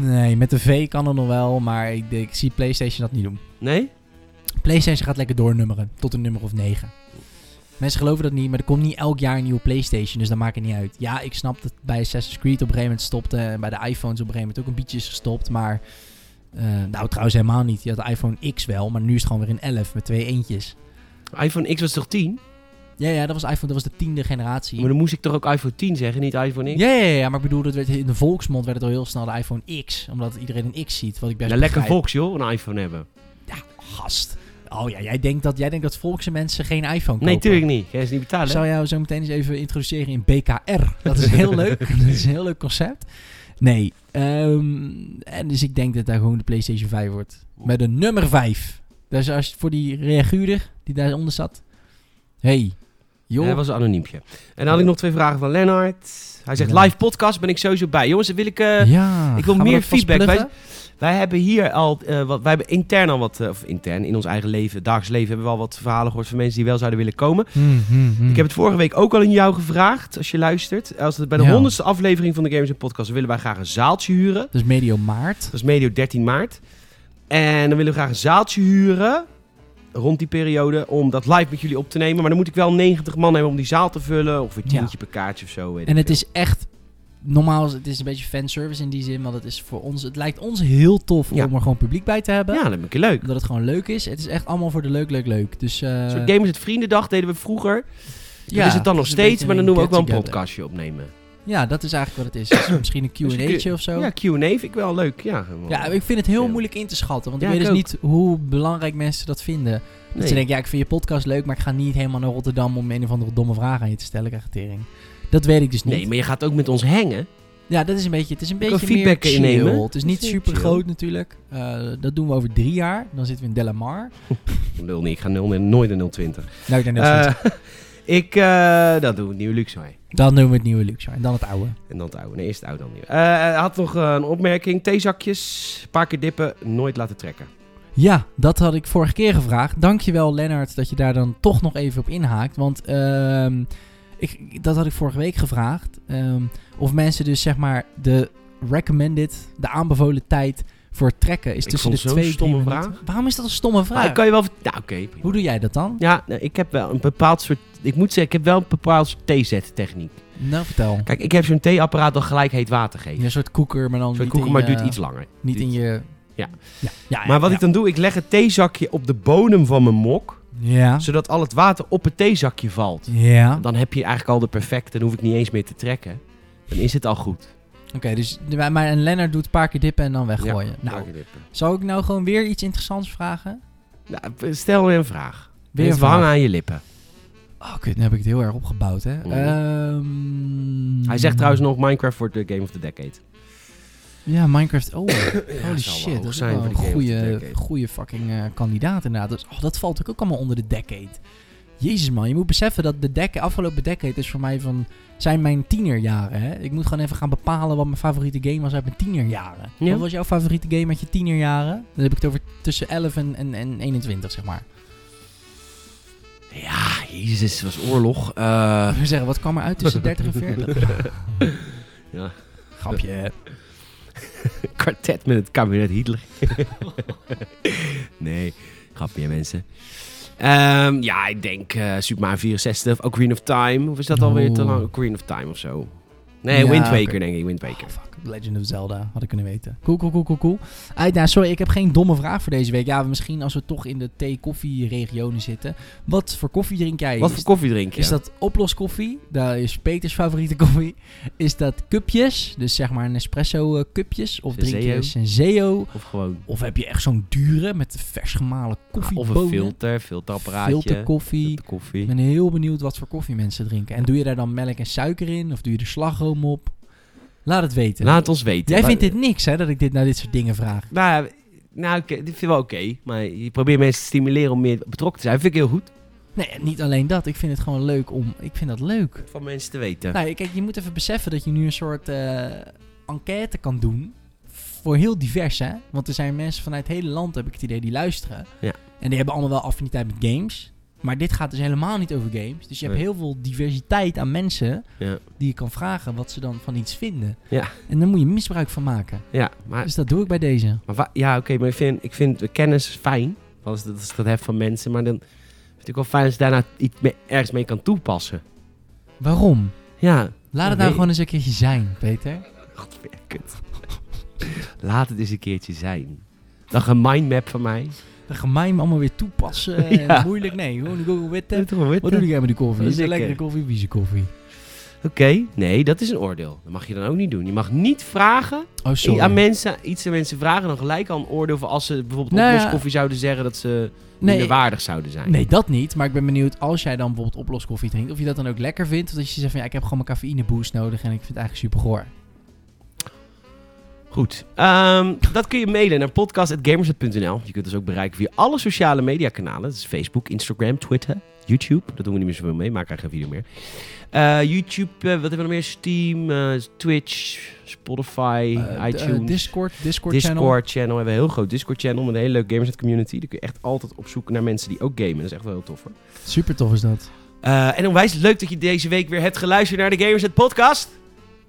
S2: Nee, met de V kan het nog wel, maar ik, denk- ik zie PlayStation dat niet doen.
S1: Nee?
S2: PlayStation gaat lekker doornummeren, tot een nummer of 9. Mensen geloven dat niet, maar er komt niet elk jaar een nieuwe PlayStation, dus dat maakt het niet uit. Ja, ik snap dat bij Assassin's Creed op een gegeven moment stopte, en bij de iPhones op een gegeven moment ook een beetje is gestopt, maar... eh, nou, trouwens helemaal niet. Je had de iPhone X wel, maar nu is het gewoon weer een 11 met twee eentjes.
S1: iPhone X was toch 10?
S2: Ja, ja, dat was iPhone, dat was de tiende generatie.
S1: Maar dan moest ik toch ook iPhone 10 zeggen, niet iPhone X?
S2: Ja, ja, ja, maar ik bedoel, dat werd, in de volksmond werd het al heel snel de iPhone X, omdat iedereen een X ziet, wat ik best
S1: nou, lekker
S2: begrijp.
S1: Vox, joh, een iPhone hebben.
S2: Gast. Oh ja, jij denkt dat, jij denkt dat volkse mensen geen iPhone kopen.
S1: Nee, tuurlijk niet. Ga je ze niet betalen?
S2: Ik zal jou zo meteen eens even introduceren in BKR. Dat is heel leuk. Dat is een heel leuk concept. Nee. ehm, en dus ik denk dat daar gewoon de PlayStation 5 wordt. Met een nummer 5. Dus als je voor die reaguurder die daaronder zat. hey, joh.
S1: Hij was een anoniempje. En dan had ik nog twee vragen van Lennart. Hij zegt,
S2: Ja.
S1: live podcast ben ik sowieso bij. Jongens, dan wil ik... eh,
S2: ja.
S1: ik wil
S2: gaan we
S1: meer
S2: dat vast
S1: feedback.
S2: pluggen?
S1: Wij- Wij hebben hier al, eh, wat, wij hebben intern al wat, eh, of intern, in ons eigen leven, dagelijks leven, hebben we al wat verhalen gehoord van mensen die wel zouden willen komen.
S2: Hmm, hmm, hmm.
S1: Ik heb het vorige week ook al aan jou gevraagd, als je luistert. Als het bij de
S2: Ja.
S1: honderdste aflevering van de Games Podcast willen wij graag een zaaltje huren.
S2: Dus medio maart.
S1: Dat is medio 13 maart. En dan willen we graag een zaaltje huren, rond die periode, om dat live met jullie op te nemen. Maar dan moet ik wel 90 man hebben om die zaal te vullen, of een
S2: Ja.
S1: tientje per kaartje of zo. weet
S2: En
S1: ik
S2: het
S1: veel.
S2: is echt... Normaal is het is een beetje fanservice in die zin. Want het is voor ons... Het lijkt ons heel tof
S1: Ja.
S2: om er gewoon publiek bij te hebben.
S1: Ja, dat vind ik leuk.
S2: Omdat het gewoon leuk is. Het is echt allemaal voor de leuk, leuk, leuk. Dus eh,
S1: Een soort Gamers het Vriendendag deden we vroeger. Ja, dat is het dan nog
S2: een
S1: steeds,
S2: beetje
S1: maar dan doen we ook wel een
S2: get-together.
S1: podcastje opnemen.
S2: Ja, dat is eigenlijk wat het is. Het is misschien
S1: Dus je
S2: een Q&A'tje of zo.
S1: Ja,
S2: Ja,
S1: Q&A vind ik wel leuk. Ja,
S2: ik vind het heel
S1: Ja.
S2: moeilijk in te schatten. Want
S1: Ja,
S2: ik weet
S1: ik
S2: dus niet hoe belangrijk mensen dat vinden. Dat
S1: Nee.
S2: ze denken, ja, ik vind je podcast leuk, maar ik ga niet helemaal naar Rotterdam om een of andere domme vraag aan je te stellen, krijg tering. Dat weet ik dus niet.
S1: nee, maar je gaat ook met ons hangen.
S2: Ja, dat is een beetje. Het is een
S1: kan
S2: beetje
S1: feedback
S2: meer chill.
S1: innemen.
S2: Het is
S1: Dat
S2: niet
S1: vind ik
S2: super groot natuurlijk. Eh, dat doen we over drie jaar. Dan zitten we in Delamar.
S1: Lul niet, ik ga nul, nooit een 020.
S2: Nou, ik denk dat
S1: Eh ik, eh, dat doen we, nieuwe luxe mee.
S2: Dan noemen we het nieuwe luxe en dan het oude.
S1: En dan het oude. Nee, eerst het oude dan nieuw. Eh, Hij had nog eh, een opmerking. Theezakjes, een paar keer dippen, nooit laten trekken.
S2: Ja, dat had ik vorige keer gevraagd. Dankjewel Lennart dat je daar dan toch nog even op inhaakt. Want ehm, ik, dat had ik vorige week gevraagd. ehm, of mensen dus zeg maar de recommended, de aanbevolen tijd voor het trekken is
S1: Ik
S2: tussen
S1: vond
S2: de
S1: zo'n
S2: twee
S1: stomme
S2: drie minuten. Waarom is dat een stomme
S1: Maar
S2: vraag?
S1: ik kan je wel... vert- Nou, oké. prima.
S2: Hoe doe jij dat dan?
S1: ja, nou, ik heb wel een bepaald soort... Ik moet zeggen, ik heb wel een bepaald soort theezet-techniek.
S2: Nou, vertel.
S1: Kijk, ik heb zo'n theeapparaat dat gelijk heet water geeft.
S2: Een soort koeker, maar dan
S1: Zo'n
S2: niet
S1: koeker,
S2: in
S1: maar
S2: je-
S1: het duurt iets langer.
S2: Niet in je...
S1: Ja.
S2: ja, ja
S1: Maar wat
S2: ja.
S1: ik dan doe, ik leg het theezakje op de bodem van mijn mok.
S2: Ja.
S1: Zodat al het water op het theezakje valt.
S2: Ja.
S1: Dan heb je eigenlijk al de perfecte. Dan hoef ik niet eens meer te trekken. Dan is het al goed.
S2: Oké, dus... Maar en Lennart doet een paar keer dippen en dan weggooien.
S1: Ja,
S2: nou,
S1: dank je, Dippe.
S2: zou ik nou gewoon weer iets interessants vragen?
S1: Nou, stel weer een vraag.
S2: Weer
S1: Weer
S2: een vraag.
S1: hangen aan je lippen.
S2: Oh, kut, nu heb ik het heel erg opgebouwd, hè.
S1: Mm.
S2: Ehm,
S1: Hij zegt trouwens nog Minecraft voor de Game of the Decade.
S2: Ja, Minecraft... Oh,
S1: Ja,
S2: holy
S1: zal wel
S2: shit.
S1: hoog
S2: Dat is
S1: zijn
S2: wel
S1: voor de
S2: een
S1: Game of the
S2: goede,
S1: Decade.
S2: goede fucking eh, kandidaat, inderdaad. Dus, oh, dat valt ook, ook allemaal onder de decade. Jezus, man. Je moet beseffen dat de dec- afgelopen decade is voor mij van... Zijn mijn tienerjaren, hè. Ik moet gewoon even gaan bepalen wat mijn favoriete game was uit mijn tienerjaren.
S1: Ja.
S2: Wat was jouw favoriete game uit je tienerjaren? Dan heb ik het over tussen 11 en, en, en 21, zeg maar.
S1: Ja, Ah, jezus, het was oorlog. Eh,
S2: Ik wil zeggen, wat kwam er uit tussen 30 en 40?
S1: Ja.
S2: Grapje, hè.
S1: kwartet met het kabinet Hitler. nee, grapje mensen. Ehm, ja, ik denk eh, Super Mario 64 of Ocarina of Time. Of is dat alweer te
S2: Oeh.
S1: lang? Ocarina of Time of zo. Nee,
S2: Ja,
S1: Wind Waker
S2: oké.
S1: denk ik, Wind Waker.
S2: Oh, fuck. Legend of Zelda, had ik kunnen weten. Cool, cool, cool, cool, cool. Uit, nou, sorry, ik heb geen domme vraag voor deze week. Ja, misschien als we toch in de thee-koffie-regionen zitten. Wat voor koffie drink jij?
S1: Wat
S2: is,
S1: voor koffie drink je?
S2: is dat oploskoffie? Dat is Peters favoriete koffie. Is dat cupjes? Dus zeg maar Nespresso-cupjes? Of drink je
S1: Senseo.
S2: Senseo?
S1: Of gewoon
S2: Of heb je echt zo'n dure met vers gemalen koffie?
S1: of een filter, filterapparaatje.
S2: Filterkoffie.
S1: Filterkoffie.
S2: Ik ben heel benieuwd wat voor koffie mensen drinken. En doe je daar dan melk en suiker in? Of doe je er slagroom op? Laat het weten.
S1: Laat ons weten.
S2: Jij
S1: Wa-
S2: vindt dit niks, hè, dat ik dit naar dit soort dingen vraag.
S1: Nou, ja, nou oké, dit vind ik wel oké. maar je probeert mensen te stimuleren om meer betrokken te zijn. Vind ik heel goed.
S2: Nee, en niet alleen dat. Ik vind het gewoon leuk om... Ik vind dat leuk.
S1: Van mensen te weten.
S2: Nou, kijk, je moet even beseffen dat je nu een soort eh, enquête kan doen. Voor heel divers, hè. Want er zijn mensen vanuit het hele land, heb ik het idee, die luisteren.
S1: Ja.
S2: En die hebben allemaal wel affiniteit met games. Maar dit gaat dus helemaal niet over games. Dus je hebt
S1: Nee.
S2: heel veel diversiteit aan mensen...
S1: Ja.
S2: die je kan vragen wat ze dan van iets vinden.
S1: Ja.
S2: En daar moet je misbruik van maken.
S1: Ja, maar,
S2: Dus dat doe ik bij deze.
S1: maar wa- ja, oké, maar ik vind, ik vind de kennis fijn. Als dat is dat heft van mensen. Maar dan vind ik wel fijn als je daarna iets mee, ergens mee kan toepassen.
S2: Waarom?
S1: Ja,
S2: Laat het
S1: Nee.
S2: nou gewoon eens een keertje zijn, Peter.
S1: Godver, kut. Laat het eens een keertje zijn. Dan een mindmap van mij.
S2: Dan ga mij hem allemaal weer toepassen. en
S1: Ja.
S2: Moeilijk, nee. Gewoon een Google Witte.
S1: Wat doe
S2: Wat doe jij met die koffie?
S1: Dat
S2: Is
S1: is
S2: het
S1: lekker.
S2: lekkere koffie? Wie is de koffie?
S1: Oké, nee, dat is een oordeel. Dat mag je dan ook niet doen. Je mag niet vragen
S2: Oh, sorry.
S1: aan mensen, iets aan mensen vragen, dan gelijk al een oordeel voor als ze bijvoorbeeld
S2: Nou
S1: op
S2: ja.
S1: loskoffie zouden zeggen dat ze
S2: nee,
S1: minder waardig zouden zijn.
S2: nee, dat niet. Maar ik ben benieuwd, als jij dan bijvoorbeeld oploskoffie drinkt, of je dat dan ook lekker vindt. Of dat je zegt van, ja, ik heb gewoon mijn cafeïne boost nodig en ik vind het eigenlijk super goor.
S1: Goed, ehm, dat kun je mailen naar podcast.gamersnet.nl. Je kunt ons ook bereiken via alle sociale mediakanalen. Dat is Facebook, Instagram, Twitter, YouTube. Dat doen we niet meer zoveel mee, maak eigenlijk geen video meer. Eh, YouTube, eh, wat hebben we nog meer? Steam, eh, Twitch, Spotify,
S2: Eh, d- eh,
S1: iTunes.
S2: Discord, Discord, channel.
S1: Discord channel. We hebben een heel groot Discord channel met een hele leuke Gamersnet community. Daar kun je echt altijd op zoek naar mensen die ook gamen. Dat is echt wel heel tof hoor.
S2: Super tof is dat.
S1: Eh, en onwijs leuk dat je deze week weer hebt geluisterd naar de Gamersnet podcast.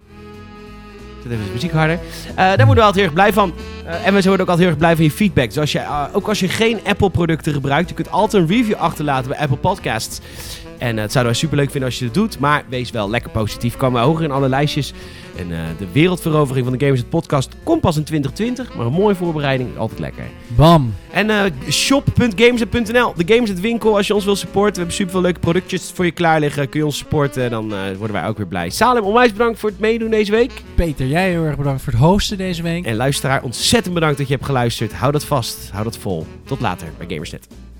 S1: Ik Zet even de muziek harder. Eh, daar worden we altijd heel erg blij van. Eh, en we worden ook altijd heel erg blij van je feedback. Dus als je, eh, ook als je geen Apple producten gebruikt, je kunt altijd een review achterlaten bij Apple Podcasts. En eh, het zouden wij super leuk vinden als je het doet. Maar wees wel lekker positief. Komen we hoger in alle lijstjes. En eh, de wereldverovering van de Gamersnet podcast komt pas in 2020. Maar een mooie voorbereiding, altijd lekker.
S2: Bam.
S1: En eh shop.gameset.nl, de Gameset winkel als je ons wil supporten. We hebben superveel leuke productjes voor je klaar liggen. Kun je ons supporten, en dan eh, worden wij ook weer blij. Salem, onwijs bedankt voor het meedoen deze week.
S2: Peter, jij heel erg bedankt voor het hosten deze week.
S1: En luisteraar, ontzettend bedankt dat je hebt geluisterd. Hou dat vast, hou dat vol. Tot later bij Gamersnet.